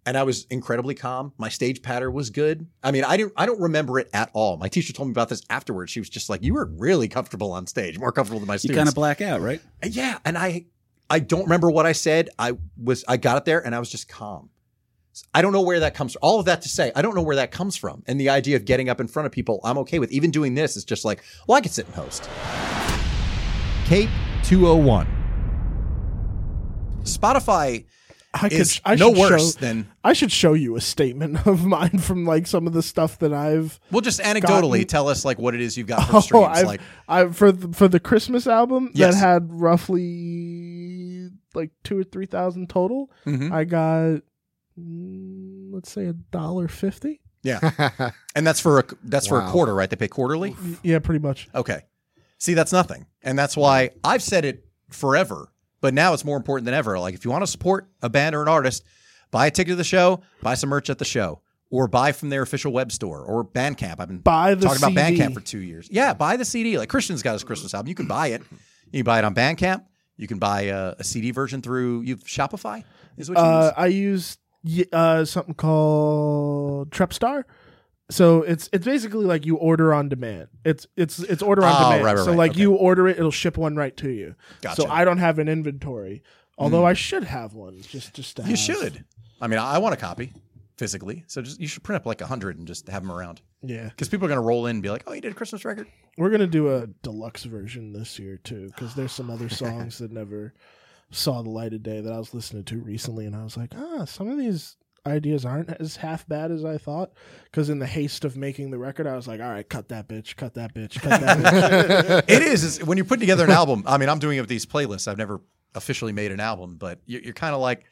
S2: and I was incredibly calm. My stage patter was good. I mean, I didn't I don't remember it at all. My teacher told me about this afterwards. She was just like, "You were really comfortable on stage, more comfortable than my
S11: You
S2: students."
S11: kind of black out, right?
S2: And yeah, and I I don't remember what I said. I was I got up there and I was just calm. I don't know where that comes from. All of that to say, I don't know where that comes from. And the idea of getting up in front of people, I'm okay with. Even doing this is just like, well, I could sit and host. Cape 201. Spotify
S8: I could.
S2: is
S8: I
S2: no
S8: should
S2: worse
S8: show,
S2: than
S8: I should show you a statement of mine from like some of the stuff that I've.
S2: Well, just anecdotally
S8: gotten.
S2: tell us like what it is you've got from
S8: Oh,
S2: streams.
S8: I've,
S2: like
S8: I've- for the, for the Christmas album
S2: Yes.
S8: that had roughly like two or
S2: Mm-hmm.
S8: three thousand total.
S2: Mhm.
S8: I got mm, let's say a dollar fifty.
S2: Yeah, and that's for a that's for a
S8: Wow.
S2: quarter, right? They pay quarterly.
S8: Yeah, pretty much.
S2: Okay, see, that's nothing, and that's why I've said it forever, but now it's more important than ever. Like, if you want to support a band or an artist, buy a ticket to the show, buy some merch at the show, or buy from their official web store or Bandcamp. I've been
S8: Buy the
S2: talking about
S8: CD.
S2: Bandcamp for two years. Yeah, buy the CD. Like Christian's got his Christmas album. You can buy it. You can buy it on Bandcamp. You can buy a, a CD version through you Shopify. Is what you use?
S8: Uh, I used y- uh, something called Trepstar. So it's it's basically like you order on demand. It's it's it's order on
S2: Oh,
S8: demand.
S2: right, right,
S8: so
S2: right.
S8: like you order it, it'll ship one right to you. So
S2: Gotcha. Hmm.
S8: I don't have an inventory, although I should have one. Just just to
S2: You
S8: have.
S2: should. I mean, I I want a copy physically, so just you should print up like a hundred and just have them around.
S8: Yeah.
S2: because people are gonna roll in and be like, "Oh, you did a Christmas record."
S8: We're gonna do a deluxe version this year too, because there's some other songs that never saw the light of day that I was listening to recently, and I was like, ah, some of these ideas aren't as half bad as I thought. Because in the haste of making the record, I was like, all right, cut that bitch, cut that bitch, cut that bitch.
S2: it is it's- when you put together an album. I mean, I'm doing it with these playlists. I've never officially made an album, but you're, you're kind of like,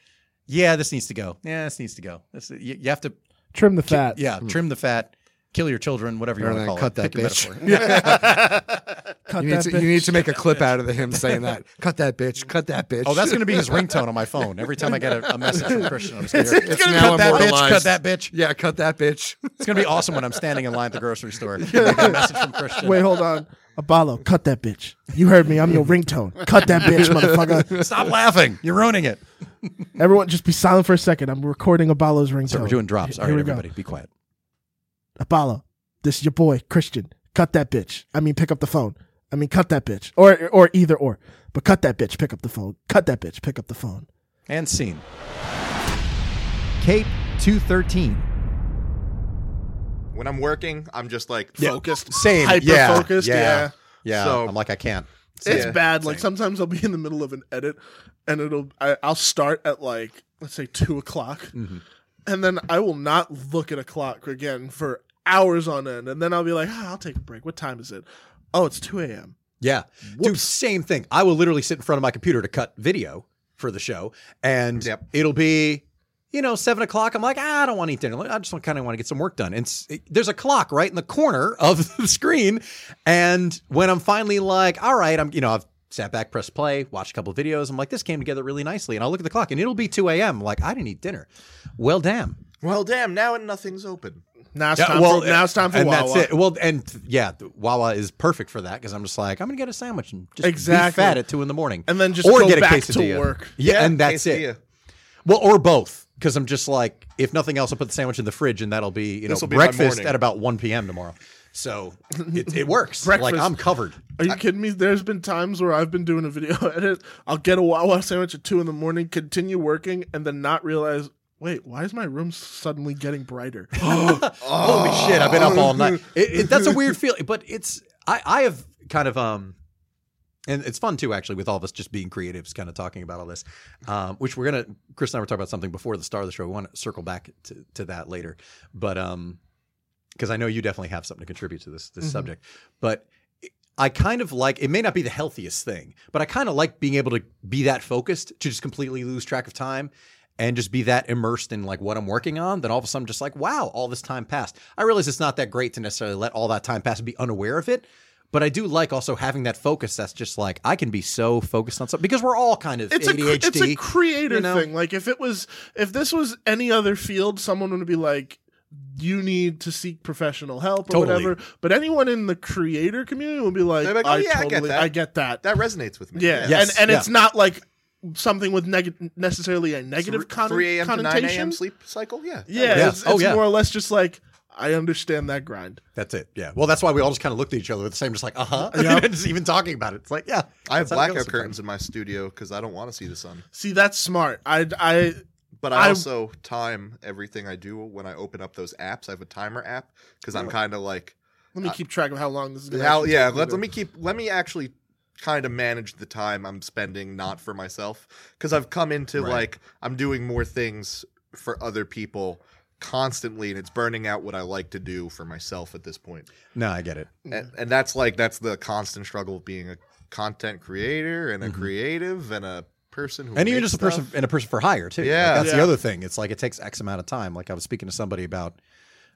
S2: "Yeah, this needs to go. Yeah, this needs to go." This, you, you have to
S8: Trim the fat.
S2: yeah, trim the fat. Kill your children, whatever you
S9: Hmm. Or
S2: want to
S9: then
S2: call
S9: cut that
S2: it. Pick a
S9: bitch.
S2: metaphor.
S8: Cut
S9: you, need
S8: that
S9: to,
S8: bitch.
S9: you need to make a clip out of him saying that. Cut that bitch. Cut that bitch.
S2: Oh, that's going to be his ringtone on my phone. Every time I get a, a message from Christian, I'm just going
S9: It's,
S2: to
S9: it's now
S2: cut that bitch,
S9: immortalized.
S2: cut that bitch.
S9: Yeah, cut that bitch.
S2: It's going to be awesome when I'm standing in line at the grocery store. I get a message from Christian.
S8: Wait, hold on. Abalo, cut that bitch. You heard me. I'm your ringtone. Cut that bitch, motherfucker.
S2: Stop laughing. You're ruining it.
S8: Everyone, just be silent for a second. I'm recording Abalo's ringtone.
S2: So we're doing drops. All
S8: Here
S2: right,
S8: we go.
S2: everybody, be quiet.
S8: Apollo, this is your boy Christian. Cut that bitch. I mean, pick up the phone. I mean, cut that bitch, or or either or. But cut that bitch. Pick up the phone. Cut that bitch. Pick up the phone.
S2: And scene.
S5: Cape 213.
S21: When I'm working, I'm just like
S5: Yeah.
S21: focused,
S5: Same.
S21: hyper
S8: focused, yeah.
S2: Yeah.
S21: So-
S2: I'm like, I can't.
S8: It's
S21: Yeah.
S8: bad. Like sometimes I'll be in the middle of an edit, and it'll I, I'll start at like let's say two o'clock, and then I will not look at a clock again for hours on end, and then I'll be like, ah, I'll take a break. What time is it? Oh, it's two a.m.
S2: Yeah. Dude, same thing. I will literally sit in front of my computer to cut video for the show, and it'll be, you know, seven o'clock. I'm like, ah, I don't want to eat dinner. I just kind of want to get some work done. And s- it- there's a clock right in the corner of the screen, and when I'm finally like, all right, I'm, you know, I've sat back, pressed play, watched a couple of videos. I'm like, this came together really nicely, and I'll look at the clock, and it'll be two a.m. I'm like, I didn't eat dinner. Well, damn.
S21: Well, damn! Now and nothing's open.
S8: Now
S2: Yeah, well, and That's it. Well, and th- yeah, the Wawa is perfect for that because I'm just like I'm gonna get a sandwich and just be
S8: Exactly.
S2: fat at two in the morning,
S8: And then just
S2: or
S8: go
S2: get a
S8: back to
S2: quesadilla.
S8: work.
S2: Yeah,
S8: Yeah,
S2: and that's
S8: quesadilla.
S2: it. Well, or both because I'm just like if nothing else, I'll put the sandwich in the fridge and that'll be you know
S8: This'll be my
S2: breakfast
S8: morning.
S2: at about 1 p.m. tomorrow. So it, it works.
S8: Breakfast.
S2: Like I'm covered.
S8: Are you kidding me? There's been times where I've been doing a video edit. I'll get a Wawa sandwich at two in the morning, continue working, and then not realize, wait, why is my room suddenly getting brighter?
S2: Oh. Holy shit! I've been up all night. It, it, that's a weird feeling, but it's I I have kind of um, and it's fun too actually with all of us just being creatives, kind of talking about all this, um, which we're gonna Chris and I were talking about something before the start of the show. We want to circle back to, to that later, but um, because I know you definitely have something to contribute to this this
S5: Mhm.
S8: Mm-hmm.
S2: subject, but. I kind of like it may not be the healthiest thing, but I kind of like being able to be that focused to just completely lose track of time and just be that immersed in like what I'm working on, then all of a sudden I'm just like, wow, all this time passed. I realize it's not that great to necessarily let all that time pass and be unaware of it. But I do like also having that focus that's just like I can be so focused on something because we're all kind of
S8: it's a cre-
S2: ADHD.
S8: it's a creator
S2: you know?
S8: thing. Like if it was if this was any other field, someone would be like, you need to seek professional help or
S21: Totally.
S8: whatever. But anyone in the creator community would be like,
S21: They're like, oh,
S8: I
S21: yeah, I
S8: totally,
S21: get that.
S8: I get that.
S21: That resonates with me.
S8: Yeah,
S21: Yes,
S8: and and
S21: yeah.
S8: it's not like something with neg- necessarily a negative con-
S21: three a.m. to nine a.m.
S8: connotation.
S21: sleep cycle. Yeah.
S8: Yeah, it's,
S2: Oh,
S8: it's more or less just like I understand that grind.
S2: That's it. Yeah. Well, that's why we all just kind of looked at each other with the same, just like, uh huh.
S8: Yep.
S2: just even talking about it. It's like, yeah.
S21: I have
S2: that's how it
S21: blackout
S2: goes
S21: curtains in my studio because I don't want to see the sun.
S8: See, that's smart. I I
S21: But I also time everything I do when I open up those apps. I have a timer app because I'm
S2: Oh.
S8: Yeah.
S21: kind of like
S8: let me
S2: Uh,
S8: keep track of how long this is. Gonna
S21: how
S8: actually
S21: yeah.
S8: take
S21: Let,
S8: to-
S21: let me keep let me actually kind of manage the time I'm spending not for myself because I've come into
S8: Right.
S21: like I'm doing more things for other people constantly and it's burning out what I like to do for myself at this point.
S2: No, I get it.
S21: and, and that's like that's the constant struggle of being a content creator and a creative and a person who
S2: Mm-hmm. and even
S21: makes
S2: just a person
S21: stuff.
S2: and a person for hire too. Like,
S21: Yeah.
S2: that's
S21: Yeah.
S2: the other thing. It's like it takes X amount of time. Like I was speaking to somebody about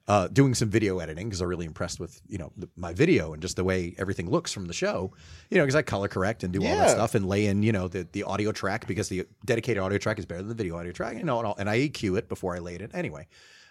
S2: uh, doing some video editing because I'm really impressed with you know the, my video and just the way everything looks from the show. You know, because I color correct and do all that
S22: Yeah.
S2: stuff and lay in you know the the audio track because the dedicated audio track is better than the video audio track. You know, and, all, and I EQ it before I lay it in. Anyway,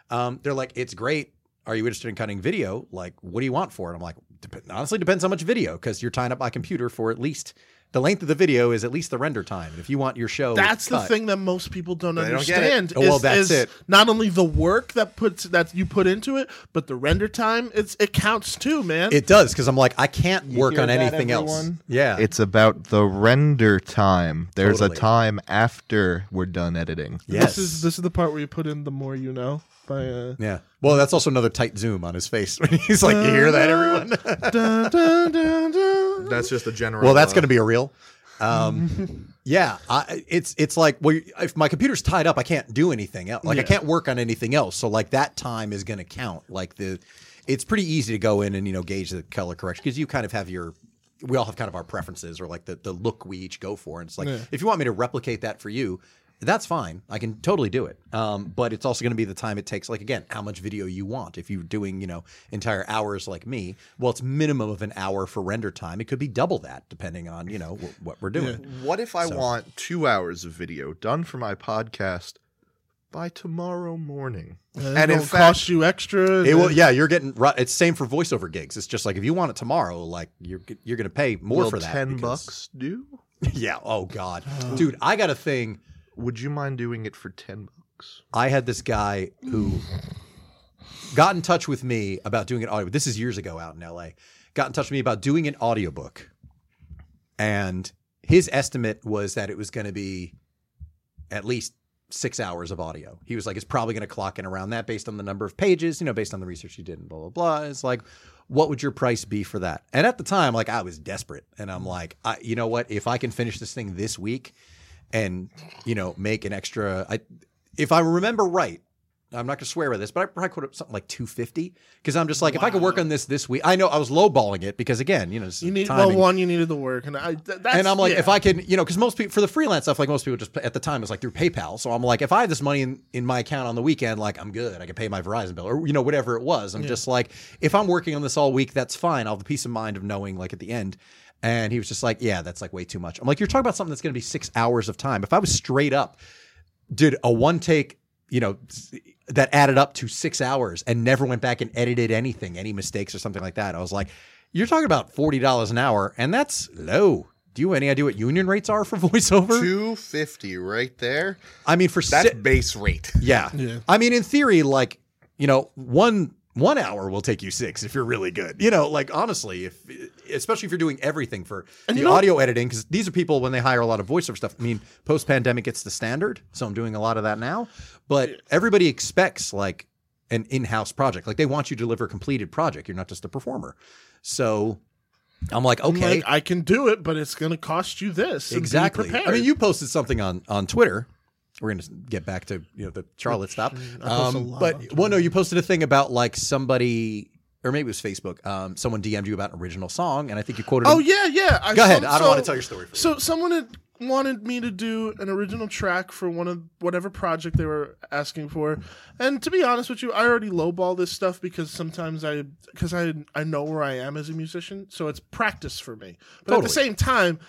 S2: um, they're like, it's great. Are you interested in cutting video? Like, what do you want for it? I'm like, Dep- honestly, depends how much video because you're tying up my computer for at least the length of the video is at least the render time. And if you want your show,
S8: That's the
S2: cut-
S8: thing that most people don't
S2: They don't get it.
S8: understand.
S2: Oh, well,
S8: is-
S2: that's
S8: is
S2: it.
S8: Not only the work that puts that you put into it, but the render time. It's it counts too, man.
S2: It does because I'm like, I can't work
S8: hear
S2: on
S8: that,
S2: anything else.
S8: everyone?
S2: Yeah.
S22: It's about the render time. There's
S2: Totally.
S22: a time after we're done editing.
S8: This is this is the part where you put in the more you know by uh,
S2: Yeah. Well, that's also another tight zoom on his face. He's like, you hear that, everyone?
S8: Dun, dun, dun, dun.
S22: That's just a general.
S2: Well, that's going
S21: uh,
S2: to be a reel. Um, yeah, I, it's it's like well, if my computer's tied up, I can't do anything else. Like I
S22: Yeah.
S2: can't work on anything else. So like that time is going to count. Like the, it's pretty easy to go in and you know gauge the color correction because you kind of have your. We all have kind of our preferences or like the, the look we each go for. And it's like,
S22: Yeah.
S2: if you want me to replicate that for you, that's fine. I can totally do it. Um, but it's also going to be the time it takes. Like again, how much video you want. If you're doing you know entire hours like me, well, it's minimum of an hour for render time. It could be double that depending on you know wh- what we're doing.
S22: What if I
S2: So-
S22: want two hours of video done for my podcast by tomorrow morning?
S8: And, it'll cost you extra.
S2: It will, yeah, you're getting right. It's same for voiceover gigs. It's just like if you want it tomorrow, like you're you're going to pay more
S22: will
S2: for that.
S22: Ten
S2: because-
S22: bucks do?
S2: Yeah. Oh God, dude, I got a thing.
S22: Would you mind doing it for ten bucks?
S2: I had this guy who got in touch with me about doing an audio. This is years ago out in LA. Got in touch with me about doing an audiobook. And his estimate was that it was going to be at least six hours of audio. He was like, it's probably going to clock in around that based on the number of pages, you know, based on the research you did and blah, blah, blah. It's like, what would your price be for that? And at the time, like, I was desperate. And I'm like, I, you know what? If I can finish this thing this week and, you know, make an extra, I, if I remember right, I'm not going to swear by this, but I probably quote up something like 250 because I'm just like, if I could work on this this week, I know I was lowballing it because again, you know, this is
S8: You need well
S2: timing
S8: one. You needed the work, and I. th- that's,
S2: and I'm like,
S8: yeah.
S2: if I can, you know, because most people for the freelance stuff, like most people just at the time it's like through PayPal. So I'm like, if I have this money in, in my account on the weekend, like I'm good. I can pay my Verizon bill or you know whatever it was. I'm
S22: Yeah.
S2: just like, if I'm working on this all week, that's fine. I'll have the peace of mind of knowing like at the end. And he was just like, yeah, that's like way too much. I'm like, you're talking about something that's going to be six hours of time. If I was straight up, did a one take, you know, s- that added up to six hours and never went back and edited anything, any mistakes or something like that. I was like, you're talking about forty dollars an hour, and that's low. Do you have any idea what union rates are for voiceover?
S22: Two fifty right there.
S2: I mean, for
S22: That's
S2: si-
S22: base rate.
S2: yeah.
S22: Yeah.
S2: I mean, in theory, like you know, one one hour will take you six if you're really good. You know, like honestly, if especially if you're doing everything for
S8: And
S2: the
S8: you know-
S2: audio editing, because these are people when they hire a lot of voiceover stuff. I mean, post pandemic, it's the standard, so I'm doing a lot of that now. But everybody expects like an in house project. Like they want you to deliver a completed project. You're not just a performer. So I'm like,
S8: I'm
S2: okay,
S8: like, I can do it, but it's going to cost you this. and be
S2: Exactly. I
S8: prepared.
S2: mean, you posted something on on Twitter. We're going to get back to you know the Charlotte stop,
S8: Oh, I post a
S2: um,
S8: lot on
S2: but well, no, you posted a thing about like somebody, or maybe it was Facebook. Um, someone DM'd you about an original song, and I think you quoted.
S8: Oh
S2: him.
S8: yeah, yeah. I-
S2: Go ahead.
S8: some-
S2: I don't
S8: so-
S2: want to tell your story.
S8: So someone had wanted me to do an original track for one of whatever project they were asking for, and to be honest with you, I already lowball this stuff because sometimes I because I I know where I am as a musician, so it's practice for me. But at
S2: Totally.
S8: the same time.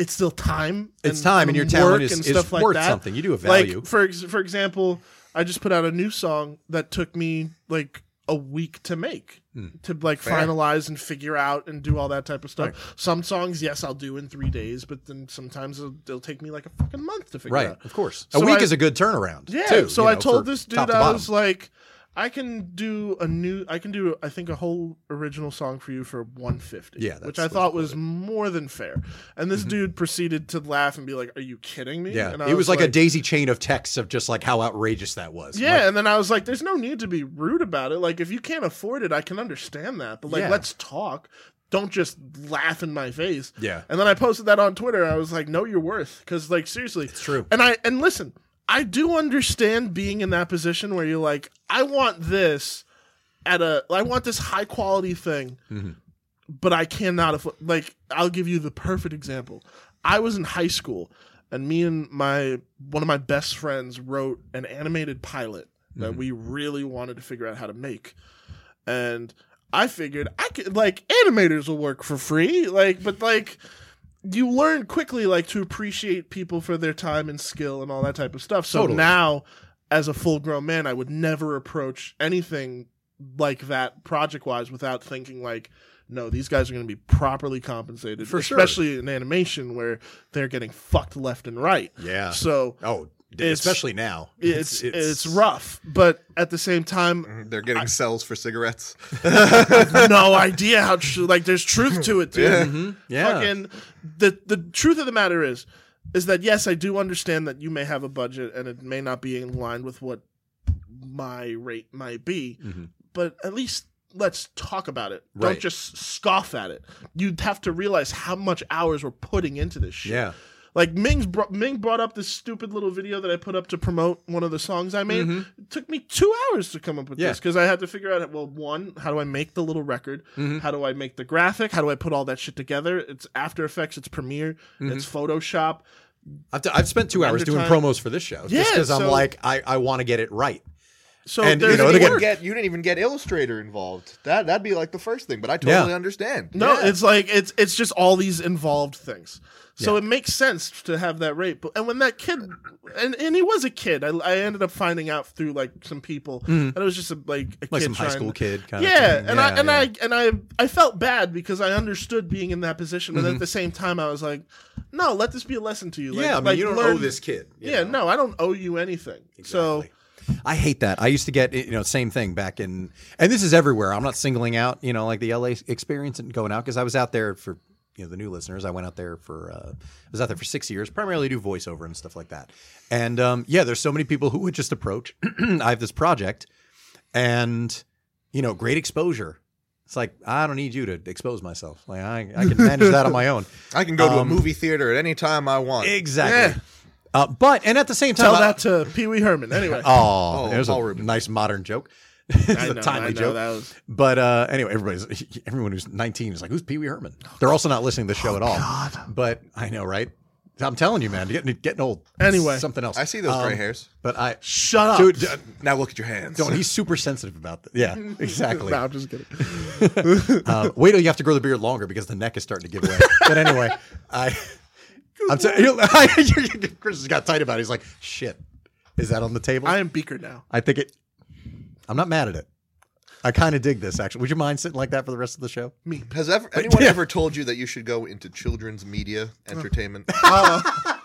S8: It's still time.
S2: It's time, and your talent
S8: work
S2: is-
S8: and
S2: is
S8: stuff like
S2: worth
S8: that.
S2: something. You do have
S8: Like,
S2: value.
S8: for ex- for example, I just put out a new song that took me like a week to make
S2: Hmm.
S8: to like
S2: Fair.
S8: finalize and figure out and do all that type of stuff. Some songs, yes, I'll do in three days, but then sometimes it'll, it'll take me like a fucking month to figure
S2: Right,
S8: out.
S2: of course. A
S8: So
S2: week
S8: I-
S2: is a good turnaround,
S8: Yeah.
S2: too,
S8: so
S2: you
S8: I
S2: know,
S8: told
S2: for
S8: this dude
S2: top to
S8: I
S2: bottom.
S8: was like, I can do a new. I can do. I think a whole original song for you for one fifty.
S2: Yeah,
S8: which
S2: that's
S8: I
S2: what
S8: thought was more than fair. And this dude proceeded to laugh and be like, "Are you kidding me?"
S2: Mm-hmm. yeah,
S8: And I
S2: it was, like, a daisy chain of texts of just like how outrageous that was.
S8: yeah, and then I was like, "There's no need to be rude about it. Like, if you can't afford it, I can understand that. But like,
S2: Yeah.
S8: let's talk. Don't just laugh in my face."
S2: Yeah.
S8: And then I posted that on Twitter. I was like, "Know your worth," because like seriously, it's
S2: true.
S8: And I and listen, I do understand being in that position where you're like, "I want this at a, I want this high quality thing."
S2: Mm-hmm.
S8: but I cannot afford. Like, I'll give you the perfect example. I was in high school, and me and my one of my best friends wrote an animated pilot that we really wanted to figure out how to make. And I figured I could like animators will work for free, like but like you learn quickly like to appreciate people for their time and skill and all that type of stuff. So
S22: Totally.
S8: now as a full grown man, I would never approach anything like that project wise without thinking like no, these guys are going to be properly compensated,
S22: For sure.
S8: especially in animation where they're getting fucked left and right.
S2: Yeah.
S8: So
S2: oh, d-
S8: it's-
S2: especially now.
S8: it's
S2: It's-
S8: it's,
S2: it's-
S8: rough, but at the same time,
S22: Mm-hmm. They're getting cells for cigarettes.
S8: no idea how true. Like, there's truth to it, dude.
S22: Yeah. Mhm. Yeah.
S8: Fucking the the truth of the matter is, is that yes, I do understand that you may have a budget and it may not be in line with what my rate might be, but at least let's talk about it.
S2: Mm-hmm. Right.
S8: Don't just scoff at it. You'd have to realize how much hours we're putting into this shit.
S2: Yeah.
S8: Like Ming's br- Ming brought up this stupid little video that I put up to promote one of the songs I made.
S2: Mhm.
S8: It took me two hours to come up with
S2: Yeah.
S8: this because I had to figure out well, one, how do I make the little record?
S2: Mhm.
S8: How do I make the graphic? How do I put all that shit together? It's After Effects, it's Premiere,
S2: Mhm.
S8: it's Photoshop.
S2: I've, d- I've spent two hours doing
S8: Undertime.
S2: promos for this show.
S8: Yeah,
S2: just because I'm
S8: so-
S2: like, I, I want to get it right.
S8: So
S2: and
S8: there's
S2: you know,
S8: work.
S2: and again,
S8: Sure.
S21: Get you didn't even get Illustrator involved. That that'd be like the first thing, but I totally
S2: Yeah.
S21: understand.
S8: No,
S21: Yeah.
S8: it's like it's it's just all these involved things. So it makes sense to have that rate. But and when that kid, and, and he was a kid, I, I ended up finding out through like some people
S2: Mhm.
S8: that it was just a, like a
S2: Like
S8: kid
S2: some high
S8: trying-
S2: school kid kind of
S8: yeah,
S2: thing.
S8: and
S2: Yeah,
S8: I and I and I I felt bad because I understood being in that position, but
S2: Mhm.
S8: at the same time I was like, no, let this be a lesson to you. Like,
S2: Yeah, I mean,
S8: like,
S2: you don't
S8: learn-
S2: owe this kid, you
S8: Yeah, no, I don't owe you anything. So
S2: I hate that. I used to get you know same thing back in, and this is everywhere. I'm not singling out you know like the LA experience and going out because I was out there for you know the new listeners. I went out there for uh, I was out there for six years, primarily do voiceover and stuff like that. And um, yeah, there's so many people who would just approach. I have this project, and you know, great exposure. It's like I don't need you to expose myself. Like I, I can manage that on my own.
S21: I can go to a
S2: Um,
S21: movie theater at any time I want.
S2: Exactly. Uh, but and at the same time,
S8: tell
S2: I-
S8: that to Pee Wee Herman. Anyway,
S2: Oh, there's a nice modern joke. it's
S8: I
S2: a
S8: know,
S2: timely
S8: I know,
S2: joke.
S8: that was-
S2: But uh, anyway, everybody's everyone who's 19 is like, "Who's Pee Wee Herman?" They're also not listening to
S21: Oh,
S2: the show at all. But I know, right? I'm telling you, man, getting getting old.
S21: Anyway.
S2: something else. Um,
S21: I see those gray hairs.
S2: But I
S8: shut up.
S2: Dude, d-
S21: now look at your hands.
S2: don't. He's super sensitive about that. Yeah, exactly.
S8: No, I'm just kidding.
S2: uh, wait till you have to grow the beard longer because the neck is starting to give way. But anyway, I. I'm sorry. Chris has got tight about it. He's like, shit, is that on the table? I
S8: am Beaker now.
S2: I think it. I'm not mad at it. I kind of dig this, actually. Would you mind sitting like that for the rest of the show?
S8: Me.
S21: Has ever,
S2: But-
S21: anyone
S2: yeah.
S21: ever told you that you should go into children's media entertainment?
S2: Uh-huh.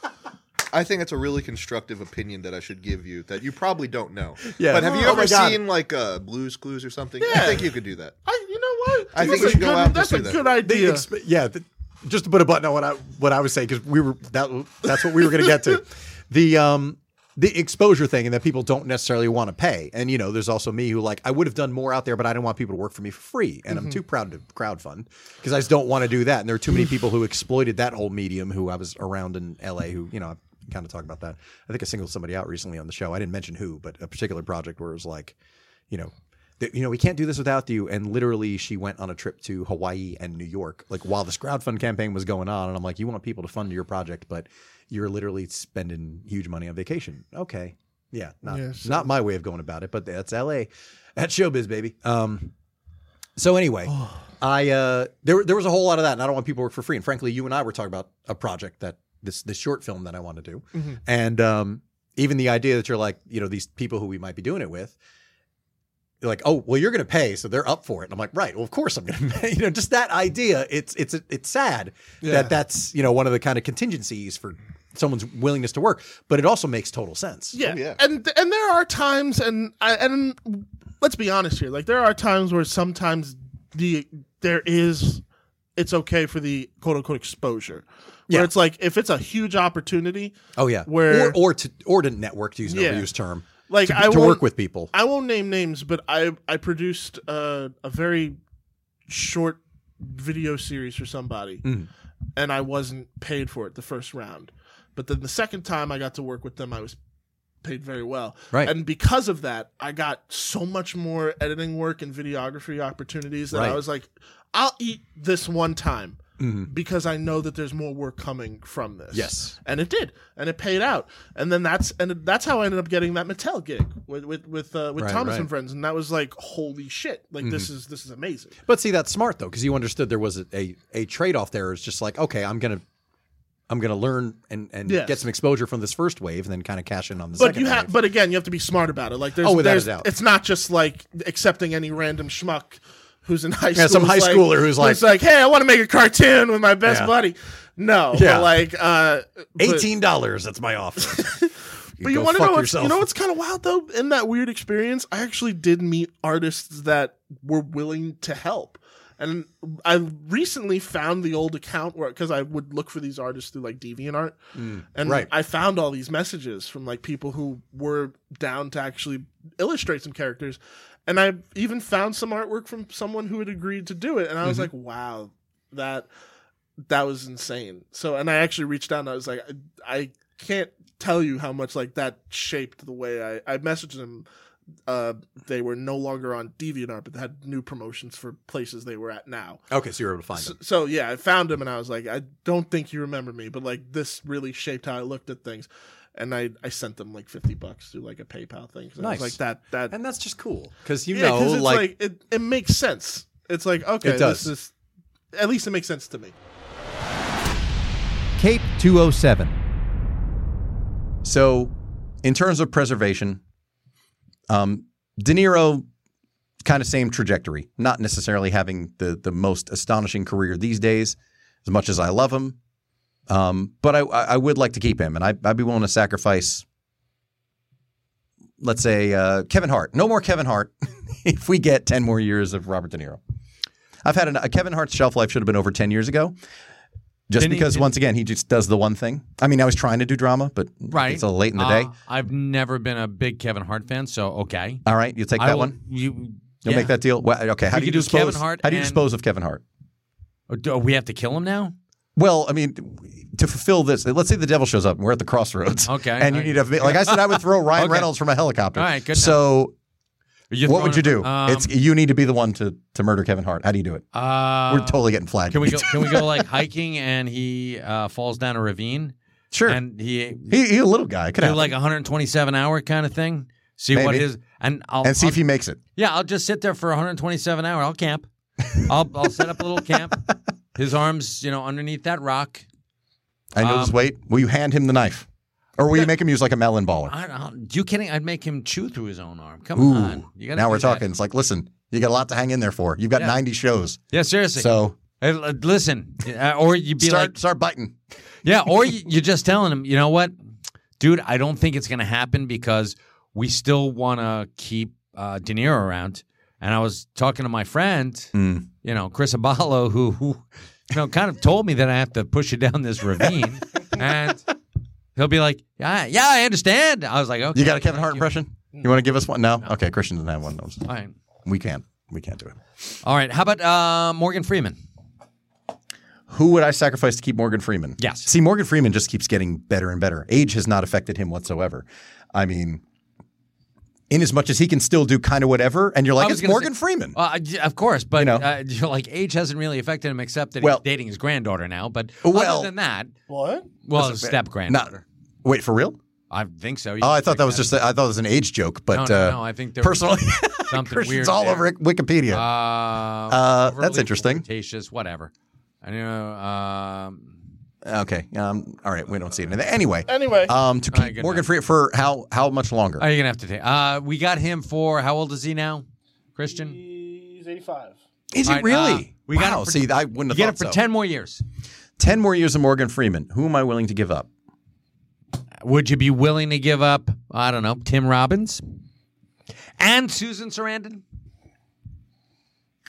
S21: I think it's a really constructive opinion that I should give you that you probably don't know.
S2: Yeah.
S21: But have you
S2: Oh my
S21: ever
S2: God.
S21: seen like uh, Blues Clues or something? I
S8: Yeah.
S21: think you could do that.
S8: I, you know what?
S21: I
S8: That's
S21: think we
S8: a
S21: should go
S8: good-
S21: out and
S8: That's a
S21: pursue that.
S8: good
S21: The
S8: idea.
S2: The exp- yeah. th- just to put a button on what I what I was saying because we were that that's what we were going to get to the um the exposure thing and that people don't necessarily want to pay and you know there's also me who like I would have done more out there but I didn't want people to work for me for free and I'm
S21: Mm-hmm.
S22: Mhm.
S2: too proud to crowdfund because I just don't want to do that and there are too many people who exploited that whole medium who I was around in L.A. who you know I kind of talk about that I think I singled somebody out recently on the show I didn't mention who but a particular project where it was like you know, that, you know, we can't do this without you. And literally, she went on a trip to Hawaii and New York, like while this crowdfund campaign was going on. And I'm like, you want people to fund your project, but you're literally spending huge money on vacation. Okay, yeah, not
S22: Yes.
S2: not my way of going about it, but that's L.A. That's showbiz, baby. Um, so anyway, I uh, there there was a whole lot of that, and I don't want people to work for free. And frankly, you and I were talking about a project that this this short film that I want to do,
S22: Mhm.
S2: and um, even the idea that you're like you know these people who we might be doing it with, you're like oh well you're going to pay, so they're up for it. And I'm like right, well of course I'm going to pay. You know just that idea. It's it's it's sad
S22: Yeah.
S2: that that's you know one of the kind of contingencies for someone's willingness to work, but it also makes total sense.
S8: Yeah. And and there are times and I and let's be honest here. Like there are times where sometimes the there is it's okay for the quote unquote exposure. Where
S2: Yeah.
S8: it's like if it's a huge opportunity,
S2: Oh yeah,
S8: Where-
S2: or or to or to network to use an
S8: Yeah.
S2: overused term,
S8: like
S2: to,
S8: I
S2: to
S8: won't-
S2: work with people.
S8: I won't name names, but I I produced uh, a very short video series for somebody,
S2: Mhm.
S8: and I wasn't paid for it the first round. But then the second time I got to work with them, I was paid very well.
S2: Right.
S8: And because of that, I got so much more editing work and videography opportunities that I
S2: Right.
S8: was like, I'll eat this one time.
S2: Mhm.
S8: because I know that there's more work coming from this.
S2: Yes.
S8: and it did, and it paid out, and then that's and that's how I ended up getting that Mattel gig with with with, uh, with
S2: Right,
S8: Thomas
S2: right.
S8: and friends, and that was like holy shit, like this
S2: Mhm.
S8: is this is amazing.
S2: But see, that's smart though, because you understood there was a, a, a trade off there. It's just like, okay, I'm gonna I'm gonna learn and, and
S8: Yes.
S2: get some exposure from this first wave, and then kind of cash in on the
S8: But
S2: second
S8: you
S2: wave.
S8: have, but again, you have to be smart about it. Like, there's,
S2: Oh, without a
S8: there's,
S2: doubt.
S8: it's not just like accepting any random schmuck who's in high school.
S2: Yeah, some high
S8: who's like-
S2: schooler who's like-
S8: hey, I want to make a cartoon with my best
S2: Yeah.
S8: buddy. No,
S2: Yeah.
S8: but like, uh, but-
S2: Eighteen dollars. That's my offer.
S8: But you
S2: go
S8: want to
S2: fuck
S8: know what's,
S2: yourself.
S8: you know what's kind of wild though? In that weird experience, I actually did meet artists that were willing to help. And I recently found the old account where because I would look for these artists through like DeviantArt,
S2: Mm,
S8: and
S2: right.
S8: I found all these messages from like people who were down to actually illustrate some characters, and I even found some artwork from someone who had agreed to do it, and I was
S23: Mhm.
S2: Mm-hmm.
S8: like, wow, that that was insane. So, and I actually reached out and I was like, I, I can't tell you how much like that shaped the way I, I messaged them. Uh, they were no longer on DeviantArt, but they had new promotions for places they were at now.
S2: Okay, so you were able to find
S8: So,
S2: them.
S8: so, yeah, I found him and I was like, I don't think you remember me, but like this really shaped how I looked at things. And I, I sent them like 50 bucks through like a PayPal thing. 'cause I was
S2: Nice.
S8: like that, that.
S2: And that's just cool. Because you
S8: Yeah,
S2: know,
S8: 'cause it's
S2: like,
S8: it, it makes sense. It's like, okay,
S2: does.
S8: this is, at least it makes sense to me.
S24: Cape 207.
S2: So, in terms of preservation, um, De Niro, kind of same trajectory. Not necessarily having the the most astonishing career these days, as much as I love him. Um, but I I I would like to keep him, and I, I'd be willing to sacrifice. Let's say uh, Kevin Hart. No more Kevin Hart. if we get ten more years of Robert De Niro, I've had an, a Kevin Hart's shelf life should have been over ten years ago. Just
S5: Didn't he-
S2: because, once again, he just does the one thing. I mean, I was trying to do drama, but
S5: Right.
S2: it's a late in the
S5: Uh,
S2: day.
S5: I've never been a big Kevin Hart fan, so okay.
S2: All right, you take
S5: I
S2: that
S5: will-
S2: one.
S5: You
S2: You'll
S5: yeah.
S2: make that deal. Well, okay, how do
S5: We could
S2: you
S5: do
S2: dispose?
S5: Kevin Hart
S2: how do you
S5: and-
S2: dispose of Kevin Hart?
S5: Oh, do we have to kill him now?
S2: Well, I mean, to fulfill this, let's say the devil shows up and we're at the crossroads.
S5: Okay,
S2: and you
S5: I-
S2: need to like I said, I would throw Ryan
S5: Okay.
S2: Reynolds from a helicopter.
S5: All right, good
S2: So,
S5: You
S2: what would you
S5: throwing
S2: do?
S5: him- um,
S2: it's you need to be the one to to murder Kevin Hart. How do you do it?
S5: Uh,
S2: we're totally getting flagged.
S5: Can we go? Can we go like hiking and he uh, falls down a ravine?
S2: Sure.
S5: And he
S2: He- he a little guy, could
S5: do
S2: happen.
S5: like 127 hour kind of thing. See what
S2: Maybe.
S5: his and I'll
S2: and see if
S5: I'll-
S2: he makes it?
S5: Yeah, I'll just sit there for 127 hour. I'll camp. I'll I'll set up a little camp. His arms, you know, underneath that rock.
S2: I know his
S5: Um,
S2: weight. Will you hand him the knife, or will you make him use like a melon baller?
S5: I, I, you kidding? I'd make him chew through his own arm. Come
S2: Ooh,
S5: on. You gotta
S2: now
S5: do
S2: we're
S5: that.
S2: talking. It's like, listen, you got a lot to hang in there for. You've got
S5: Yeah.
S2: 90 shows.
S5: Yeah, seriously.
S2: So-
S5: Hey, l- listen, uh, or you'd be
S2: Start-
S5: like,
S2: start biting.
S5: Yeah, or you- you're just telling him, you know what, dude, I don't think it's gonna happen because we still want to keep uh, De Niro around. And I was talking to my friend,
S2: Mm.
S5: you know, Chris Abalo, who, who, you know, kind of told me that I have to push you down this ravine, and he'll be like, yeah, yeah, I understand. I was like, okay,
S2: You got a Kevin
S5: thank
S2: Hart
S5: you.
S2: impression? You want to give us one? No? Okay, Christian doesn't have one.
S5: All right.
S2: We can't. We can't do it.
S5: All right. How about uh, Morgan Freeman?
S2: Who would I sacrifice to keep Morgan Freeman?
S5: Yes.
S2: See, Morgan Freeman just keeps getting better and better. Age has not affected him whatsoever. I mean, in as much as he can still do kind of whatever, and you're
S5: I
S2: like,
S5: was
S2: it's
S5: gonna
S2: Morgan
S5: say-
S2: Freeman.
S5: Uh, y- of course, but
S2: You know.
S5: uh, you're like age hasn't really affected him except that
S2: Well-
S5: he's dating his granddaughter now. But
S2: Well-
S5: other than that,
S25: What?
S5: well,
S2: That's a-
S5: step granddaughter.
S2: Not- wait, for real?
S5: I think so.
S2: Oh, I thought that was just, a, I thought it was an age joke, but
S5: no,
S2: uh,
S5: no, I think there was
S2: personally,
S5: something
S2: Christian's
S5: weird
S2: all
S5: there.
S2: over Wikipedia.
S5: Uh,
S2: Uh,
S5: overly
S2: that's interesting.
S5: flirtatious, whatever. I know. Um,
S2: Okay. Um, all right. We don't see it. Anyway.
S5: Anyway.
S2: Um, to
S5: All right,
S2: keep
S5: good
S2: Morgan
S5: enough.
S2: Freeman for how how much longer?
S5: oh, you're gonna have to take. Uh, we got him for how old is he now, Christian?
S25: He's 85.
S2: Is
S5: All
S2: it
S5: right,
S2: really?
S5: uh, we got
S2: wow,
S5: it for-
S2: see, I wouldn't have
S5: you get
S2: thought
S5: it for
S2: so.
S5: 10 more years.
S2: 10 more years of Morgan Freeman. Who am I willing to give up?
S5: Would you be willing to give up? I don't know, Tim Robbins and Susan Sarandon.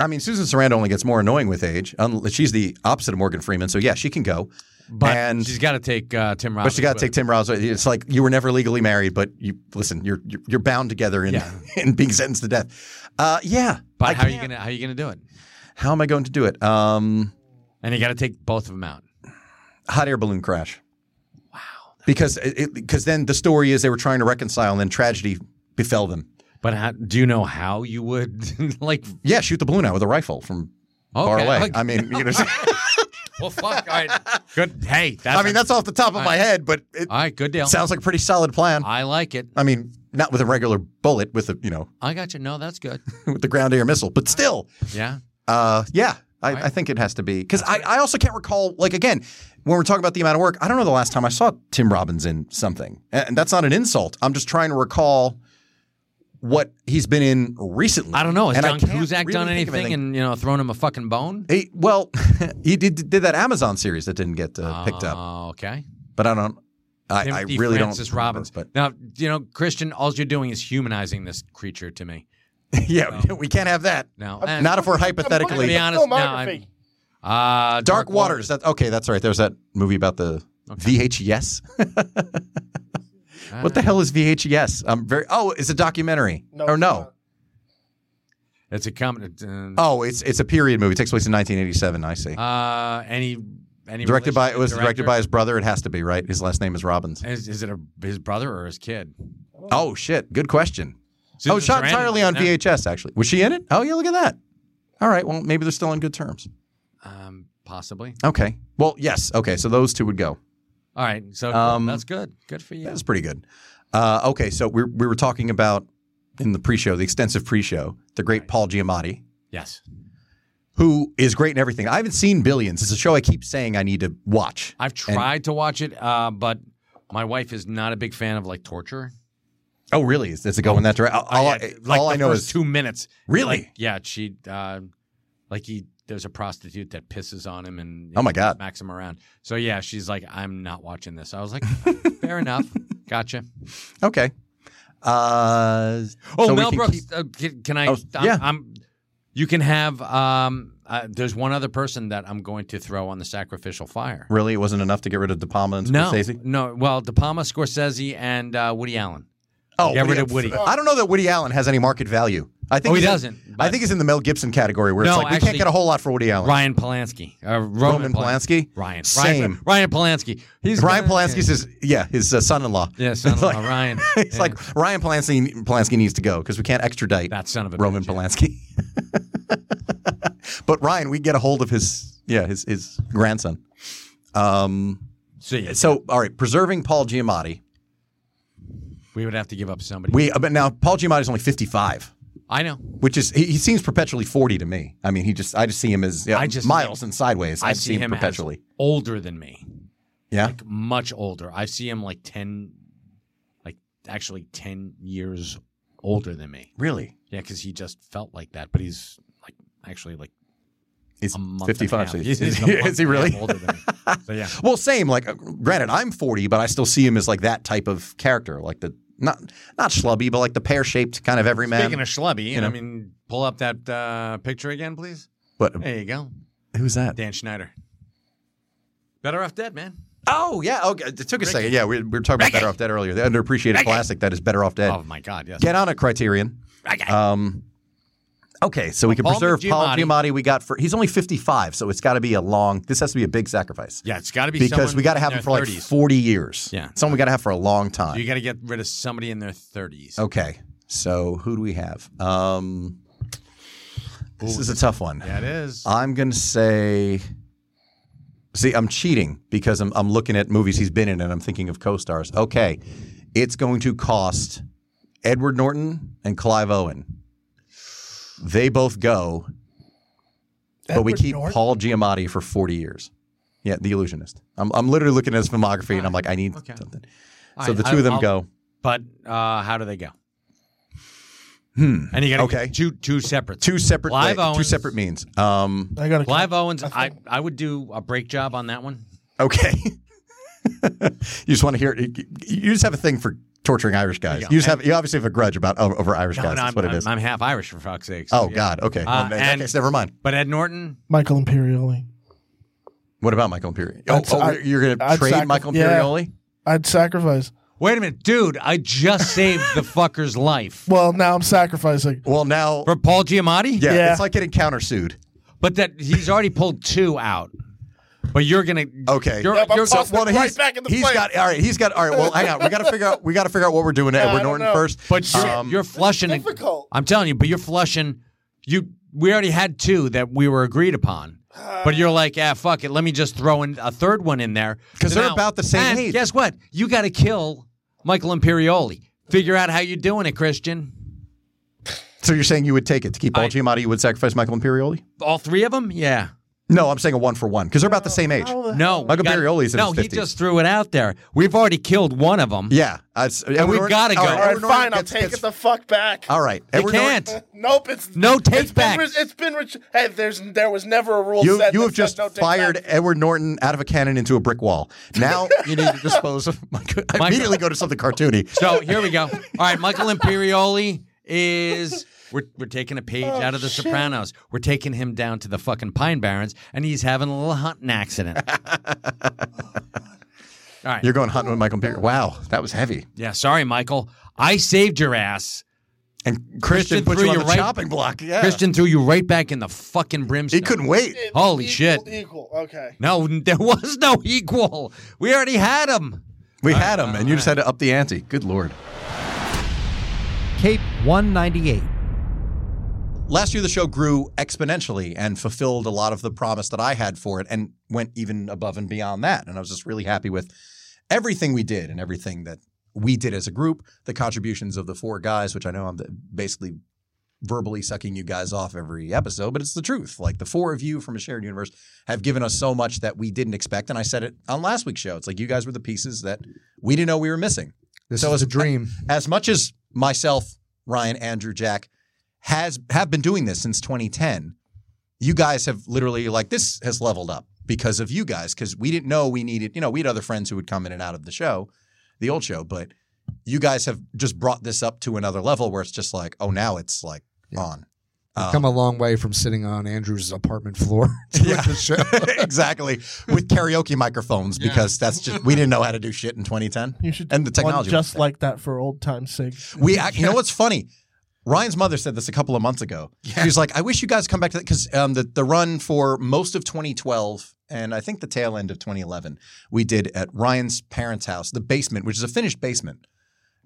S2: I mean, Susan Sarandon only gets more annoying with age. Un- She's the opposite of Morgan Freeman, so yeah, she can go.
S5: But
S2: and
S5: she's got to take uh, Tim Robbins.
S2: but you got
S5: with
S2: to take Tim Robbins. It's like you were never legally married, but you listen, you're you're, you're bound together in,
S5: Yeah.
S2: in being sentenced to death. Uh, yeah,
S5: But
S2: I
S5: how are you
S2: can't-
S5: gonna how are you gonna do it?
S2: How am I going to do it? Um,
S5: and you got to take both of them out.
S2: Hot air balloon crash. Wow. Because because then the story is they were trying to reconcile, and then tragedy befell them.
S5: But how, do you know how you would like?
S2: Yeah, shoot the balloon out with a rifle from far
S5: Okay,
S2: away.
S5: okay.
S2: I mean, you know,
S5: Well, fuck. I,
S26: Good. Hey,
S2: I mean, that's off the top of my head, but it
S5: all right, good deal.
S2: sounds like a pretty solid plan.
S5: I like it.
S2: I mean, not with a regular bullet, with a you know,
S5: I got you. No, that's good.
S2: with the ground air missile, but still,
S5: Yeah.
S2: uh, yeah, I, I think it has to be because I, I also can't recall. Like again, when we're talking about the amount of work, I don't know the last time I saw Tim Robbins in something, and and that's not an insult. I'm just trying to recall what he's been in recently. I don't know.
S5: Has Oh, John Kuzak done anything, and you know thrown him a fucking bone?
S2: He, well, he did did that Amazon series that didn't get uh, picked up.
S5: Oh, okay.
S2: But I don't. I, I
S5: Timothy
S2: really
S5: Francis
S2: don't.
S5: Robbins.
S2: remember,
S5: Now you know, Christian. All you're doing is humanizing this creature to me.
S2: but yeah, we can't have that.
S5: No,
S2: Uh, not if we're hypothetically.
S5: To be honest, no, I'm, uh,
S2: Dark, Waters. That okay? That's right. There's that movie about the VHS. what the hell is VHS? I'm very. Oh, it's a documentary. or no?
S5: it's a comment. Uh,
S2: Oh, it's it's a period movie. It takes place in 1987. I see.
S5: Uh, any any
S2: directed by
S5: relation to
S2: it was
S5: the
S2: directed
S5: director?
S2: by his brother. It has to be right. His last name is Robbins.
S5: Is, is it a, his brother or his kid?
S2: Oh shit! Good question.
S5: Susan
S2: oh, shot
S5: Sarandon
S2: entirely
S5: was
S2: on
S5: in that.
S2: VHS. Actually, was she in it? Oh yeah, look at that. All right. Well, maybe they're still on good terms.
S5: Um, possibly.
S2: Okay. Well, yes. Okay, so those two would go.
S5: All right. So
S2: Um,
S5: that's good. Good for you.
S2: That's pretty good. Uh, okay, so we we were talking about in the pre-show, the extensive pre-show, the great Paul Giamatti,
S5: Yes.
S2: who is great in everything. I haven't seen Billions. It's a show I keep saying I need to watch.
S5: I've tried to watch it, uh, but my wife is not a big fan of like torture.
S2: Oh, really? Is, does it go in that direction? All, all I-
S5: Like
S2: all
S5: the
S2: I know
S5: first
S2: is
S5: two minutes.
S2: Really?
S5: Like, yeah. She uh, like he. There's a prostitute that pisses on him and
S2: Oh, my God.
S5: smacks him around. So yeah, she's like, I'm not watching this. I was like, fair enough, gotcha.
S2: okay. Uh,
S5: Oh,
S2: so we
S5: Mel
S2: can
S5: Brooks.
S2: keep-
S5: uh, can, can I?
S2: Oh,
S5: I'm,
S2: yeah.
S5: I'm- you can have. Um, uh, there's one other person that I'm going to throw on the sacrificial fire.
S2: really, it wasn't enough to get rid of De Palma and Scorsese.
S5: No, no. Well, De Palma, Scorsese, and uh, Woody Allen.
S2: Oh,
S5: get rid of Woody.
S2: I don't know that Woody Allen has any market value. I think
S5: Oh, he
S2: he's in-
S5: doesn't,
S2: I think he's in the Mel Gibson category where it's
S5: No,
S2: like we can't
S5: actually,
S2: get a whole lot for Woody Allen.
S5: Ryan Polanski. Uh, Roman,
S2: Roman Polanski?
S5: Ryan.
S2: Same.
S5: Ryan, Ryan Polanski. He's
S2: Ryan
S5: gonna-
S2: Polanski's his yeah his uh, son-in-law.
S5: Yeah, son-in-law,
S2: It's like-
S5: Ryan.
S2: It's
S5: Yeah.
S2: like Ryan Polanski Polanski needs to go because we can't extradite that
S5: son of a
S2: Roman Polanski. but Ryan, we get a hold of his yeah his his grandson. Um,
S5: so,
S2: all right, preserving Paul Giamatti.
S5: We would have to give up somebody.
S2: We uh, but now Paul Giamatti's only fifty-five.
S5: I know.
S2: Which is he, he seems perpetually forty to me. I mean, he just I just see him as yeah,
S5: I just
S2: miles and sideways.
S5: I
S2: I've
S5: see
S2: seen
S5: him as
S2: perpetually.
S5: older than me.
S2: Yeah?
S5: Like much older. I see him like 10 like actually 10 years older than me.
S2: Really?
S5: Yeah, cuz he just felt like that, but he's like actually like
S2: He's
S5: a month
S2: 55, so
S5: And a
S2: he's-
S5: half. He's a month
S2: is he
S5: and a half
S2: really?
S5: older than me. So yeah.
S2: Well, same. Like, uh, granted, I'm 40, but I still see him as like that type of character, like the not not schlubby, but like the pear shaped kind of everyman.
S5: Speaking of schlubby,
S2: You know.
S5: I mean, pull up that uh, picture again, please.
S2: What?
S5: There you go.
S2: Who's that?
S5: Dan Schneider. Better off dead, man.
S2: Oh yeah. Okay. It took a second. Yeah, we, we were talking about Better Off Dead earlier. The underappreciated classic that is Better Off Dead.
S5: Oh my God, yes.
S2: Get on it, Criterion. Um, okay, so we can
S5: Paul
S2: preserve Paul
S5: Giamatti-
S2: Giamatti. We got for he's only 55, so it's got to be a long. This has to be a big sacrifice.
S5: Yeah, it's gotta be
S2: because
S5: someone
S2: we got to have
S5: in
S2: him for
S5: their
S2: like
S5: 30s.
S2: 40 years.
S5: Yeah.
S2: someone we got to have for a long
S5: So
S2: time.
S5: you got to get rid of somebody in their 30s.
S2: Okay. So who do we have? Um, this
S5: Ooh,
S2: is a tough one.
S5: Yeah, it is.
S2: I'm going to say. See, I'm cheating because I'm, I'm looking at movies he's been in and I'm thinking of co stars. Okay. It's going to cost Edward Norton and Clive Owen. They both go, but we
S27: Edward
S2: keep
S27: Norton?
S2: Paul Giamatti for 40 years. Yeah, The Illusionist. I'm, I'm literally looking at his filmography and I'm like, I need something.
S5: All
S2: so
S5: right,
S2: the two of them
S5: I'll-
S2: go.
S5: But uh, how do they go?
S2: Hmm.
S5: And you got
S2: okay.
S5: two two separate
S2: two separate
S5: Clive
S2: way- two
S5: Owens.
S2: separate means. Um,
S5: I got Clive Owens. I, I would do a break job on that one.
S2: okay. you just want to hear. You just have a thing for torturing Irish guys.
S5: Yeah.
S2: You just have. You obviously have a grudge about o- over Irish
S5: No,
S2: guys.
S5: no,
S2: That's
S5: I'm,
S2: what it
S5: I'm-
S2: is.
S5: I'm half Irish for fuck's sake. Uh,
S2: Oh, God. Okay. Well, in that case, never mind.
S5: But Ed Norton,
S8: Michael Imperioli.
S2: What about Michael Imperioli? Oh,
S8: I'd-
S2: oh,
S8: I'd-
S2: you're going to
S8: I'd
S2: trade
S8: sacri-
S2: Michael
S8: yeah.
S2: Imperioli?
S8: I'd sacrifice.
S5: Wait a minute, dude! I just saved the fucker's life.
S8: Well, now I'm sacrificing.
S2: Well, now
S5: for Paul Giamatti.
S8: Yeah, Yeah. it's
S2: like getting countersued.
S5: But that he's already pulled two out. But you're gonna okay. You're,
S2: Yep, I'm
S5: you're-
S2: busting Well, right he's- back in the he's play. got- all right, he's got- all right, well, hang on. We gotta figure out- we gotta figure out what we're doing to Yeah, Edward I don't Norton know. first.
S5: But you're,
S2: Um,
S5: you're flushing. I'm telling you, but you're flushing. You we already had two that we were agreed upon.
S19: But you're like, ah, fuck it. Let me just throw in a third one in there
S7: 'Cause they're about the same
S19: and
S7: age.
S19: Guess what? You got to kill Michael Imperioli. Figure out how you're doing it, Christian.
S2: So you're saying you would take it to keep all Giamatti, you would sacrifice Michael Imperioli?
S19: All three of them? Yeah.
S2: No, I'm saying a one for one because they're about the same age.
S19: No, you
S2: Michael
S19: gotta-
S2: Imperioli's in
S19: no,
S2: his
S19: he
S2: fifties.
S19: just threw it out there. We've already killed one of them.
S2: Yeah, Oh, and
S19: we've
S2: Edward-
S19: got to go.
S2: all right,
S8: All right, fine. I'll take it the fuck back.
S2: All right,
S19: You
S2: Edward Norton-
S19: can't.
S8: Nope. It's
S19: No take
S8: it's been
S19: backs.
S8: re- It's been. Re- hey, there's there was never a rule.
S2: You,
S8: set
S2: you
S8: that
S2: have
S8: said
S2: just
S8: no take
S2: fired
S8: backs.
S2: Edward Norton out of a cannon into a brick wall. Now you need to dispose of. Michael. I immediately go to something cartoony.
S19: So here we go. All right, Michael Imperioli is. We're, we're taking a page
S15: Oh,
S19: out of The
S15: shit.
S19: Sopranos. We're taking him down to the fucking Pine Barrens, and he's having a little hunting accident. All right.
S2: You're going hunting with Michael Imperioli. Wow, that was heavy.
S19: Yeah, sorry, Michael. I saved your ass.
S2: And Christian put you on the chopping block, yeah.
S19: Christian threw you right back in the fucking brimstone. He couldn't
S2: wait.
S19: Holy shit.
S8: Equal. Okay.
S19: No, there was no equal. We already had him.
S2: We had him, and you just had to up the ante. Good lord.
S7: Cape 198.
S2: Last year, the show grew exponentially and fulfilled a lot of the promise that I had for it and went even above and beyond that. And I was just really happy with everything we did and everything that we did as a group, the contributions of the four guys, which I know I'm basically verbally sucking you guys off every episode, but it's the truth. Like the four of you from a shared universe have given us so much that we didn't expect. And I said it on last week's show. It's like you guys were the pieces that we didn't know we were missing. This so is a dream. As much as myself, Ryan, Andrew, Jack has have been doing this since 2010, you guys have literally like this has leveled up because of you guys because we didn't know we needed you know we had other friends who would come in and out of the show the old show but you guys have just brought this up to another level where it's just like oh now it's like on
S9: We've
S2: Um,
S9: come a long way from sitting on Andrew's apartment floor.
S2: yeah, exactly with karaoke microphones because that's just we didn't know how to do shit in 2010
S13: You should
S2: and the
S13: do one
S2: technology
S13: just
S2: was-
S13: like that for old time's sake.
S2: We, act, you know what's funny? Ryan's mother said this a couple of months ago. She was like, "I wish you guys come back to that because um, the the run for most of 2012 and I think the tail end of 2011 we did at Ryan's parents' house, the basement, which is a finished basement,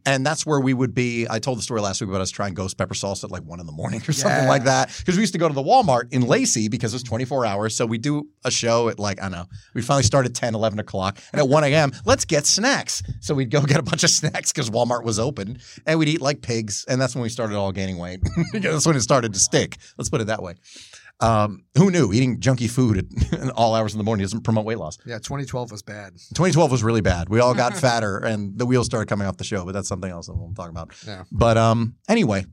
S2: and that's where we would be. I told the story last week about us trying ghost pepper sauce at like one in the morning or something
S7: Yeah.
S2: like that because we used to go to the Walmart in Lacey because it was 24 hours. So we do a show at like I don't know. We finally start at 10, 11 o'clock, and at 1 a.m. Let's get snacks. So we'd go get a bunch of snacks because Walmart was open, and we'd eat like pigs, and that's when we started all gaining weight. that's when it started to stick. Let's put it that way. Um, who knew eating junky food at all hours in the morning doesn't promote weight loss?
S9: yeah, 2012 was bad.
S2: 2012 was really bad. We all got fatter, and the wheels started coming off the show. But that's something else that we'll talk about.
S9: Yeah.
S2: But um, anyway,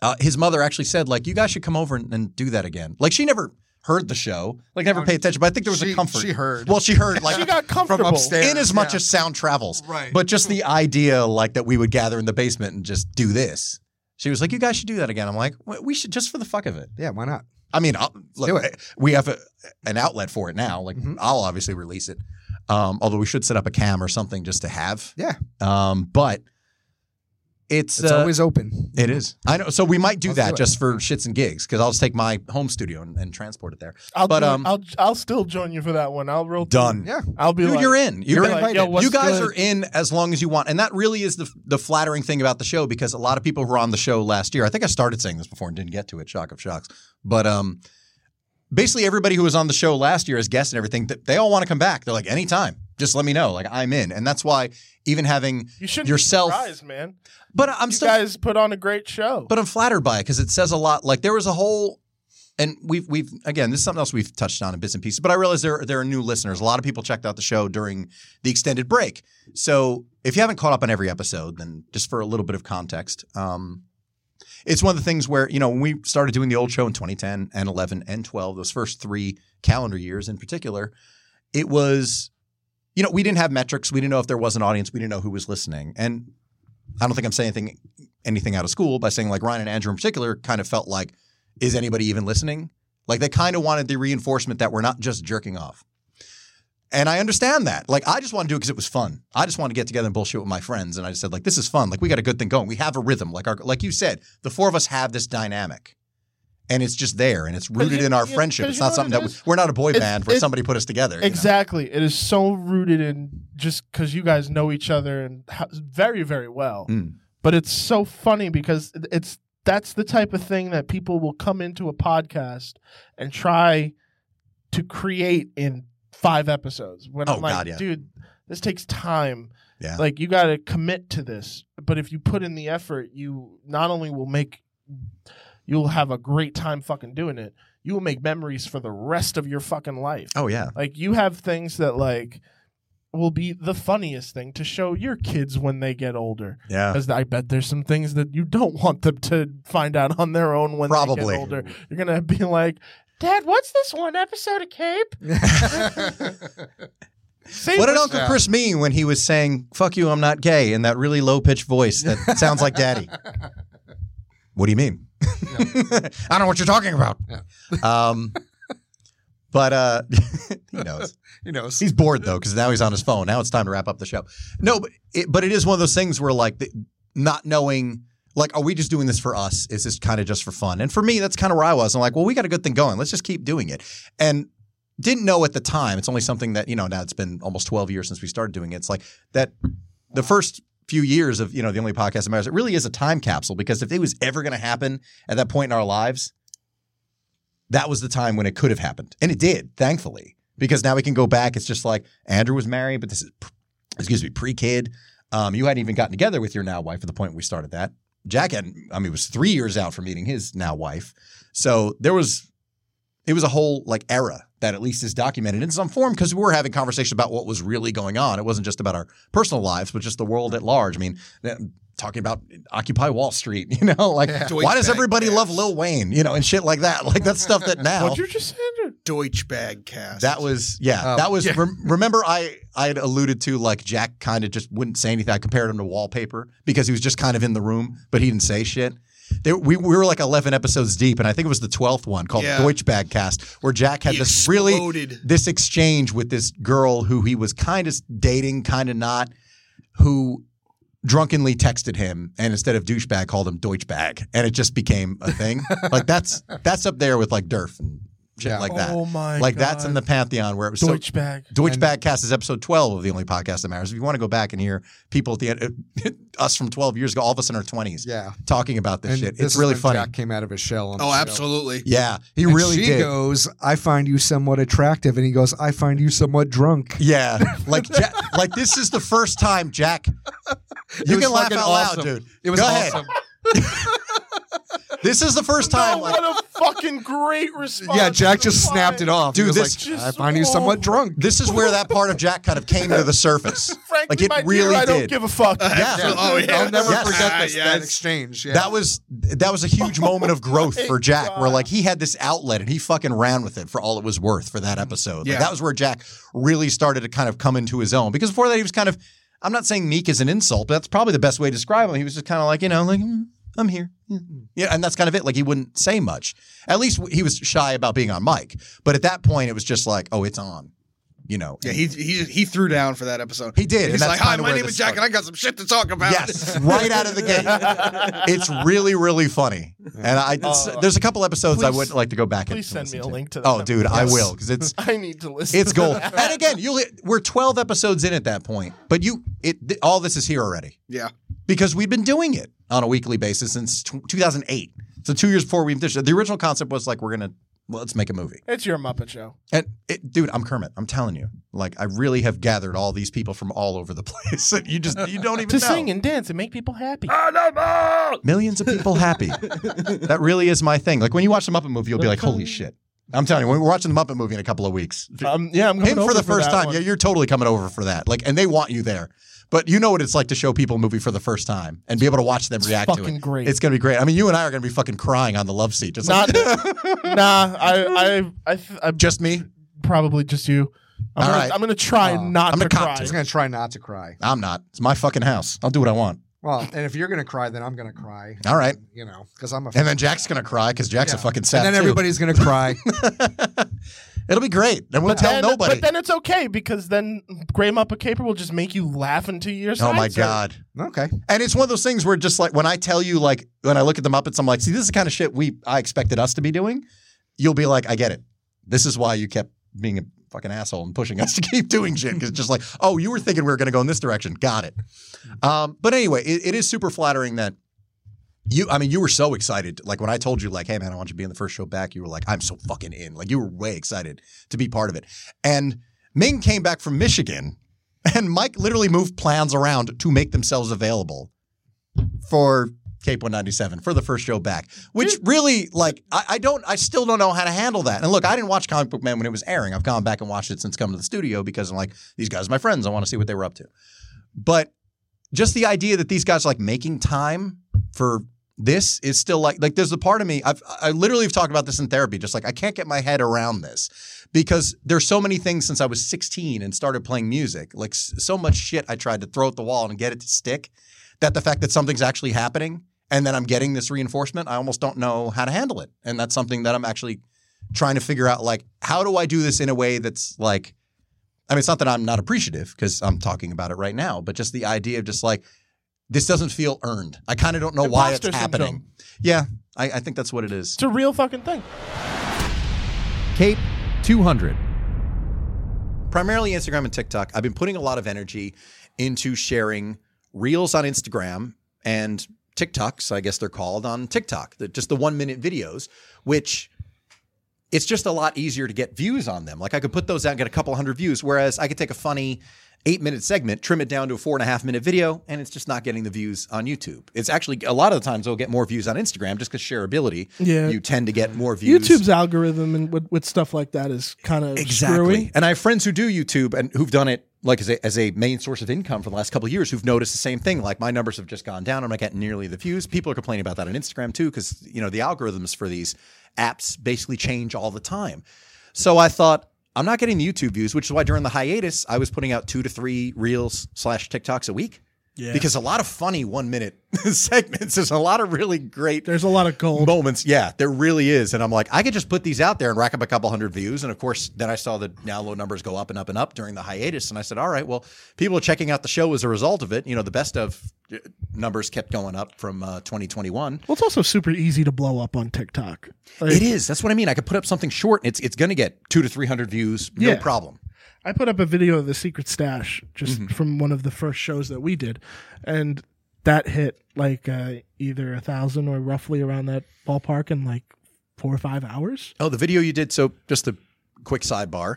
S2: uh, his mother actually said, like, you guys should come over and, and do that again. Like, she never heard the show, like, never paid attention. But I think there was
S9: She-
S2: a comfort.
S9: she heard.
S2: Well, she heard, like,
S9: She got comfortable.
S2: from upstairs. In as much
S9: Yeah.
S2: as sound travels,
S9: Right.
S2: But just the idea, like, that we would gather in the basement and just do this. She was like, you guys should do that again. I'm like, "We- we should just for the fuck of it.
S9: Yeah, why not?
S2: I mean, I'll,
S9: do
S2: look,
S9: it. Mm-hmm.
S2: we have a, an outlet for it now. Like, I'll obviously release it. Um, although we should set up a cam or something just to have.
S9: Yeah.
S2: Um, but it's
S9: It's
S2: uh,
S9: always open.
S2: It is. I know. So we might do
S9: Let's
S2: that
S9: do it.
S2: just for shits and gigs because I'll just take my home studio and, and transport it there.
S8: I'll
S2: but
S8: join-
S2: um,
S8: I'll I'll still join you for that one. I'll roll.
S2: done.
S8: Yeah. I'll be
S2: Dude,
S8: like-
S2: you're in. You're,
S8: I'll be like,
S2: invited.
S8: yo, what's
S2: you guys
S8: good?
S2: are in as long as you want, and that really is the the flattering thing about the show because a lot of people who were on the show last year. I think I started saying this before and didn't get to it. Shock of shocks. But um, basically everybody who was on the show last year as guests and everything, th- they all want to come back. They're like, anytime, just let me know. Like I'm in, and that's why even having
S8: You shouldn't be
S2: yourself.
S8: surprised, man.
S2: But I'm
S8: you guys put on a great show.
S2: But I'm flattered by it because it says a lot. Like there was a whole, and we've we've again this is something else we've touched on in bits and pieces. But I realize there there are new listeners. A lot of people checked out the show during the extended break. So if you haven't caught up on every episode, then just for a little bit of context, um, it's one of the things where you know when we started doing the old show in 2010 and 11 and 12, those first three calendar years in particular, it was. You know, we didn't have metrics. We didn't know if there was an audience. We didn't know who was listening. And I don't think I'm saying anything anything out of school by saying like Ryan and Andrew in particular kind of felt like, is anybody even listening? Like they kind of wanted the reinforcement that we're not just jerking off. And I understand that. Like I just want to do it because it was fun. I just want to get together and bullshit with my friends. And I just said like, this is fun. Like we got a good thing going. We have a rhythm. Like our like you said, the four of us have this dynamic. And it's just there, and it's rooted
S8: you-
S2: in our
S8: you-
S2: friendship.
S8: 'cause
S2: It's
S8: you know
S2: not
S8: what
S2: something
S8: it
S2: that we,
S8: is?
S2: we're not a boy
S8: It's-
S2: band where
S8: it's-
S2: somebody put us together. you know?
S8: Exactly. It is so rooted in just because you guys know each other and ho- very, very well.
S2: Mm.
S8: But it's so funny because it- it's that's the type of thing that people will come into a podcast and try to create in five episodes. When
S2: Oh,
S8: I'm like,
S2: God, yeah.
S8: dude, this takes time.
S2: Yeah.
S8: Like you got to commit to this. But if you put in the effort, you not only will make you'll have a great time fucking doing it. You will make memories for the rest of your fucking life.
S2: Oh, yeah.
S8: Like you have things that like will be the funniest thing to show your kids when they get older.
S2: Yeah.
S8: Because I bet there's some things that you don't want them to find out on their own when they
S2: Probably.
S8: get older. You're gonna be like,
S28: Dad, what's this one episode of Cape?
S8: See,
S2: what did
S8: what's-
S2: Uncle
S8: Yeah.
S2: Chris mean when he was saying "fuck you, I'm not gay" in that really low pitched voice that sounds like Daddy? what do you mean? I don't know what you're talking about. Um, but uh, he knows.
S9: He knows.
S2: He's bored though because now he's on his phone. Now it's time to wrap up the show. No, but it, but it is one of those things where like the, not knowing. Like, are we just doing this for us? Is this kind of just for fun? And for me, that's kind of where I was. I'm like, well, we got a good thing going. Let's just keep doing it. And didn't know at the time. It's only something that you know. Now it's been almost 12 years since we started doing it. It's like that. The first few years of you know the only podcast that matters. It really is a time capsule because if it was ever going to happen at that point in our lives, that was the time when it could have happened. And it did, thankfully, because now we can go back. It's just like Andrew was married, but this is, pr- excuse me, pre kid. Um, you hadn't even gotten together with your now wife at the point we started that. Jack had, I mean, was three years out from meeting his now wife. So there was, it was a whole like era that at least is documented in some form because we were having conversation about what was really going on. It wasn't just about our personal lives, but just the world at large. I mean, that- talking about Occupy Wall Street, you know, like
S21: Yeah.
S2: why does
S21: Deutsche
S2: everybody love Lil Wayne, you know, and shit like that. Like that's stuff that now
S21: What'd you
S8: just say?
S21: Deutsch bag cast.
S2: that was yeah.
S21: Um,
S2: that was
S21: yeah.
S2: rem- remember I I had alluded to like Jack kind of just wouldn't say anything. I compared him to wallpaper because he was just kind of in the room, but he didn't say shit. There, we, we were like eleven episodes deep, and I think it was the twelfth one called
S21: Yeah.
S2: Deutsch Bag Cast, where Jack had
S21: He
S2: this really
S21: exploded.
S2: this exchange with this girl who he was kind of dating, kind of not, who drunkenly texted him and instead of douchebag called him Deutschbag, and it just became a thing. like that's that's up there with like Durf and shit like that.
S8: Oh my
S2: Like that's in the pantheon where it was so-
S8: Deutschbag.
S2: Deutschbag cast is episode twelve of the only podcast that matters. If you want to go back and hear people at the end, us from twelve years ago, all of us in our twenties,
S9: Yeah.
S2: talking about this
S9: And
S2: shit.
S9: this
S2: it's
S9: is
S2: really
S9: when
S2: funny.
S9: Jack came out of his shell. On
S21: Oh,
S9: the show.
S21: absolutely.
S2: Yeah, he
S9: And
S2: really
S9: she
S2: did.
S9: goes, "I find you somewhat attractive," and he goes, "I find you somewhat drunk."
S2: Yeah, like Jack, like this is the first time Jack. You
S9: was
S2: can laugh
S9: fucking
S2: out
S9: awesome.
S2: loud, dude.
S9: It was
S2: Go
S9: awesome.
S2: ahead. this is the first time.
S8: Oh,
S2: like,
S8: what a fucking great response.
S9: Yeah, Jack just snapped it off. He
S2: Dude,
S9: was
S2: this-
S9: like, I find you somewhat drunk.
S2: This is where that part of Jack kind of came to the surface. like
S8: Frankly,
S2: it
S8: my dear,
S2: really
S8: I
S2: did.
S8: don't give a fuck.
S2: Yeah.
S8: Oh, yeah.
S9: I'll never
S2: Yes.
S9: forget
S2: Ah,
S9: this, that
S2: yes.
S9: exchange. Yeah.
S2: That was that was a huge moment of growth for Jack, where like he had this outlet and he fucking ran with it for all it was worth for that episode. Like,
S9: Yeah.
S2: that was where Jack really started to kind of come into his own. Because before that, he was kind of I'm not saying meek is an insult, but that's probably the best way to describe him. He was just kind of like you know like "Mm, I'm here, yeah, and that's kind of it. Like he wouldn't say much. At least he was shy about being on mic. But at that point, it was just like oh, it's on, you know.
S10: Yeah, he he he threw down for that episode.
S2: He did, and
S10: He's
S2: that's
S10: like, "Hi,
S2: kinda
S10: my
S2: where
S10: name
S2: this
S10: is Jack, and I got some shit to talk about."
S2: Yes, right out of the gate. It's really, really funny, and I it's-
S8: Uh,
S2: there's a couple episodes I
S8: please-
S2: would like to go back. and
S8: please send
S2: listen
S8: me a
S2: to.
S8: link to
S2: Oh,
S8: that.
S2: dude, I
S8: Yes.
S2: will because it's
S8: I need to listen
S2: it's
S8: to
S2: gold.
S8: that.
S2: And again, you'll we're 12 episodes in at that point, but you it th- all this is here already
S10: Yeah.
S2: because we've been doing it on a weekly basis since tw 2008. So two years before we even did it. the original concept was like we're gonna well, let's make a movie.
S8: It's your Muppet Show.
S2: And it, dude, I'm Kermit. I'm telling you, like I really have gathered all these people from all over the place. you just you don't even
S8: to
S2: know.
S8: sing and dance and make people happy. Oh.
S2: Millions of people happy. that really is my thing. Like when you watch the Muppet movie, you'll be like, "Holy shit!" I'm telling you, when we're watching the Muppet movie in a couple of weeks,
S8: Um, yeah, I'm coming
S2: him for
S8: over
S2: the
S8: for
S2: first
S8: that
S2: time.
S8: one.
S2: Yeah, you're totally coming over for that. Like, and they want you there. But you know what it's like to show people a movie for the first time and be able to watch them react to
S8: fucking
S2: it.
S8: great.
S2: It's gonna be great. I mean, you and I are gonna be fucking crying on the love seat. Just
S8: Not,
S2: like,
S8: nah, I, I, I, th- I,
S2: just me.
S8: Probably just you. I'm
S2: All
S8: gonna,
S2: right.
S8: I'm gonna try not
S2: I'm
S8: to
S2: a cop
S8: cry.
S2: to it.
S9: I'm gonna try not to cry.
S2: I'm not. It's my fucking house. I'll do what I want.
S9: Well, and if you're gonna cry, then I'm gonna cry.
S2: All right.
S9: You know, because I'm a.
S2: And then Jack's gonna cry because Jack's a
S9: Yeah.
S2: fucking
S9: And
S2: sap
S9: then
S2: too.
S9: everybody's gonna cry.
S2: It'll be great. Then we'll tell
S8: then,
S2: nobody.
S8: But then it's okay because then Graham Up a Caper will just make you laugh into your.
S2: Oh my
S8: sides hurt.
S2: god.
S9: Okay.
S2: And it's one of those things where just like when I tell you like when I look at the Muppets, I'm like, see, this is the kind of shit we I expected us to be doing. You'll be like, I get it. This is why you kept being a fucking asshole and pushing us to keep doing shit because just like, oh, you were thinking we were going to go in this direction. Got it. Um, but anyway, it, it is super flattering that You, I mean, you were so excited. Like when I told you, like, hey man, I want you to be in the first show back. You were like, I'm so fucking in. Like you were way excited to be part of it. And Ming came back from Michigan, and Mike literally moved plans around to make themselves available for Cape 197 for the first show back, which really, like, I, I don't, I still don't know how to handle that. And look, I didn't watch Comic Book Man when it was airing. I've gone back and watched it since coming to the studio because I'm like, these guys are my friends. I want to see what they were up to. But just the idea that these guys are like making time for this is still like, like, there's a part of me, I've, I literally have talked about this in therapy, just like, I can't get my head around this because there's so many things since I was 16 and started playing music, like, s- so much shit I tried to throw at the wall and get it to stick that the fact that something's actually happening and that I'm getting this reinforcement, I almost don't know how to handle it. And that's something that I'm actually trying to figure out like, how do I do this in a way that's like, I mean, it's not that I'm not appreciative because I'm talking about it right now, but just the idea of just like, this doesn't feel earned. I kind of don't know why it's
S8: Imposter syndrome.
S2: happening. Yeah, I, I think that's what it is.
S8: It's a real fucking thing.
S2: Cape 200. Primarily Instagram and TikTok. I've been putting a lot of energy into sharing reels on Instagram and TikToks, I guess they're called on TikTok, the, just the one minute videos, which it's just a lot easier to get views on them. Like I could put those out and get a couple hundred views, whereas I could take a funny eight minute segment, trim it down to a four and a half minute video, and it's just not getting the views on YouTube. It's actually a lot of the times they'll get more views on Instagram just because shareability.
S8: Yeah.
S2: You tend to get more views.
S8: YouTube's algorithm and with, with stuff like that is kind of
S2: Exactly.
S8: screwy.
S2: And I have friends who do YouTube and who've done it like as a, as a main source of income for the last couple of years who've noticed the same thing. Like my numbers have just gone down. I'm not getting nearly the views. People are complaining about that on Instagram too because, you know, the algorithms for these apps basically change all the time. So I thought, I'm not getting the YouTube views, which is why during the hiatus, I was putting out two to three reels slash TikToks a week.
S8: Yeah.
S2: Because a lot of funny one minute segments. There's a lot of really great.
S8: There's a lot of gold
S2: moments. Yeah, there really is. And I'm like, I could just put these out there and rack up a couple hundred views. And of course, then I saw the download numbers go up and up and up during the hiatus. And I said, all right, well, people are checking out the show as a result of it. You know, the best of uh, numbers kept going up from uh, 2021.
S8: Well, it's also super easy to blow up on TikTok. Like,
S2: it is. That's what I mean. I could put up something short. It's it's going to get two to three hundred views, no
S8: Yeah.
S2: problem. Mm-hmm.
S8: I put up a video of the secret stash just from one of the first shows that we did, and that hit like uh, either a thousand or roughly around that ballpark in like four or five hours.
S2: Oh, the video you did. So just a quick sidebar.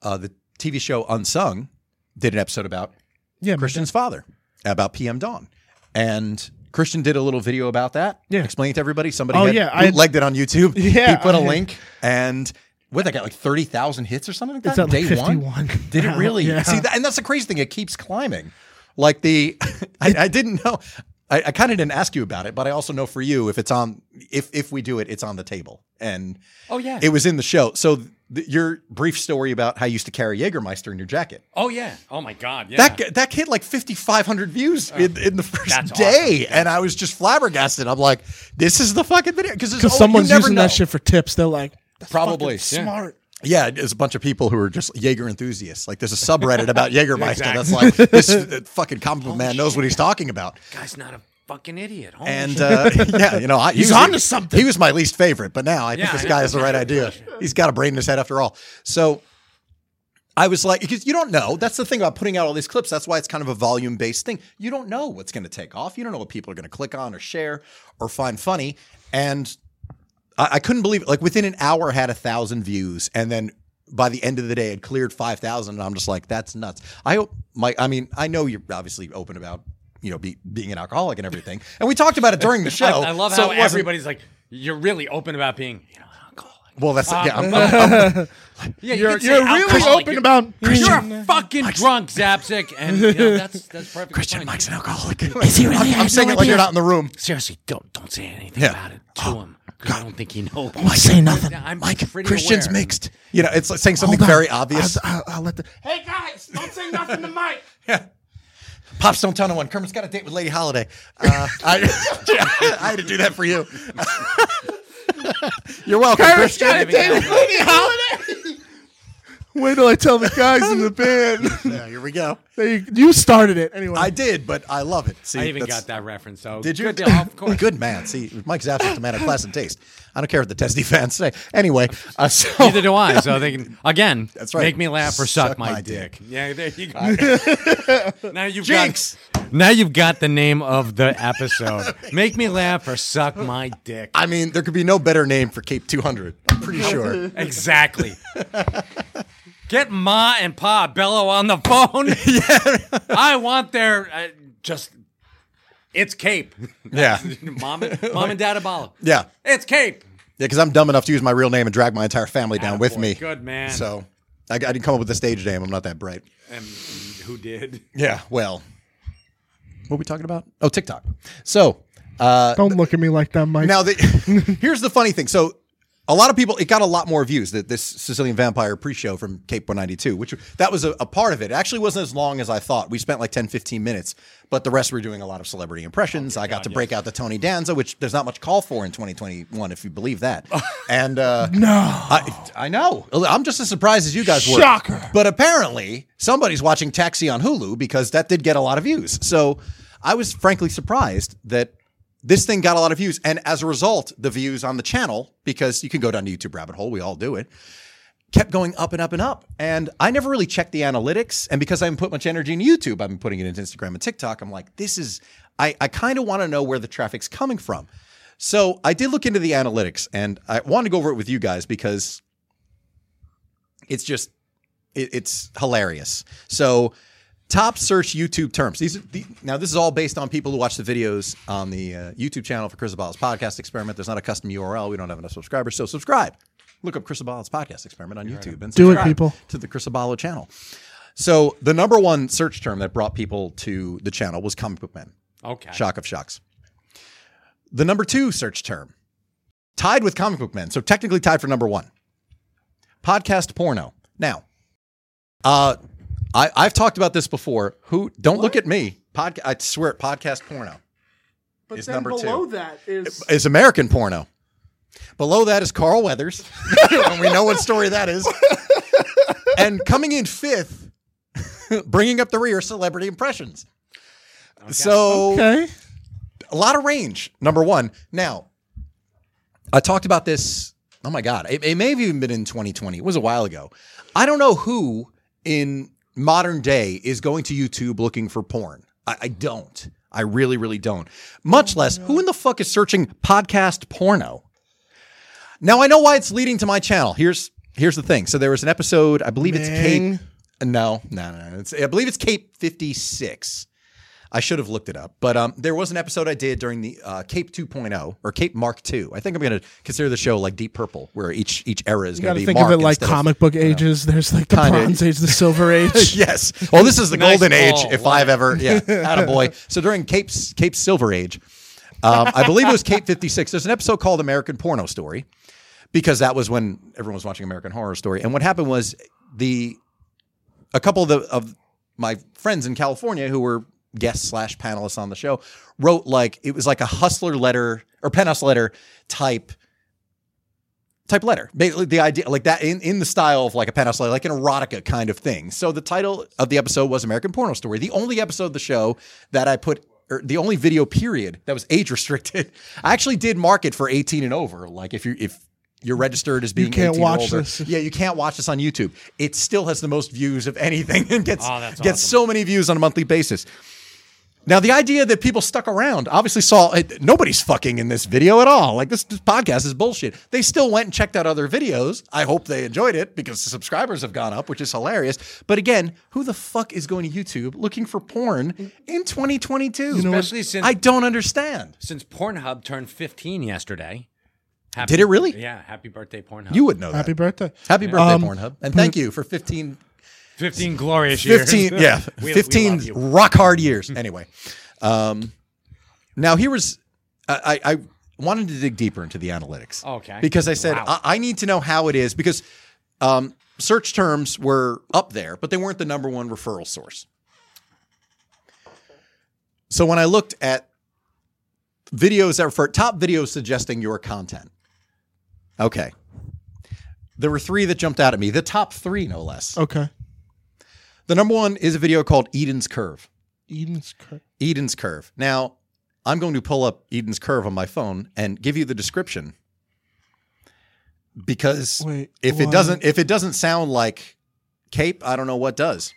S2: Uh, the TV show Unsung did an episode about
S8: Yeah,
S2: Christian's father, about PM Dawn. And Christian did a little video about that. Yeah. Explain it to everybody. Somebody
S8: Oh,
S2: had
S8: yeah, I-
S2: bootlegged it on YouTube.
S8: Yeah,
S2: He put a
S8: I-
S2: link and what that got like 30,000 hits or something like that
S8: It's at
S2: day
S8: like
S2: one.
S8: 51
S2: Did it
S8: now,
S2: really?
S8: yeah.
S2: See, that, and that's the crazy thing. It keeps climbing. Like the, I, I didn't know. I, I kind of didn't ask you about it, but I also know for you, if it's on, if if we do it, it's on the table. And
S5: Oh, yeah.
S2: it was in the show. So th- your brief story about how you used to carry Jägermeister in your jacket.
S5: Oh yeah. Oh my God. Yeah.
S2: That g- that hit like 5,500 views in, in the first day, and I was just flabbergasted. I'm like, this is the fucking video oh, because
S8: Because someone's using that shit for tips. They're like,
S2: Probably
S8: fucking smart.
S2: Yeah, there's a bunch of people who are just Jaeger enthusiasts. Like, there's a subreddit about Jägermeister that's
S5: Exactly.
S2: like, this uh, fucking comic book man knows what he's talking about.
S5: guy's not a fucking idiot. Holy
S2: And
S5: shit.
S2: uh, yeah, you know, I,
S5: he's
S2: he was-
S5: on to something.
S2: He was my least favorite, but now I
S5: Yeah,
S2: think
S5: I
S2: this guy
S5: know.
S2: has the right idea. He's got a brain in his head after all. So I was like, because you don't know. That's the thing about putting out all these clips. That's why it's kind of a volume based thing. You don't know what's going to take off. You don't know what people are going to click on or share or find funny. And I, I couldn't believe it. Like within an hour, I had a thousand views, and then by the end of the day, it cleared five thousand. And I'm just like, that's nuts. I hope my. I mean, I know you're obviously open about you know be, being an alcoholic and everything, and we talked about it during the show.
S5: I, I love
S2: so
S5: how
S2: it wasn't-
S5: everybody's like, you're really open about being. You know,
S2: Well, that's
S5: Uh,
S2: yeah. I'm,
S5: but-
S2: I'm- I'm-
S5: yeah, you
S2: You're-
S5: could say
S2: you're really
S5: alcoholic.
S2: open
S5: You're-
S2: about-
S5: You're a fucking drunk, Zapsic, and you know, that's that's perfect.
S2: Christian Mike's an alcoholic.
S5: Is he really? I
S2: I'm,
S5: had
S2: I'm saying
S5: no
S2: it like you're
S5: idea.
S2: not in the room.
S5: Seriously, don't don't say anything
S2: Yeah.
S5: about it to him. 'cause I don't think he knows.
S2: Don't say nothing.
S5: I'm
S2: Mike,
S5: pretty
S2: Christian's
S5: aware.
S2: mixed. You know, it's like saying something
S8: Hold on.
S2: very obvious.
S8: I'll, I'll- I'll let the
S29: Hey guys, don't say nothing to Mike.
S2: Pops don't tell no one. Kermit's got a date with Lady Holiday. Uh, I, I had to do that for you. You're welcome,
S29: Kermit's
S2: Christian.
S29: got a date with Lady
S2: Holiday.
S8: Wait till I tell the guys in the band.
S2: Yeah, here we go.
S8: They, you started it anyway.
S2: I did, but I love it. See,
S5: I even
S2: that's-
S5: got that reference. So
S2: Did you?
S5: Good deal, of course.
S2: Good man. See, Mike Zappa's a man of class and taste. I don't care what the Testy fans say. Anyway, uh, so
S5: Neither do I. So they can again.
S2: That's right.
S5: Make me laugh or suck,
S2: Suck
S5: my,
S2: my
S5: dick.
S2: dick.
S5: Yeah, there you go. now you've got-
S2: Jinx.
S5: Now you've got the name of the episode. Make me laugh or suck my dick.
S2: I mean, there could be no better name for Cape 200. I'm pretty sure.
S5: Exactly. Get Ma and Pa Bello on the phone. I want their uh, just. It's Cape.
S2: Yeah.
S5: Mom and, Mom and Dad Abalo.
S2: Yeah.
S5: It's Cape.
S2: Yeah, because I'm dumb enough to use my real name and drag my entire family down with me.
S5: Good man.
S2: So I, I didn't come up with the stage name. I'm not that bright.
S5: And who did?
S2: Yeah. Well, what are we talking about? Oh, TikTok. So uh,
S13: Don't look at me like that, Mike.
S2: now, the, here's the funny thing. So a lot of people, it got a lot more views that this Sicilian Vampire pre-show from Cape 192, which that was a, a part of it. It actually wasn't as long as I thought. We spent like 10, 15 minutes, but the rest were doing a lot of celebrity
S13: Oh,
S2: impressions. I got to break out the Tony Danza, which there's not much call for in 2021, if you believe that. and uh,
S13: no,
S2: I, I know. I'm just as surprised as you guys were.
S13: Shocker.
S2: But apparently, somebody's watching Taxi on Hulu because that did get a lot of views. So I was frankly surprised that this thing got a lot of views. And as a result, the views on the channel, because you can go down the YouTube rabbit hole, we all do it, kept going up and up and up. And I never really checked the analytics. And because I haven't put much energy into YouTube, I've been putting it into Instagram and TikTok. I'm like, this is, I, I kind of want to know where the traffic's coming from. So I did look into the analytics and I want to go over it with you guys because it's just, it, it's hilarious. So top search YouTube terms. These are the, now this is all based on people who watch the videos on the uh, YouTube channel for Chris Abala's podcast experiment. There's not a custom URL. We don't have enough subscribers, so subscribe. Look up Chris Abala's podcast experiment on YouTube and
S13: Do it,
S2: subscribe
S13: people.
S2: to the Chris Abala channel. So the number one search term that brought people to the channel was comic book men.
S5: Okay.
S2: Shock of shocks. The number two search term, tied with comic book men, so technically tied for number one. Podcast porno. Now, uh, I, I've talked about this before. Who don't look at me? Podca- I swear, podcast porno
S8: But
S2: Is
S8: then
S2: number two.
S8: below that is
S2: is American porno. Below that is Carl Weathers, and we know what story that is. and coming in fifth, bringing up the rear, celebrity impressions. So, a lot of range. Number one. Now, I talked about this. Oh my God. It, it may have even been in 2020. It was a while ago. I don't know who in modern day is going to YouTube looking for porn. I, I don't. I really, really don't. Much less, who in the fuck is searching podcast porno? Now I know why it's leading to my channel. Here's here's the thing. So there was an episode, I believe it's
S30: Ming?
S2: Cape. No, no, no. no. It's, I believe it's Cape 56. I should have looked it up, but um, there was an episode I did during the uh, Cape 2.0 or Cape Mark 2. I think I'm going to consider the show like Deep Purple, where each each era is
S13: You
S2: going
S13: got
S2: to be
S13: to think
S2: Mark
S13: of it like
S2: instead
S13: comic book ages. There's like the
S2: Kinda.
S13: Bronze Age, the Silver Age.
S2: yes. Well, this is the
S13: Nice
S2: golden age,
S13: ball,
S2: if
S13: love
S2: I've
S13: it.
S2: ever. Yeah, attaboy. So during Cape's Cape's Silver Age, um, I believe it was Cape Fifty Six. There's an episode called American Porno Story, because that was when everyone was watching American Horror Story. And what happened was the a couple of the of my friends in California who were guests slash panelists on the show wrote like it was like a hustler letter or penthouse letter type type letter. Basically, the idea like that in, in the style of like a penthouse letter, like an erotica kind of thing. So the title of the episode was American Porno Story. The only episode of the show that I put or the only video period that was age restricted. I actually did mark it for 18 and over. Like if you if you're registered as being
S13: can't
S2: 18
S13: watch
S2: or older.
S13: this.
S2: Yeah, you can't watch this on YouTube. It still has the most views of anything and gets
S13: Oh, that's
S2: gets so many views on a monthly basis. Now, the idea that people stuck around obviously saw it, nobody's fucking in this video at all. Like, this, this podcast is bullshit. They still went and checked out other videos. I hope they enjoyed it because the subscribers have gone up, which is hilarious. But again, who the fuck is going to YouTube looking for porn in 2022?
S5: You know what? Especially since-
S2: I don't understand.
S5: Since Pornhub turned 15 yesterday. Happy,
S2: Did it really?
S5: Yeah. Happy birthday, Pornhub.
S2: You would know that.
S13: Happy birthday.
S2: Happy
S13: Yeah.
S2: birthday,
S13: Um,
S2: Pornhub. And
S13: but-
S2: thank you for 15
S5: 15 glorious years.
S2: 15 yeah
S5: We- we
S2: 15
S5: love you.
S2: rock hard years anyway um now here was I, I i wanted to dig deeper into the analytics
S5: Okay.
S2: because i said
S5: Wow.
S2: I, I need to know how it is because um search terms were up there but they weren't the number one referral source so when i looked at videos that refer top videos suggesting your content okay there were three that jumped out at me the top three no less
S13: Okay.
S2: the number one is a video called Eden's Curve.
S13: Eden's Curve.
S2: Eden's Curve. Now, I'm going to pull up Eden's Curve on my phone and give you the description because
S13: Wait,
S2: if it
S13: why-
S2: doesn't if it doesn't sound like Cape, I don't know what does.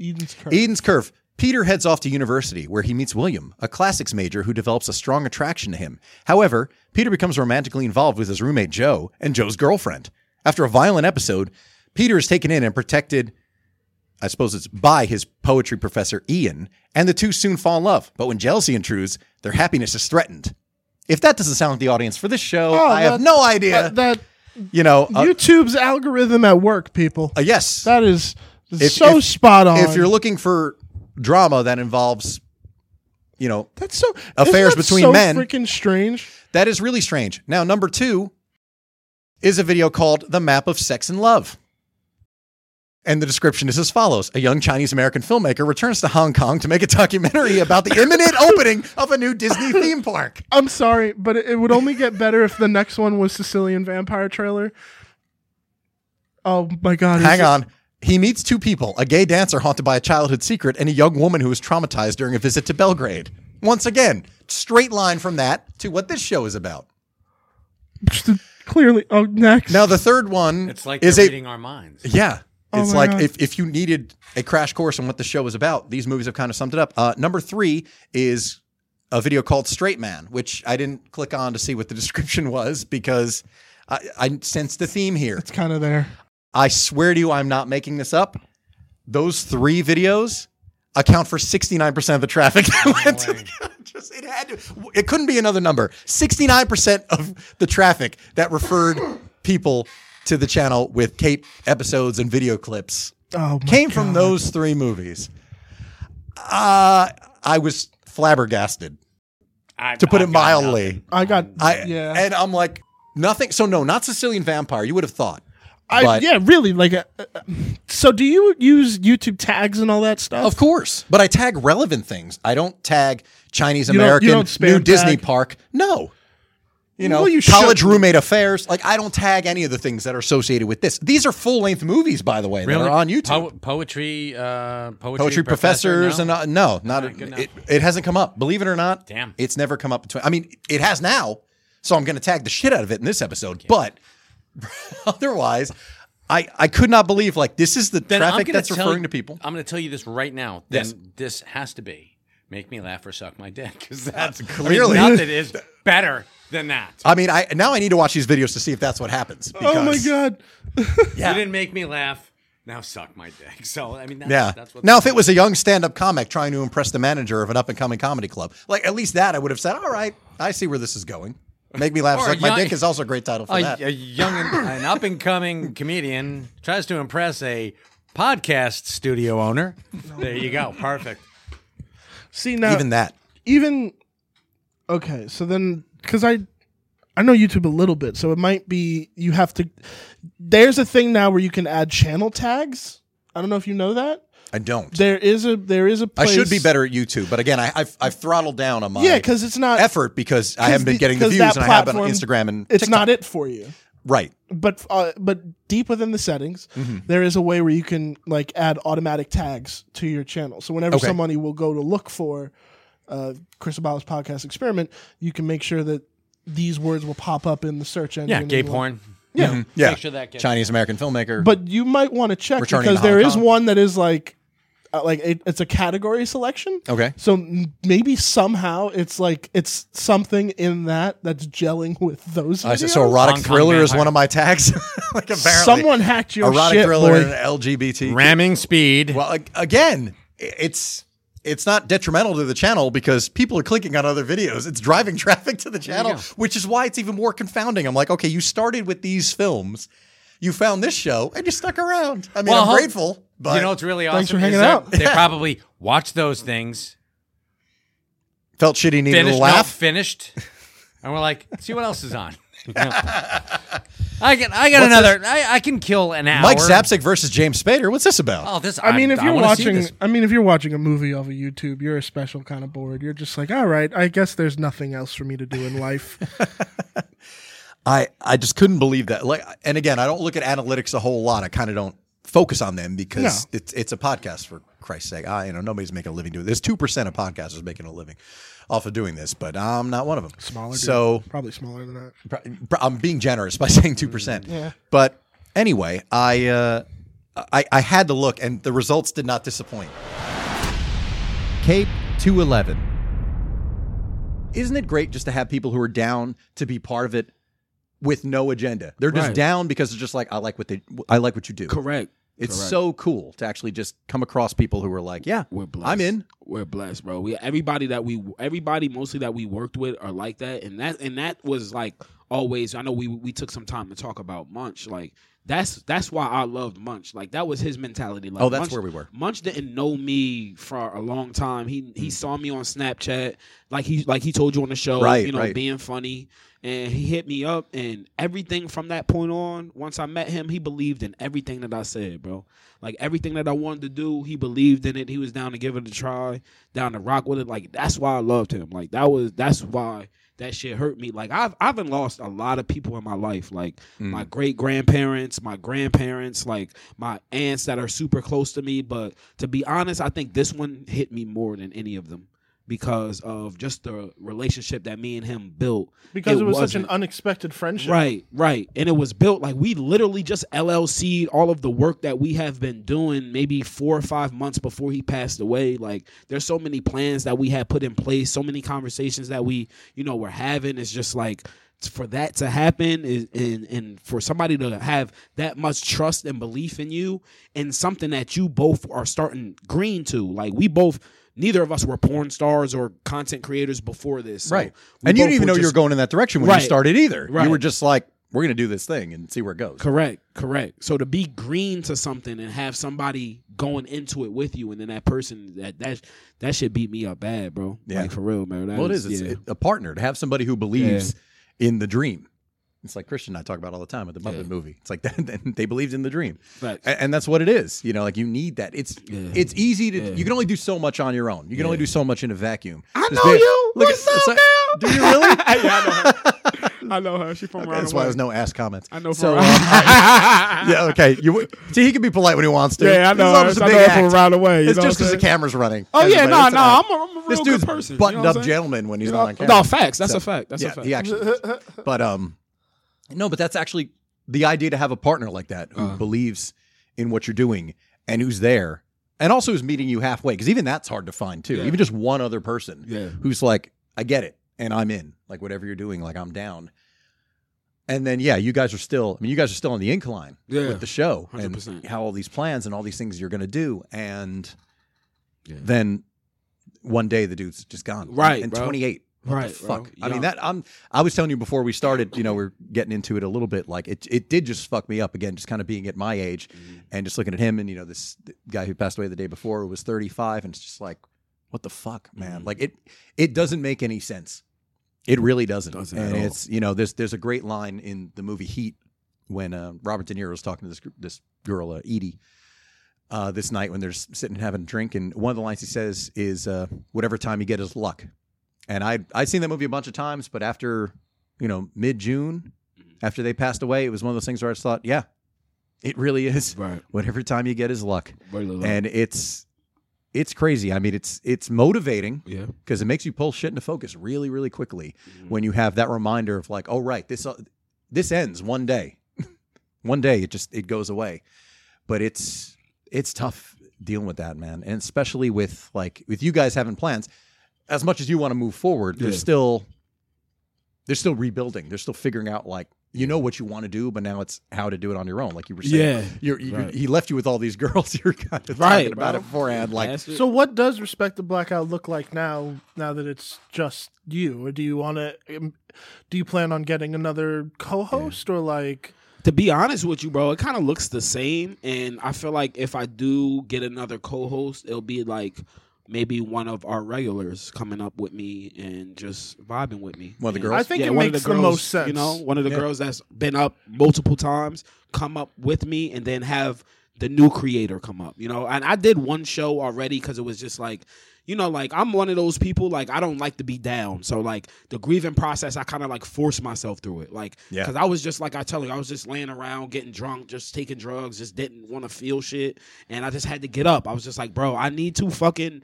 S13: Eden's Curve.
S2: E, Eden's Curve. Peter heads off to university, where he meets William, a classics major who develops a strong attraction to him. However, Peter becomes romantically involved with his roommate Joe and Joe's girlfriend. After a violent episode, Peter is taken in and protected, I suppose it's by his poetry professor Ian, and the two soon fall in love. But when jealousy intrudes, their happiness is threatened. If that doesn't sound like the audience for this show,
S8: Oh,
S2: I have
S8: that-
S2: no idea.
S8: That,
S2: you know,
S8: that
S2: uh,
S8: YouTube's algorithm at work, people.
S2: Uh, yes,
S8: that is
S2: If-
S8: so
S2: if-
S8: spot on.
S2: If you're looking for drama that involves, you know,
S8: that's so
S2: affairs
S8: Isn't that
S2: between
S8: so
S2: men,
S8: freaking strange.
S2: that is really strange. Now, number two is a video called The Map of Sex and Love. And the description is as follows A young Chinese American filmmaker returns to Hong Kong to make a documentary about the imminent opening of a new Disney theme park.
S8: I'm sorry, but it, it would only get better if the next one was Sicilian Vampire trailer. Oh my god! is
S2: Hang
S8: it-
S2: on. He meets two people a gay dancer haunted by a childhood secret and a young woman who is traumatized during a visit to Belgrade. Once again, straight line from that to what this show is about.
S8: Clearly, oh next.
S2: Now the third one
S5: It's like
S2: is
S5: they're
S2: a-
S5: reading our minds.
S2: Yeah.
S5: Oh
S2: It's
S5: my
S2: like
S5: God.
S2: if, if you needed a crash course on what the show is about, these movies have kind of summed it up. Uh, number three is a video called Straight Man, which I didn't click on to see what the description was because I, I sense the theme here.
S8: It's kind of there.
S2: I swear to you, I'm not making this up. Those three videos account for 69% of the traffic that went to the just it had to it couldn't be another number 69% of the traffic that referred people to the channel with tape episodes and video clips
S8: Oh, my
S2: came from those three movies uh, i was flabbergasted to put it mildly
S8: I got.
S2: I,
S8: yeah.
S2: and i'm like nothing so no not sicilian vampire you would have thought
S8: I,
S2: But-
S8: yeah, really. Like, uh, uh, so do you use YouTube tags and all that stuff?
S2: Of course, but I tag relevant things. I don't tag Chinese
S8: You don't- you
S2: American
S8: don't
S2: New
S8: spam
S2: Disney
S8: tag?
S2: Park. No, you know,
S8: Well, you
S2: college
S8: should.
S2: roommate affairs. Like I don't tag any of the things that are associated with this. These are full length movies, by the way, that are on YouTube.
S5: Po- poetry, uh, poetry,
S2: Poetry professors
S5: professor, no?
S2: and uh, no, not
S5: Not good enough.
S2: it, it hasn't come up. Believe it or not,
S5: Damn.
S2: it's never come up between. I mean, it has now, so I'm going to tag the shit out of it in this episode. But otherwise, I I could not believe like this is the
S5: Then I'm
S2: traffic
S5: gonna
S2: that's
S5: tell
S2: referring
S5: you-
S2: to people.
S5: I'm going to tell you this right now. Then
S2: Yes.
S5: this has to be make me laugh or suck my dick because
S2: Uh,
S5: that's
S2: clearly.
S5: I mean, nothing is better than that.
S2: I mean, I now I need to watch these videos to see if that's what happens.
S8: Oh my
S2: because-
S8: god.
S5: You didn't make me laugh. Now suck my dick. So I mean, that's,
S2: yeah.
S5: That's what
S2: now, if it was a young stand-up comic trying to impress the manager of an up-and-coming comedy club, like at least that I would have said, "All right, I see where this is going." Make me laugh.
S5: Or a
S2: Like my
S5: young-
S2: dick is also a great title for
S5: a,
S2: that.
S5: a young and, an up and coming comedian tries to impress a podcast studio owner. There you go. Perfect.
S8: See now,
S2: Even that.
S8: even okay. So then, because I, I know YouTube a little bit, so it might be you have to. There's a thing now where you can add channel tags. I don't know if you know that.
S2: I don't.
S8: There is a there is a.
S2: I
S8: Place,
S2: should be better at YouTube, but again, I, I've I've throttled down on my
S8: Yeah, because it's not
S2: effort because I haven't been getting the
S8: 'cause
S2: views
S8: that
S2: and I have on
S8: platform,
S2: Instagram and
S8: it's
S2: TikTok.
S8: not it for you.
S2: right.
S8: But uh, but deep within the settings,
S2: Mhm.
S8: there is a way where you can like add automatic tags to your channel. So whenever
S2: Okay.
S8: somebody will go to look for uh, Chris Abala's podcast experiment, you can make sure that these words will pop up in the search engine.
S5: Yeah,
S8: as
S5: gay
S8: well.
S5: porn.
S8: Yeah,
S2: Mhm. yeah.
S5: Make sure that gets-
S2: Chinese American filmmaker.
S8: but you might want to check
S2: Returning
S8: because
S2: to Hong
S8: there is
S2: Kong.
S8: one that is like uh, like it, it's a category selection.
S2: Okay.
S8: So m- maybe somehow it's like it's something in that that's gelling with those.
S2: I said,
S8: videos.
S2: so erotic thriller is one of my tags. like apparently,
S8: Someone hacked your
S2: erotic
S8: shit,
S2: thriller
S8: boy.
S2: and LGBT
S5: ramming speed.
S2: Well, ag- again, i- it's it's not detrimental to the channel because people are clicking on other videos. It's driving traffic to the channel, which is why it's even more confounding. I'm like, okay, you started with these films, you found this show, and you stuck around. I mean,
S5: Well,
S2: I'm
S5: hope-
S2: grateful, but
S5: you know what's really awesome?
S8: Thanks for
S5: is
S8: hanging
S5: that
S8: out.
S5: They
S2: Yeah.
S5: probably watch those things,
S2: felt shitty. Needed
S5: finished,
S2: a
S5: no,
S2: laugh.
S5: finished, and we're like, see what else is on. You know? I get, I
S2: What's
S5: got
S2: this?
S5: another. I, I can kill an hour.
S2: Mike Zapsik versus James Spader. What's this about?
S5: Oh, this.
S8: I mean, if
S5: I
S8: you're
S5: wanna see
S8: watching,
S5: this.
S8: I mean, if you're watching a movie off of YouTube, you're a special kind of bored. You're just like, all right, I guess there's nothing else for me to do in life.
S2: I I just couldn't believe that. Like, and again, I don't look at analytics a whole lot. I kind of don't focus on them because it's it's a podcast for Christ's sake. I you know nobody's making a living doing. There's two percent of podcasters making a living off of doing this, but I'm not one of them.
S8: Smaller, dude.
S2: So
S8: probably smaller than that.
S2: pro- pro- I'm being generous by saying two percent.
S8: Yeah.
S2: But anyway, I uh, I I had to look, and the results did not disappoint.
S21: Cape 211.
S2: Isn't it great just to have people who are down to be part of it with no agenda? They're just
S21: Right.
S2: down because it's just like I like what they I like what you do.
S31: Correct.
S2: It's
S31: Correct.
S2: so cool to actually just come across people who are like, yeah,
S31: we're blessed.
S2: I'm in.
S31: We're blessed, bro. We everybody that we everybody mostly that we worked with are like that, and that and that was like always. I know we we took some time to talk about Munch, like. That's that's why I loved Munch. Like that was his mentality. Like,
S2: Oh, that's
S31: Munch-
S2: where we were.
S31: Munch didn't know me for a long time. He
S2: Mm.
S31: he saw me on Snapchat, like he like he told you on the show,
S2: Right,
S31: you know,
S2: right.
S31: being funny. And he hit me up, and everything from that point on, once I met him, he believed in everything that I said, bro. Like everything that I wanted to do, he believed in it. He was down to give it a try, down to rock with it. Like that's why I loved him. Like that was that's why that shit hurt me. Like I've I've been lost a lot of people in my life. Like
S5: Mm.
S31: my great grandparents, my grandparents, like my aunts that are super close to me. But to be honest, I think this one hit me more than any of them because of just the relationship that me and him built.
S8: Because it, was such an
S31: wasn't-
S8: unexpected friendship.
S31: Right, right. And it was built like we literally just LLC'd all of the work that we have been doing maybe four or five months before he passed away. Like there's so many plans that we had put in place, so many conversations that we, you know, were having. It's just like for that to happen is, and and for somebody to have that much trust and belief in you and something that you both are starting green to. Like we both neither of us were porn stars or content creators before this. So
S2: right.
S31: we
S2: And you
S31: both
S2: didn't even
S31: were
S2: know you were
S31: just-
S2: going in that direction when
S31: Right.
S2: you started either.
S31: Right.
S2: You were just like, we're going to do this thing and see where it goes.
S31: Correct, correct. So to be green to something and have somebody going into it with you, and then that person that that that should beat me up bad, bro.
S2: Yeah.
S31: Like for real, man. That
S2: well, it
S31: is-
S2: is. It's
S31: yeah.
S2: it- a partner to have somebody who believes in the dream. It's like Christian and I talk about all the time with the Muppet movie. It's like that, they believed in the dream,
S31: Facts.
S2: A- and, that's what it is. You know, like you need that. It's it's easy to.
S31: Yeah.
S2: You can only do so much on your own. You can only do so much in a vacuum. I
S31: know you.
S2: Look,
S31: What's
S2: it's- it's
S31: up,
S2: like, Do you really?
S31: I know her. She from
S2: Okay, that's why there's no ass comments.
S31: I know from
S2: So,
S31: around
S2: um,
S31: the
S2: yeah, okay. You w- see, he can be polite when he wants to.
S31: Yeah, I know.
S2: This is
S31: I
S2: a
S31: know
S2: big
S31: from
S2: act.
S31: around the way, you
S2: It's
S31: know
S2: just
S31: what I'm saying?
S2: because the camera's running.
S31: Oh, yeah,
S2: Everybody,
S31: nah,
S2: it's
S31: nah,
S2: all right.
S31: I'm a- I'm a
S2: this
S31: real good
S2: dude's
S31: person, you know
S2: Buttoned
S31: what I'm
S2: up
S31: saying?
S2: gentleman when he's
S31: You know,
S2: not on
S31: no,
S2: camera.
S31: facts. That's a fact. That's a
S2: yeah,
S31: fact.
S2: He actually, is. but um, no, but that's actually the idea to have a partner like that
S31: Uh-huh.
S2: who believes in what you're doing and who's there and also who's meeting you halfway because even that's hard to find too.
S31: Yeah.
S2: Even just one other person
S31: Yeah.
S2: who's like, I get it and I'm in. Like whatever you're doing, like I'm down. And then yeah, you guys are still. I mean, you guys are still on the incline
S31: Yeah.
S2: with the show and
S31: 100%.
S2: how all these plans and all these things you're going to do, and
S31: Yeah.
S2: then one day the dude's just gone.
S31: Right,
S2: and
S31: bro.
S2: 28. What
S31: Right,
S2: the fuck.
S31: bro.
S2: I mean
S31: Yeah.
S2: that I'm. I was telling you before we started. You know, we're getting into it a little bit. Like it, it did just fuck me up again. Just kind of being at my age,
S31: Mm-hmm.
S2: and just looking at him, and you know, this guy who passed away the day before who was 35, and it's just like, what the fuck, man.
S31: Mm-hmm.
S2: Like it, it doesn't make any sense. It really doesn't.
S5: Doesn't at
S2: and
S5: all.
S2: it's you know, there's there's a great line in the movie Heat when uh, Robert De Niro was talking to this gr- this girl, uh, Edie, uh, this night when they're s- sitting and having a drink, and one of the lines he says is, uh, "Whatever time you get is luck." And I I'd seen that movie a bunch of times, but after you know mid June,
S31: Mm-hmm.
S2: after they passed away, it was one of those things where I just thought, yeah, it really is.
S31: Right.
S2: Whatever time you get is luck,
S31: Regular luck.
S2: and it's it's crazy. I mean, it's it's motivating.
S31: Yeah. Mm-hmm.
S2: Because it makes you pull shit into focus really, really quickly when you have that reminder of like, oh right, this uh, this ends one day. one day it just it goes away. But it's it's tough dealing with that, man. And especially with like with you guys having plans, as much as you want to move forward,
S31: Yeah.
S2: there's still they're still rebuilding. They're still figuring out like you know what you want to do, but now it's how to do it on your own. Like you were saying,
S31: Yeah.
S2: you're, you're,
S31: Right.
S2: he left you with all these girls. You're kind of talking
S31: Right,
S2: about
S31: bro.
S2: it beforehand. Like
S8: So what does respect the blackout look like now? Now that it's just you, or do you want to? Do you plan on getting another co-host, or like?
S31: to be honest with you, bro, it kind of looks the same. And I feel like if I do get another co host, it'll be like maybe one of our regulars coming up with me and just vibing with me.
S2: One of the
S31: And-
S2: girls? I think it
S31: one of
S2: makes the
S31: girls,
S2: most
S31: You
S2: sense.
S31: know, one of the
S2: Yeah.
S31: girls that's been up multiple times come up with me and then have the new creator come up, you know. And I did one show already because it was just like, you know, like I'm one of those people like I don't like to be down. So like the grieving process, I kind of like force myself through it, like
S16: Yeah.
S31: because I was just like I tell you, I was just laying around getting drunk, just taking drugs, just didn't want to feel shit, and I just had to get up. I was just like, bro, I need to fucking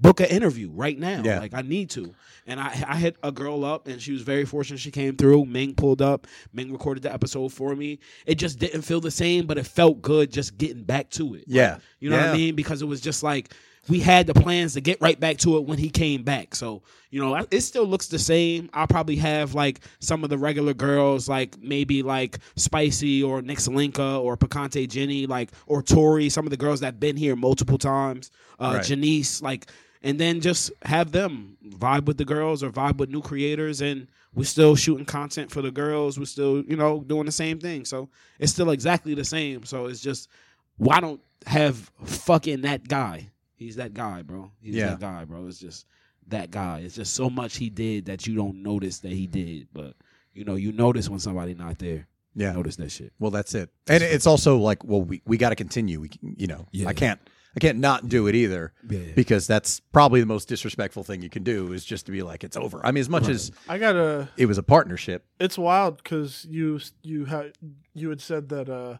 S31: book an interview right now.
S2: Yeah.
S31: Like I need to. And I I hit a girl up and she was very fortunate she came through. Ming pulled up. Ming recorded the episode for me. It just didn't feel the same, but it felt good just getting back to it.
S2: Yeah.
S31: You know what
S2: Yeah.
S31: I mean? Because it was just like we had the plans to get right back to it when he came back. So, you know, I- it still looks the same. I'll probably have like some of the regular girls, like maybe like Spicy or Nixalinka or Picante Jenny, like or Tori, some of the girls that been here multiple times. Uh
S14: Right.
S31: Janice, like and then just have them vibe with the girls or vibe with new creators and we're still shooting content for the girls. We're still, you know, doing the same thing. So it's still exactly the same. So it's just why don't have fucking that guy? He's that guy, bro. He's
S2: Yeah.
S31: that guy, bro. It's just that guy. It's just so much he did that you don't notice that he did, but you know, you notice when somebody not there.
S2: Yeah.
S31: Notice that shit.
S2: Well, that's it. And it's also like, well, we, we got to continue. We can- you know, I can't I can't not do it either
S31: Yeah, yeah.
S2: because that's probably the most disrespectful thing you can do is just to be like it's over. I mean, as much
S8: Right.
S2: as
S8: I gotta-
S2: it was a partnership.
S8: It's wild because you you had you had said that uh,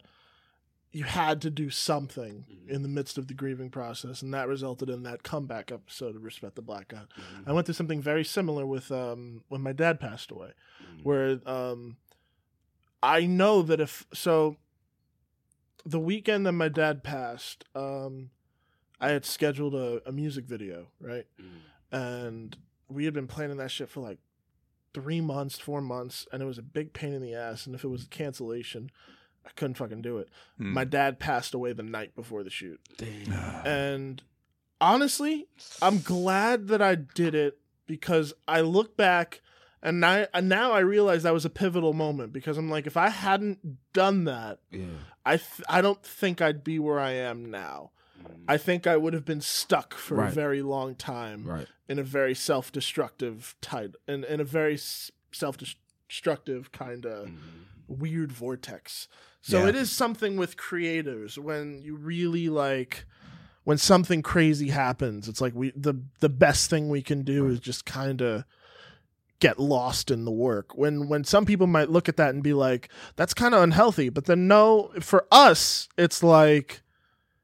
S8: you had to do something in the midst of the grieving process, and that resulted in that comeback episode of Respect the Black God. I went through something very similar with um, when my dad passed away, where um, I know that if so, the weekend that my dad passed, um, I had scheduled a, a music video, right, and we had been planning that shit for like three months, four months, and it was a big pain in the ass. And if it was a cancellation, I couldn't fucking do it.
S32: Hmm.
S8: My dad passed away the night before the shoot. and honestly, I'm glad that I did it because I look back and I and now I realize that was a pivotal moment because I'm like, if I hadn't done that, I th- I don't think I'd be where I am now. I think I would have been stuck for a
S31: Right.
S8: very long time
S31: Right.
S8: in a very self-destructive tide in, in a very s- self-destructive kind of weird vortex. So
S10: Yeah.
S8: it is something with creators when you really like when something crazy happens, it's like we the the best thing we can do is just kind of get lost in the work. When when some people might look at that and be like, that's kind of unhealthy, but then no, for us, it's like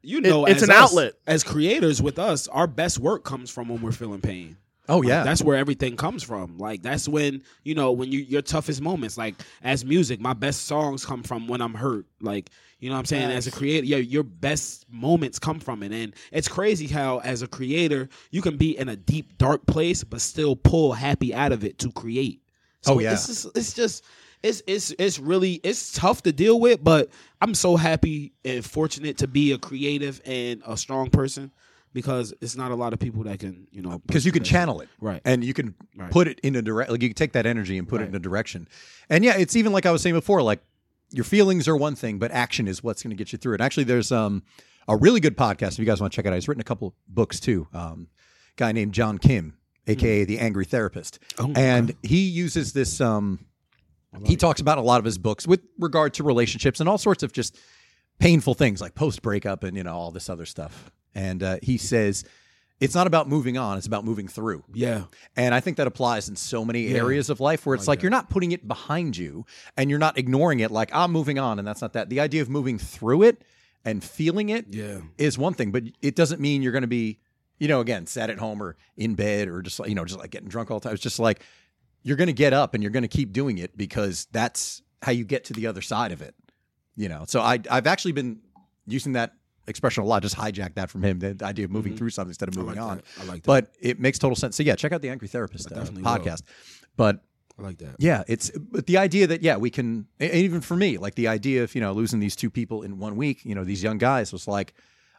S31: You
S8: it-
S31: know,
S8: it's
S31: as
S8: an
S31: us-
S8: outlet.
S31: As creators with us, our best work comes from when we're feeling pain.
S2: Oh
S31: Like,
S2: yeah.
S31: that's where everything comes from. Like that's when you know when you your toughest moments. Like as music, my best songs come from when I'm hurt. Like you know what I'm saying. As a creator, yeah, your best moments come from it, and it's crazy how as a creator you can be in a deep dark place but still pull happy out of it to create.
S2: Oh, yeah.
S31: it's just, it's just it's it's it's really it's tough to deal with, but I'm so happy and fortunate to be a creative and a strong person because it's not a lot of people that can you know
S2: because you can
S31: that.
S2: channel it
S31: right
S2: and you can
S31: Right.
S2: put it in a direct like you can take that energy and put it in a direction and yeah it's even like i was saying before like your feelings are one thing but action is what's going to get you through it actually there's um a really good podcast if you guys want to check it out he's written a couple books too um guy named john kim
S31: Hmm.
S2: aka the angry therapist
S31: Oh,
S2: and he uses this um he talks about a lot of his books with regard to relationships and all sorts of just painful things like post breakup and you know all this other stuff and uh, he says it's not about moving on it's about moving through
S31: yeah
S2: and i think that applies in so many
S31: Yeah.
S2: areas of life where it's
S31: Like
S2: like, you're not putting it behind you and you're not ignoring it like i'm moving on and that's not that the idea of moving through it and feeling it is
S31: Yeah.
S2: one thing but it doesn't mean you're going to be you know again sat at home or in bed or just like you know just like getting drunk all the time it's just like you're going to get up and you're going to keep doing it because that's how you get to the other side of it you know so i i've actually been using that expression a lot just hijacked that from him the idea of moving
S31: Mhm.
S2: through something instead of
S31: I
S2: moving
S31: like
S2: on
S31: that. I like that.
S2: but it makes total sense so yeah check out the angry therapist uh,
S31: definitely will.
S2: podcast but
S31: I like that.
S2: yeah it's but the idea that yeah we can and even for me like the idea of you know losing these two people in one week you know these young guys was like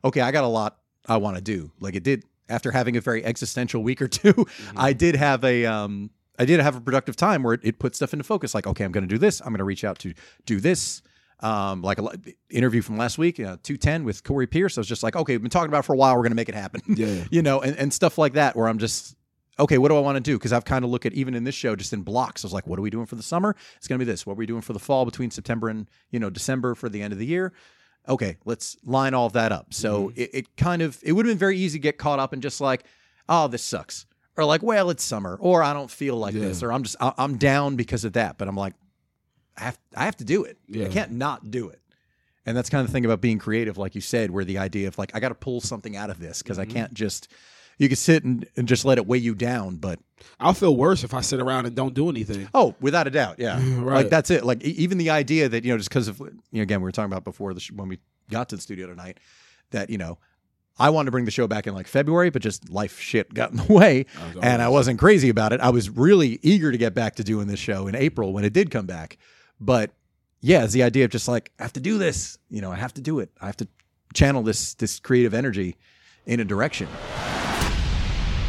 S2: okay i got a lot i want to do like it did after having a very existential week or 2
S31: Mm-hmm.
S2: i did have a um i did have a productive time where it, it put stuff into focus like okay i'm going to do this i'm going to reach out to do this um, like a li- interview from last week, you know, 210 with Corey Pierce. I was just like, okay, we've been talking about it for a while. We're going to make it happen.
S31: Yeah.
S2: you know, and, and stuff like that, where I'm just, okay, what do I want to do? Because I've kind of looked at even in this show, just in blocks. I was like, what are we doing for the summer? It's going to be this. What are we doing for the fall between September and, you know, December for the end of the year? Okay, let's line all of that up. So it, it kind of, it would have been very easy to get caught up in just like, oh, this sucks. Or like, well, it's summer, or I don't feel like this, or I'm just, I- I'm down because of that. But I'm like, I have I have to do it. I
S31: Yeah.
S2: can't not do it. And that's kind of the thing about being creative, like you said, where the idea of like I got to pull something out of this because
S31: Mhm.
S2: I can't just
S1: you could sit and, and just let it weigh you down, but
S31: I'll feel worse if I sit around and don't do anything.
S1: Oh, without a doubt, yeah. Like
S31: Right.
S1: that's it. Like e- even the idea that you know, just because of you know, again, we were talking about before the sh- when we got to the studio tonight, that you know, I wanted to bring the show back in like February, but just life shit got in the way, and I wasn't crazy about it. I was really eager to get back to doing this show in April when it did come back, but yeah, it's the idea of just like I have to do this. You know, I have to do it. I have to channel this this creative energy in a direction.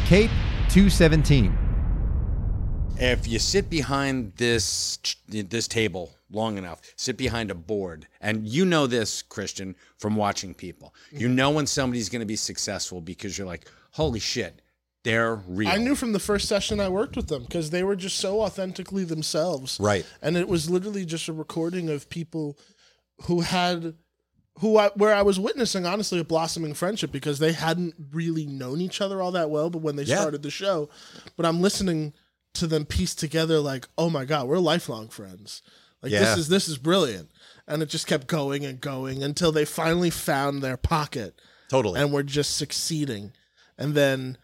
S7: Cape 217.
S5: If you sit behind this this table long enough, sit behind a board, and you know this, Christian, from watching people. You know when somebody's going to be successful because you're like, holy shit, they're real.
S8: I knew from the first session I worked with them because they were just so authentically themselves.
S5: Right.
S8: And it was literally just a recording of people who had who I, where I was witnessing honestly a blossoming friendship because they hadn't really known each other all that well but when they
S6: Yeah.
S8: started the show but I'm listening to them piece together like oh my god we're lifelong friends like
S6: Yeah.
S8: this is this is brilliant and it just kept going and going until they finally found their pocket
S2: Totally.
S8: and were just succeeding and then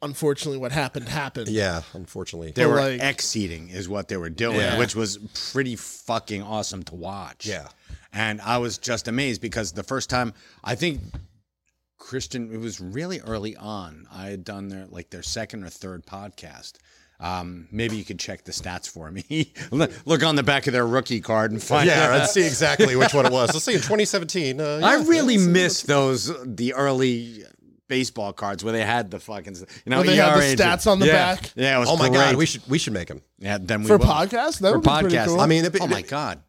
S8: unfortunately what happened happened
S2: Yeah, unfortunately.
S5: They
S8: But,
S5: were
S8: like-
S5: exceeding is what they were doing,
S2: Yeah.
S5: which was pretty fucking awesome to watch. Yeah. And I was just amazed because the first time I think Christian, it was really early on. I had done their like their second or third podcast. Um, maybe you could check the stats for me. Look look on the back of their rookie card and find.
S2: Yeah,
S5: out.
S2: let's see exactly which one it was. Let's see, in 2017. Uh, yeah,
S5: I really miss those the early baseball cards where they had the fucking you know
S8: Where they had the
S5: ERA.
S8: stats on the
S5: Yeah.
S8: back.
S5: Yeah, it was
S2: oh my god,
S5: great.
S2: we should we should make them.
S5: Yeah, then we
S8: For
S5: will.
S8: podcast? That
S5: For
S8: would be pretty
S5: podcast.
S8: cool.
S5: I
S8: I
S5: mean,
S8: mean, it'd be-
S5: oh my god,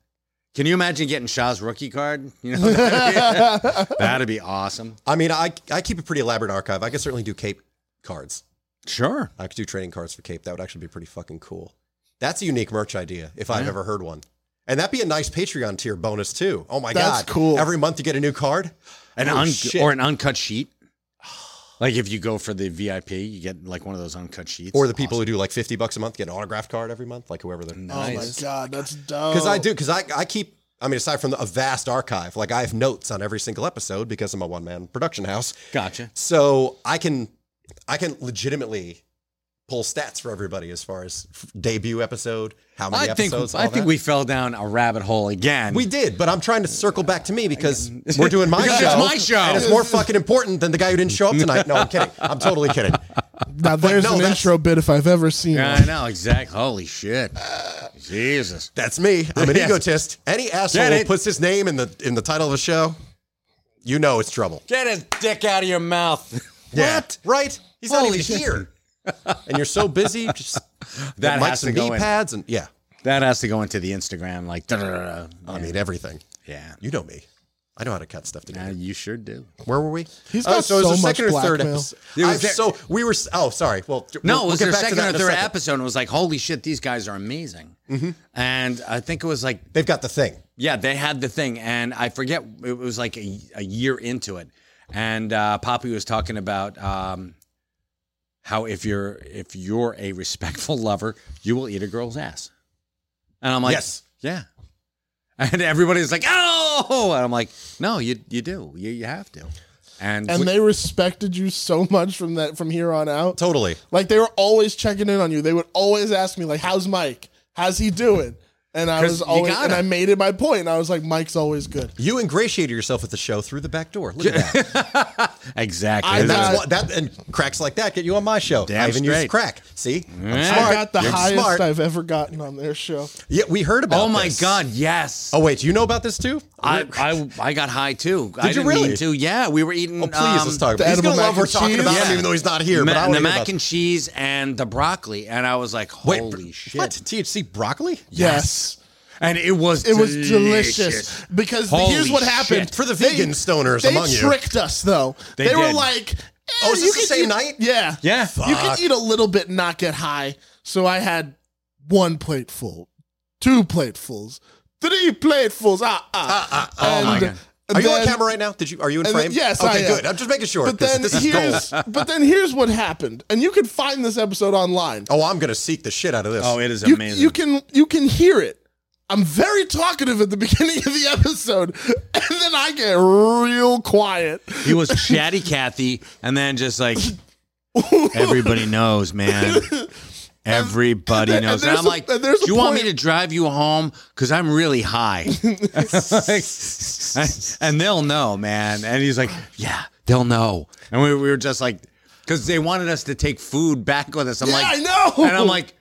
S5: can you imagine getting Shaw's rookie card? You know, that'd be, that'd be awesome.
S2: I mean, I I keep a pretty elaborate archive. I could certainly do Cape cards.
S5: Sure,
S2: I could do trading cards for Cape. That would actually be pretty fucking cool. That's a unique merch idea if I've
S5: Yeah.
S2: ever heard one. And that'd be a nice Patreon tier bonus too. Oh my
S5: That's
S2: god, cool! Every month you get a new card,
S5: an
S2: Oh,
S5: un-
S2: shit.
S5: or an uncut sheet. Like if you go for the VIP, you get like one of those uncut sheets.
S2: or the people who do like fifty bucks a month get an autograph card every month, like whoever they're.
S8: oh my god that's dope
S5: Oh.
S2: Because I do, because I, I keep, I mean, aside from the, a vast archive, like I have notes on every single episode because I'm a one man production house.
S5: Gotcha.
S2: So I can, I can legitimately pull stats for everybody as far as f- debut episode, how many
S5: I think
S2: episodes. all
S5: I
S2: that.
S5: think we fell down a rabbit hole again.
S2: We did, but I'm trying to circle back to me because we're doing my
S5: Because
S2: show.
S5: it's my show.
S2: and it's more fucking important than the guy who didn't show up tonight. No, I'm kidding. I'm totally kidding.
S8: now there's
S2: no,
S8: an
S2: that's-
S8: intro bit if I've ever seen
S5: Yeah,
S8: one.
S5: I know exactly. Holy shit, Jesus!
S2: Uh, That's me. I'm an
S5: Yes.
S2: egotist. Any asshole
S5: Get
S2: who
S5: it.
S2: puts his name in the in the title of a show, you know it's trouble.
S5: Get his dick out of your mouth.
S2: What? Right? He's not even here. and you're so busy, just
S5: That
S2: mics
S5: has to
S2: and
S5: go
S2: knee
S5: in.
S2: pads and E yeah.
S5: That has to go into the Instagram, like. da
S2: I mean everything.
S5: Yeah,
S2: you know me. I know how to cut stuff together.
S5: you sure do.
S2: Where were we?
S5: He's
S2: Oh,
S5: got
S2: it was
S5: so
S2: the
S5: much
S2: second or third
S5: blackmail.
S2: episode.
S5: It was
S2: I'm
S5: there-
S2: so we were. Oh, sorry. Well, we'll,
S5: No, it was
S2: we'll
S5: their
S2: get back to
S5: second
S2: that
S5: or
S2: in a
S5: third
S2: second.
S5: episode, and it was like, holy shit, these guys are amazing. And I think it was like
S2: they've got the thing.
S5: Yeah, they had the thing, and I forget it was like a, a year into it, and uh, Poppy was talking about um, how if you're if you're a respectful lover, you will eat a girl's ass, and I'm like,
S2: Yes.
S5: yeah. And everybody's like, oh, and I'm like, no, you you do, you you have to, and
S8: and
S5: we-
S8: they respected you so much from that from here on out.
S2: Totally.
S8: Like they were always checking in on you. They would always ask me like, "How's Mike? How's he doing?" And I
S2: 'Cause
S8: was
S2: you
S8: always
S2: gotta.
S8: and I made it my point. And I was like, "Mike's always good."
S2: You ingratiated yourself with the show through the back door. Look at that.
S5: exactly.
S2: and, that's
S8: got-
S2: what, that, and cracks like that get you on my show.
S5: Damn
S2: I even
S5: straight.
S2: used crack. See, I'm
S8: I
S2: smart.
S8: got the
S2: You're
S8: highest
S2: smart.
S8: I've ever gotten on their show.
S2: Yeah, we heard about.
S5: Oh my
S2: this.
S5: God, yes.
S2: Oh wait, do you know about this too?
S5: I, I I got high too.
S2: Did
S5: I
S2: you
S5: didn't
S2: really?
S5: mean to. Yeah, we were eating. um,
S2: Oh, please, let's talk about it. He's gonna love we're talking about him, even though he's not here, but I wanna
S5: the
S2: hear about
S5: mac and cheese and the broccoli, and I was like,
S2: Wait,
S5: holy shit!
S2: What THC broccoli?
S8: Yes.
S5: And it was
S8: It was
S5: delicious.
S8: delicious because
S5: Holy
S8: here's what happened
S5: shit.
S2: For the vegan stoners
S8: They
S2: among you.
S8: tricked us though.
S2: They
S8: They, were
S2: did.
S8: like,
S2: Oh, is
S8: eh,
S2: this
S8: you
S2: the
S8: can
S2: same
S8: eat-
S2: night?
S8: Yeah,
S5: yeah.
S8: You can
S2: Fuck.
S8: eat a little bit and not get high. So I had one platefuls, two platefuls, three platefuls. Ah ah
S2: ah. Oh my God. Are you on camera right now? Did you? Are you in
S8: and
S2: frame?
S8: then- yes,
S2: Okay,
S8: I am.
S2: good. I'm just making sure.
S8: But
S2: 'cause
S8: then
S2: this is
S8: here's,
S2: gold.
S8: but then here's what happened, and you can find this episode online.
S2: Oh, I'm gonna seek the shit out of this.
S5: Oh, it is
S8: You-
S5: amazing.
S8: You can you can hear it. I'm very talkative at the beginning of the episode, and then I get real quiet.
S5: he was chatty Cathy, and then just like Everybody knows, man. Everybody
S31: and
S5: knows. And,
S31: there's
S5: I'm
S31: a-
S5: like,
S31: and there's a
S5: do you want me
S31: point-
S5: to drive you home? Because I'm really high. and, and they'll know, man. And he's like, yeah, they'll know. And we, we were just like, because they wanted us to take food back with us. I'm
S31: Yeah,
S5: like,
S31: I know.
S8: Oh.
S5: And I'm like,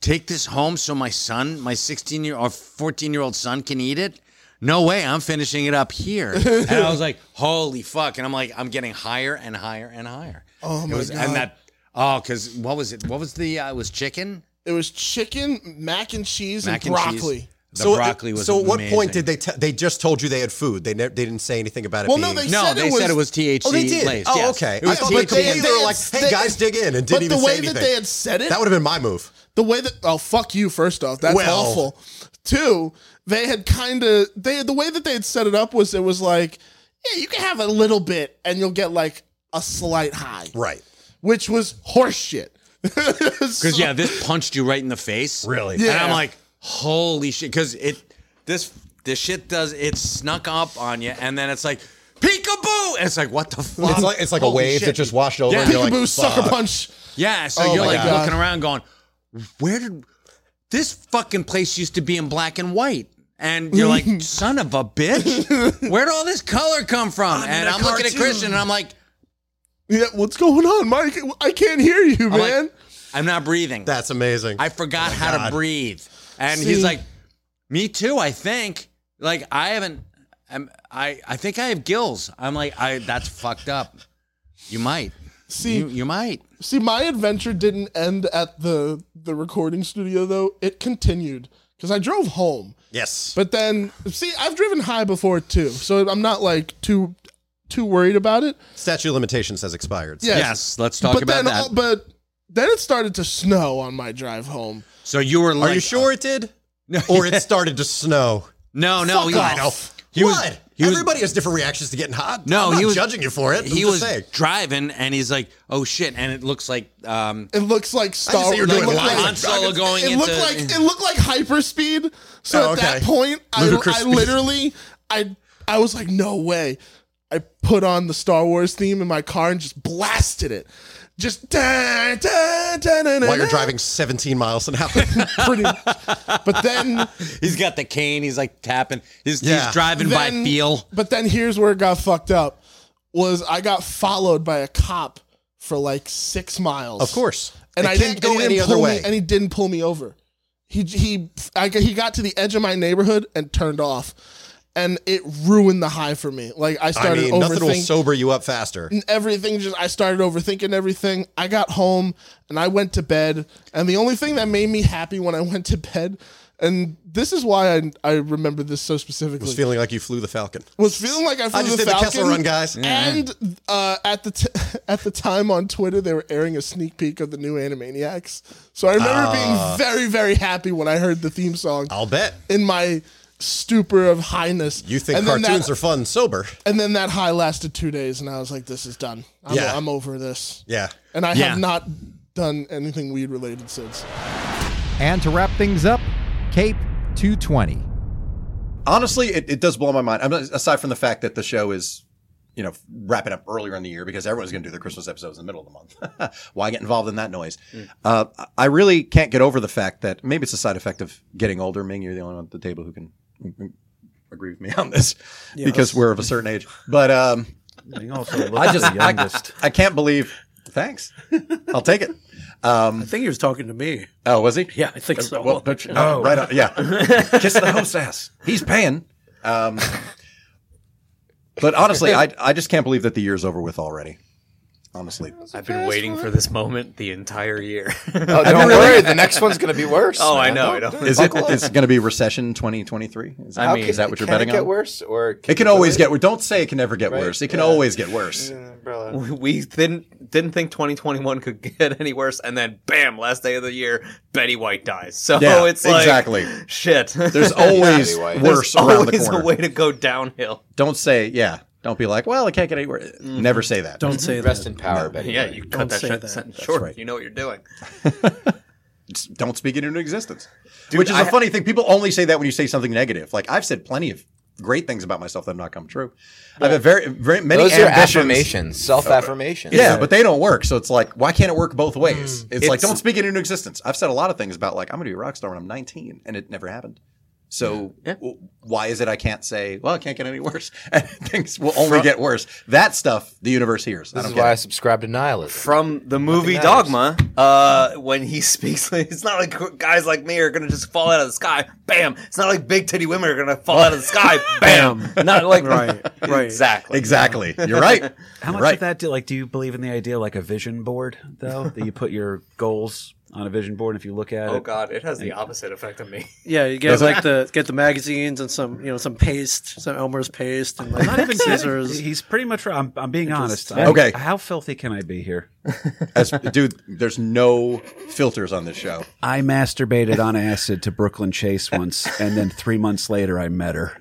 S5: take this home so my son, my 16 year or 14 year old son can eat it? No way, I'm finishing it up here. and I was like, holy fuck. And I'm like, I'm getting higher and higher and higher.
S33: Oh,
S5: It
S33: my
S5: was-
S33: God.
S5: And that, oh, because what was it? What was the, uh, it was chicken?
S8: It was chicken, mac and cheese, and
S5: Mac and
S8: broccoli.
S5: cheese. The So- broccoli was
S21: So at what
S5: amazing.
S21: point did they? T- they just told you they had food. They ne- they didn't say anything about it.
S5: Well,
S21: being...
S5: no, they No, said it they was- said it was
S21: Oh, they
S5: THC
S21: did.
S5: laced,
S21: Oh,
S5: yes.
S21: okay.
S5: It was
S21: I- but
S5: THC.
S21: they, they were like, "Hey
S8: They-
S21: guys, dig in," and didn't
S8: but
S21: even
S8: the
S21: say
S8: way
S21: anything.
S8: that they had said it,
S21: That would have been my move.
S8: The way that oh fuck you, first off, that's
S21: Well.
S8: awful. Two, they had kind of they the way that they had set it up was it was like, yeah, you can have a little bit and you'll get like a slight high,
S21: right?
S8: Which was horseshit.
S5: Because yeah, this punched you right in the face. Really? And I'm
S8: Yeah.
S5: like, holy shit! Because it this this shit does it snuck up on you, and then it's like peekaboo, and it's like what the fuck?
S21: It's like- it's like a
S5: Holy
S21: wave that just washed over
S5: Yeah,
S21: and you're like, Peekaboo, sucker "Fuck." punch.
S5: Yeah, so
S21: Oh
S5: you're
S21: my
S5: like
S21: God.
S5: looking around, going, where did this fucking place used to be in black and white? And you're like, son of a bitch, where'd all this color come
S8: I'm
S5: from?
S8: in
S5: and
S8: a
S5: I'm looking at
S8: cartoon.
S5: Christian, and I'm like,
S8: yeah, what's going on, Mike? I can't hear you,
S5: I'm like,
S8: man.
S5: I'm not breathing.
S21: That's amazing. Oh
S5: I forgot how
S21: God.
S5: to breathe. And
S21: See?
S5: he's like, me too, I think. Like, I haven't, I'm, I, I think I have gills. I'm like, I, that's fucked up. You might.
S8: See,
S5: you, you might.
S8: See, my adventure didn't end at the the recording studio though. It continued because I drove home.
S21: Yes.
S8: But then, see, I've driven high before too, so I'm not like too too worried about it.
S21: Statute of limitations has expired.
S8: Yes.
S5: let's
S8: but then, all- but then it started to snow on my drive home.
S5: So you were
S21: Are you sure it did? or it started to snow?
S5: No, no,
S21: Fuck
S5: he-
S21: off.
S5: he was-
S21: what?
S5: he was-
S21: Everybody has different reactions to getting hot.
S5: No,
S21: I'm not
S5: he was
S21: judging you for it. I'm
S5: He
S21: just
S5: was
S21: saying.
S5: driving, and he's like, "Oh shit!" And it looks like um,
S8: It looks like Star
S5: say you're
S8: it
S5: doing
S8: looked
S5: Lion Solo going
S8: It looked
S5: into-
S8: like it looked like hyperspeed. So
S5: Oh,
S8: at that
S5: okay.
S8: point, I,
S5: Ludicrous
S8: I
S5: speed.
S8: literally I I was like, no way. I put on the Star Wars theme in my car and just blasted it. Just da, da, da, da, da,
S21: While you're
S8: da.
S21: driving 17 miles an hour.
S8: pretty. But then
S5: he's got the cane. He's like tapping. He's,
S21: Yeah.
S5: he's driving by
S8: Then-
S5: feel.
S8: But then here's where it got fucked up. Was I got followed by a cop for like six miles?
S21: Of course.
S8: and
S21: It
S8: I
S21: can't
S8: didn't
S21: go
S8: and he
S21: any
S8: didn't
S21: other
S8: pull me-
S21: way.
S8: and he didn't pull me over. He he I, got- he got to the edge of my neighborhood and turned off, and it ruined the high for me. Like I
S21: I
S8: started
S21: mean, nothing will
S8: overthinking
S21: sober you up faster.
S8: and everything. Just I started overthinking everything. I got home and I went to bed, and the only thing that made me happy when I went to bed, and this is why I I remember this so specifically
S21: was feeling like you flew the Falcon.
S8: was feeling like I flew
S21: I just
S8: the
S21: did the
S8: Falcon.
S21: Kessel Run, guys. Yeah.
S8: And uh, at the t- at the time on Twitter, they were airing a sneak peek of the new Animaniacs. So I remember
S21: Ah.
S8: being very very happy when I heard the theme song.
S21: I'll bet
S8: in my stupor of highness.
S21: You think
S8: then
S21: cartoons
S8: that,
S21: are fun sober?
S8: And then that high lasted two days, and I was like, "This is done. I'm,
S21: Yeah.
S8: I'm over this."
S21: Yeah.
S8: And I
S21: Yeah.
S8: have not done anything weed related since.
S34: And to wrap things up, Cape 220.
S2: honestly, it, it does blow my mind. I'm not, aside from the fact that the show is, you know, wrapping up earlier in the year because everyone's going to do their Christmas episodes in the middle of the month. Why get involved in that noise?
S16: Hmm.
S21: Mm.
S2: Uh, I really can't get over the fact that maybe it's a side effect of getting older. Ming, you're the only one at the table who can who can agree with me on this
S21: Yes.
S2: because we're of a certain age. But um,
S21: also looks
S2: I just
S21: the youngest.
S2: I, I can't believe. Thanks, I'll take it. Um, I
S16: think he was talking to me.
S2: Oh, was he?
S16: Yeah, I think so.
S2: Well, don't you-
S16: Oh.
S2: right on. Yeah, kiss the host ass. He's paying. Um, but honestly, I I just can't believe that the year's over with already. Honestly,
S16: I've been waiting for this moment the entire year. oh,
S2: don't worry, the
S16: next one's gonna be worse, Oh, I man. know. I
S2: Don't-
S16: know.
S2: is it is going to be recession 2023? Is,
S16: I
S2: that-
S16: mean,
S2: is that what you're
S16: can it
S2: betting
S16: get
S2: on?
S16: worse, or
S2: it can
S16: it
S2: always
S16: go-
S2: get. Don't say it can never get worse. It can always get worse.
S16: Umbrella.
S15: We- We didn't didn't think 2021 could get any worse, and then bam, last day of the year, Betty White dies. So
S2: Yeah,
S15: it's like
S2: exactly.
S15: shit.
S2: There's always
S15: Betty White.
S2: worse
S15: There's
S2: around the
S15: always
S2: corner.
S15: a way to go downhill.
S2: Don't say yeah. Don't be like, well, it can't get any worse.
S15: Mm-hmm.
S2: Never say that.
S16: Don't say
S2: Rest
S16: that.
S2: in power, Betty
S15: Yeah,
S2: White.
S15: you
S16: Don't
S15: cut that
S16: say
S15: shit
S16: that.
S15: sentence
S2: That's
S15: short.
S2: right.
S15: You know what you're doing.
S2: Just don't speak it into existence.
S15: Dude,
S2: Which is a
S15: I-
S2: funny thing. People only say that when you say something negative. Like I've said plenty of
S4: great things about myself that have not come true. I've had very, very many
S15: Those are
S4: ambitions.
S15: affirmations. Self-affirmations.
S4: Yeah,
S15: Yeah.
S4: but they don't work. So it's like, why can't it work both ways? It's, like,
S15: It's-
S4: don't speak it into existence. I've said a lot of things about like I'm going to be a rock star when I'm 19, and it never happened. So w- why is it I can't say, well, it can't get any worse, and things will only
S15: From-
S4: get worse? That stuff the universe hears. I
S15: This
S4: don't
S15: is
S4: get
S15: why I
S4: it.
S15: subscribe to nihilism. From the movie
S4: matters.
S15: Dogma, uh, when he speaks, like, it's not like guys like me are gonna just fall out of the sky, bam. It's not like big titty women are gonna fall out of the sky, bam. Not like
S11: Right, right.
S15: exactly,
S4: Exactly. You're right.
S11: How much of that do like? Do you believe in the idea like a vision board though? that you put your goals on a vision board, and if you look at it,
S15: Oh God, it has the
S11: and-
S15: opposite effect on me.
S11: Yeah, you get,
S15: Does it?
S11: like, the- get
S16: the magazines and some you know some paste, some Elmer's paste, and like
S11: Not even
S16: scissors.
S11: He's pretty much. I'm, I'm being honest. I-
S4: Okay.
S11: how filthy can I be here?
S4: As, dude, there's no filters on this show.
S11: I masturbated on acid to Brooklyn Chase once, and then three months later, I met her.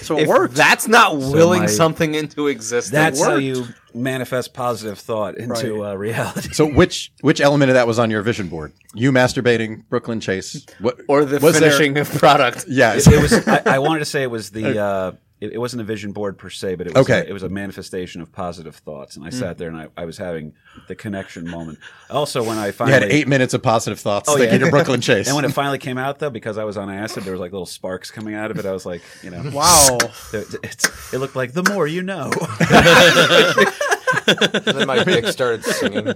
S15: So it works. That's not
S11: So
S15: willing
S11: my-
S15: something into existence.
S11: That's
S15: It
S11: how
S15: worked.
S11: you manifest positive thought into uh, reality.
S4: So which which element of that was on your vision board? You masturbating, Brooklyn Chase, what, or
S15: the finishing of product.
S4: Yeah,
S11: it, it was. I, I wanted to say it was the. Uh, it, it wasn't a vision board per se, but it was.
S4: Okay.
S11: A, it was a manifestation of positive thoughts, and I
S4: Mm.
S11: sat there and I, I was having the connection moment. Also, when I
S4: You
S11: finally Oh,
S4: had eight minutes of positive thoughts thinking of Brooklyn Chase.
S11: And when it finally came out, though, because I was on acid, there was like little sparks coming out of it. I was like, you know,
S4: Wow.
S11: It, it's- it looked like the more you know.
S15: Then my dick started singing.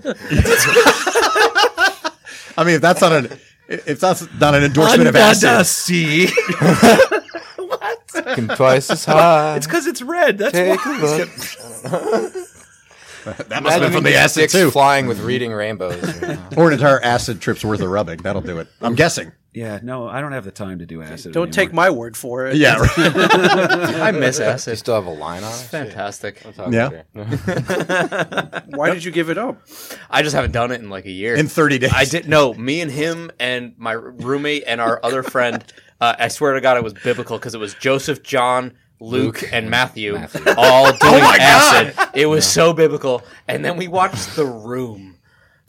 S4: I mean, if that's not an if that's not an endorsement of acid,
S11: Undusty.
S15: Come twice as high.
S11: It's because it's red. That's
S15: Take
S11: why.
S15: a look.
S4: that must have been from the acid
S15: dicks
S4: too.
S15: Flying with reading rainbows.
S4: or an entire acid trip's worth of rubbing. That'll do it. I'm guessing.
S11: Yeah, no, I don't have the time to do acid.
S16: Don't take my word for it.
S4: Yeah, right.
S16: I miss
S15: You
S16: acid.
S15: still have a line on
S16: It's
S15: it?
S16: fantastic.
S15: I'm talking
S4: Yeah.
S15: to you.
S16: Why did you give it up? I just haven't done it in like a year.
S4: In 30 days.
S15: I did no. Me and him and my roommate and our other friend. Uh, I swear to God, it was biblical because it was Joseph, John, Luke, and Matthew, all doing
S16: Oh my
S15: acid.
S16: God!
S15: It was so biblical. And then we watched The Room,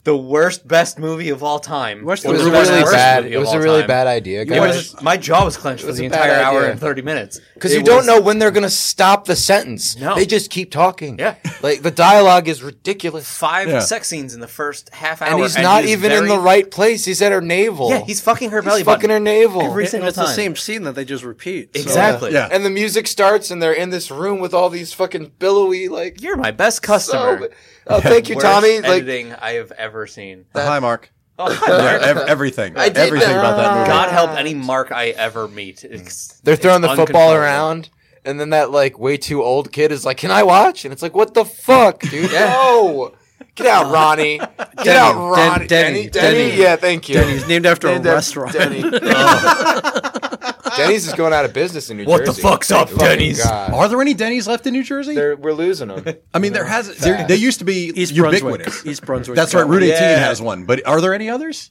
S15: the worst best movie of all time.
S16: Watched
S15: Or
S16: The
S15: the
S16: Room.
S15: worst
S16: Really
S15: worst
S16: bad-
S15: movie
S16: it
S15: of
S16: was
S15: all
S16: a really
S15: time.
S16: bad idea,
S15: It
S16: guys.
S15: was- my jaw was clenched
S16: It
S15: for
S16: was
S15: the
S16: a bad
S15: entire hour
S16: idea.
S15: and thirty minutes Because
S16: It
S15: you don't
S16: was-
S15: know when they're going to stop the sentence.
S16: No.
S15: They just keep talking.
S16: Yeah.
S15: Like the dialogue is ridiculous. Five
S16: Yeah.
S15: sex scenes in the first half hour.
S16: And he's not even in the
S15: right place. He's at her navel. Yeah, he's fucking her
S16: He's
S15: belly
S16: fucking
S15: button.
S16: her navel.
S15: Every
S16: And
S15: single
S16: it's
S15: time.
S16: the same scene that they just repeat. so-
S15: Exactly. And the music starts and they're in this room with all these fucking billowy like You're my best customer. oh, thank you,
S4: Worst
S15: Tommy.
S4: editing
S15: I have ever seen.
S4: Hi, Mark.
S15: Oh,
S4: Yeah, ev- everything. everything about that movie.
S15: God help any Mark I ever meet. It's-
S16: They're
S15: it's
S16: throwing the football
S15: uncontrollable.
S16: around, and then that like way too old kid is like, "Can I watch?" And it's like, "What the fuck, dude? No, get out, Ronnie. Get Denny. out, Den- Ronnie. Denny. Denny, Denny, Denny. Yeah, thank you. Denny's named after a Named af- restaurant. Denny.
S15: Denny's is going out of business in New
S16: What the
S15: Jersey.
S16: fuck's up,
S15: Fucking
S16: Denny's?
S15: God.
S4: Are there any Denny's left in New Jersey?
S15: we're losing them.
S4: I mean, there has there, they used to be
S16: East
S4: ubiquitous.
S16: Brunswick. East Brunswick.
S4: That's right. Route 18
S15: Yeah.
S4: has one, but are there any others?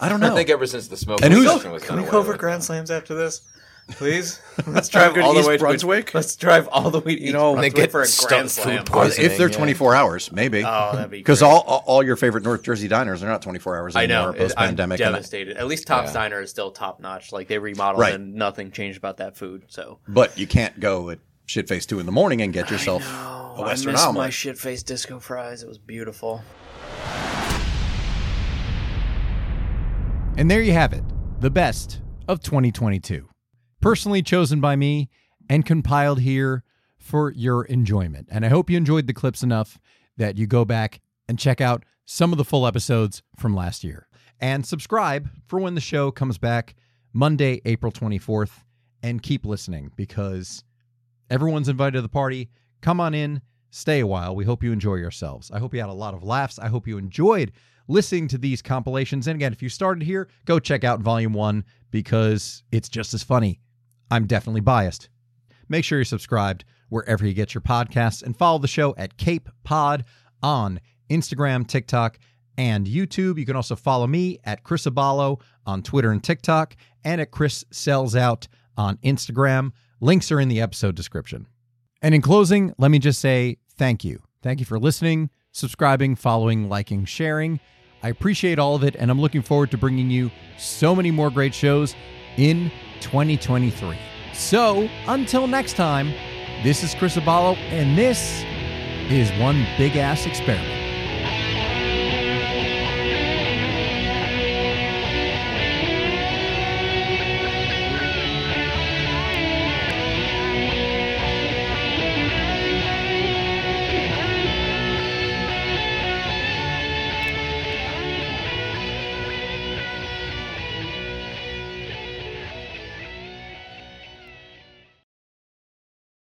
S4: I don't know.
S15: I think ever since the smoke
S4: And who's-
S15: cessation was
S4: Can
S15: done
S4: we
S15: away
S4: go for
S15: with. Grand Slams after this? Please, let's
S16: Try
S15: drive
S16: to go to
S15: all the
S16: East
S15: way
S16: Brunswick?
S15: To, let's drive all the way. To
S16: You
S15: East
S16: know, they
S15: Brunswick
S16: get
S15: for a
S16: stuff-
S15: Grand
S16: food
S15: Slam.
S4: Or if they're 24 hours, maybe.
S15: Oh, that'd be
S4: Because all all all your favorite North Jersey diners are not 24 hours
S15: I
S4: anymore.
S15: know.
S4: Post pandemic,
S15: I'm devastated. At least Top's Diner is still top notch. Like they remodeled
S4: Right.
S15: and nothing changed about that food. So
S4: but you can't go at shit face two in the morning and get yourself a
S15: Oh, I missed
S4: Western
S15: my
S4: omelet.
S15: shit faced disco fries. It was beautiful.
S2: And there you have it, the best of 2022. Personally chosen by me and compiled here for your enjoyment. And I hope you enjoyed the clips enough that you go back and check out some of the full episodes from last year. And subscribe for when the show comes back Monday, April 24th. And keep listening because everyone's invited to the party. Come on in, stay a while. We hope you enjoy yourselves. I hope you had a lot of laughs. I hope you enjoyed listening to these compilations. And again, if you started here, go check out Volume 1 because it's just as funny. I'm definitely biased. Make sure you're subscribed wherever you get your podcasts and follow the show at Cape Pod on Instagram, TikTok, and YouTube. You can also follow me at Chris Abalo on Twitter and TikTok and at Chris Sells Out on Instagram. Links are in the episode description. And in closing, let me just say thank you. Thank you for listening, subscribing, following, liking, sharing. I appreciate all of it, and I'm looking forward to bringing you so many more great shows in 2023. So until next time, this is Chris Abalo, and this is one big ass experiment.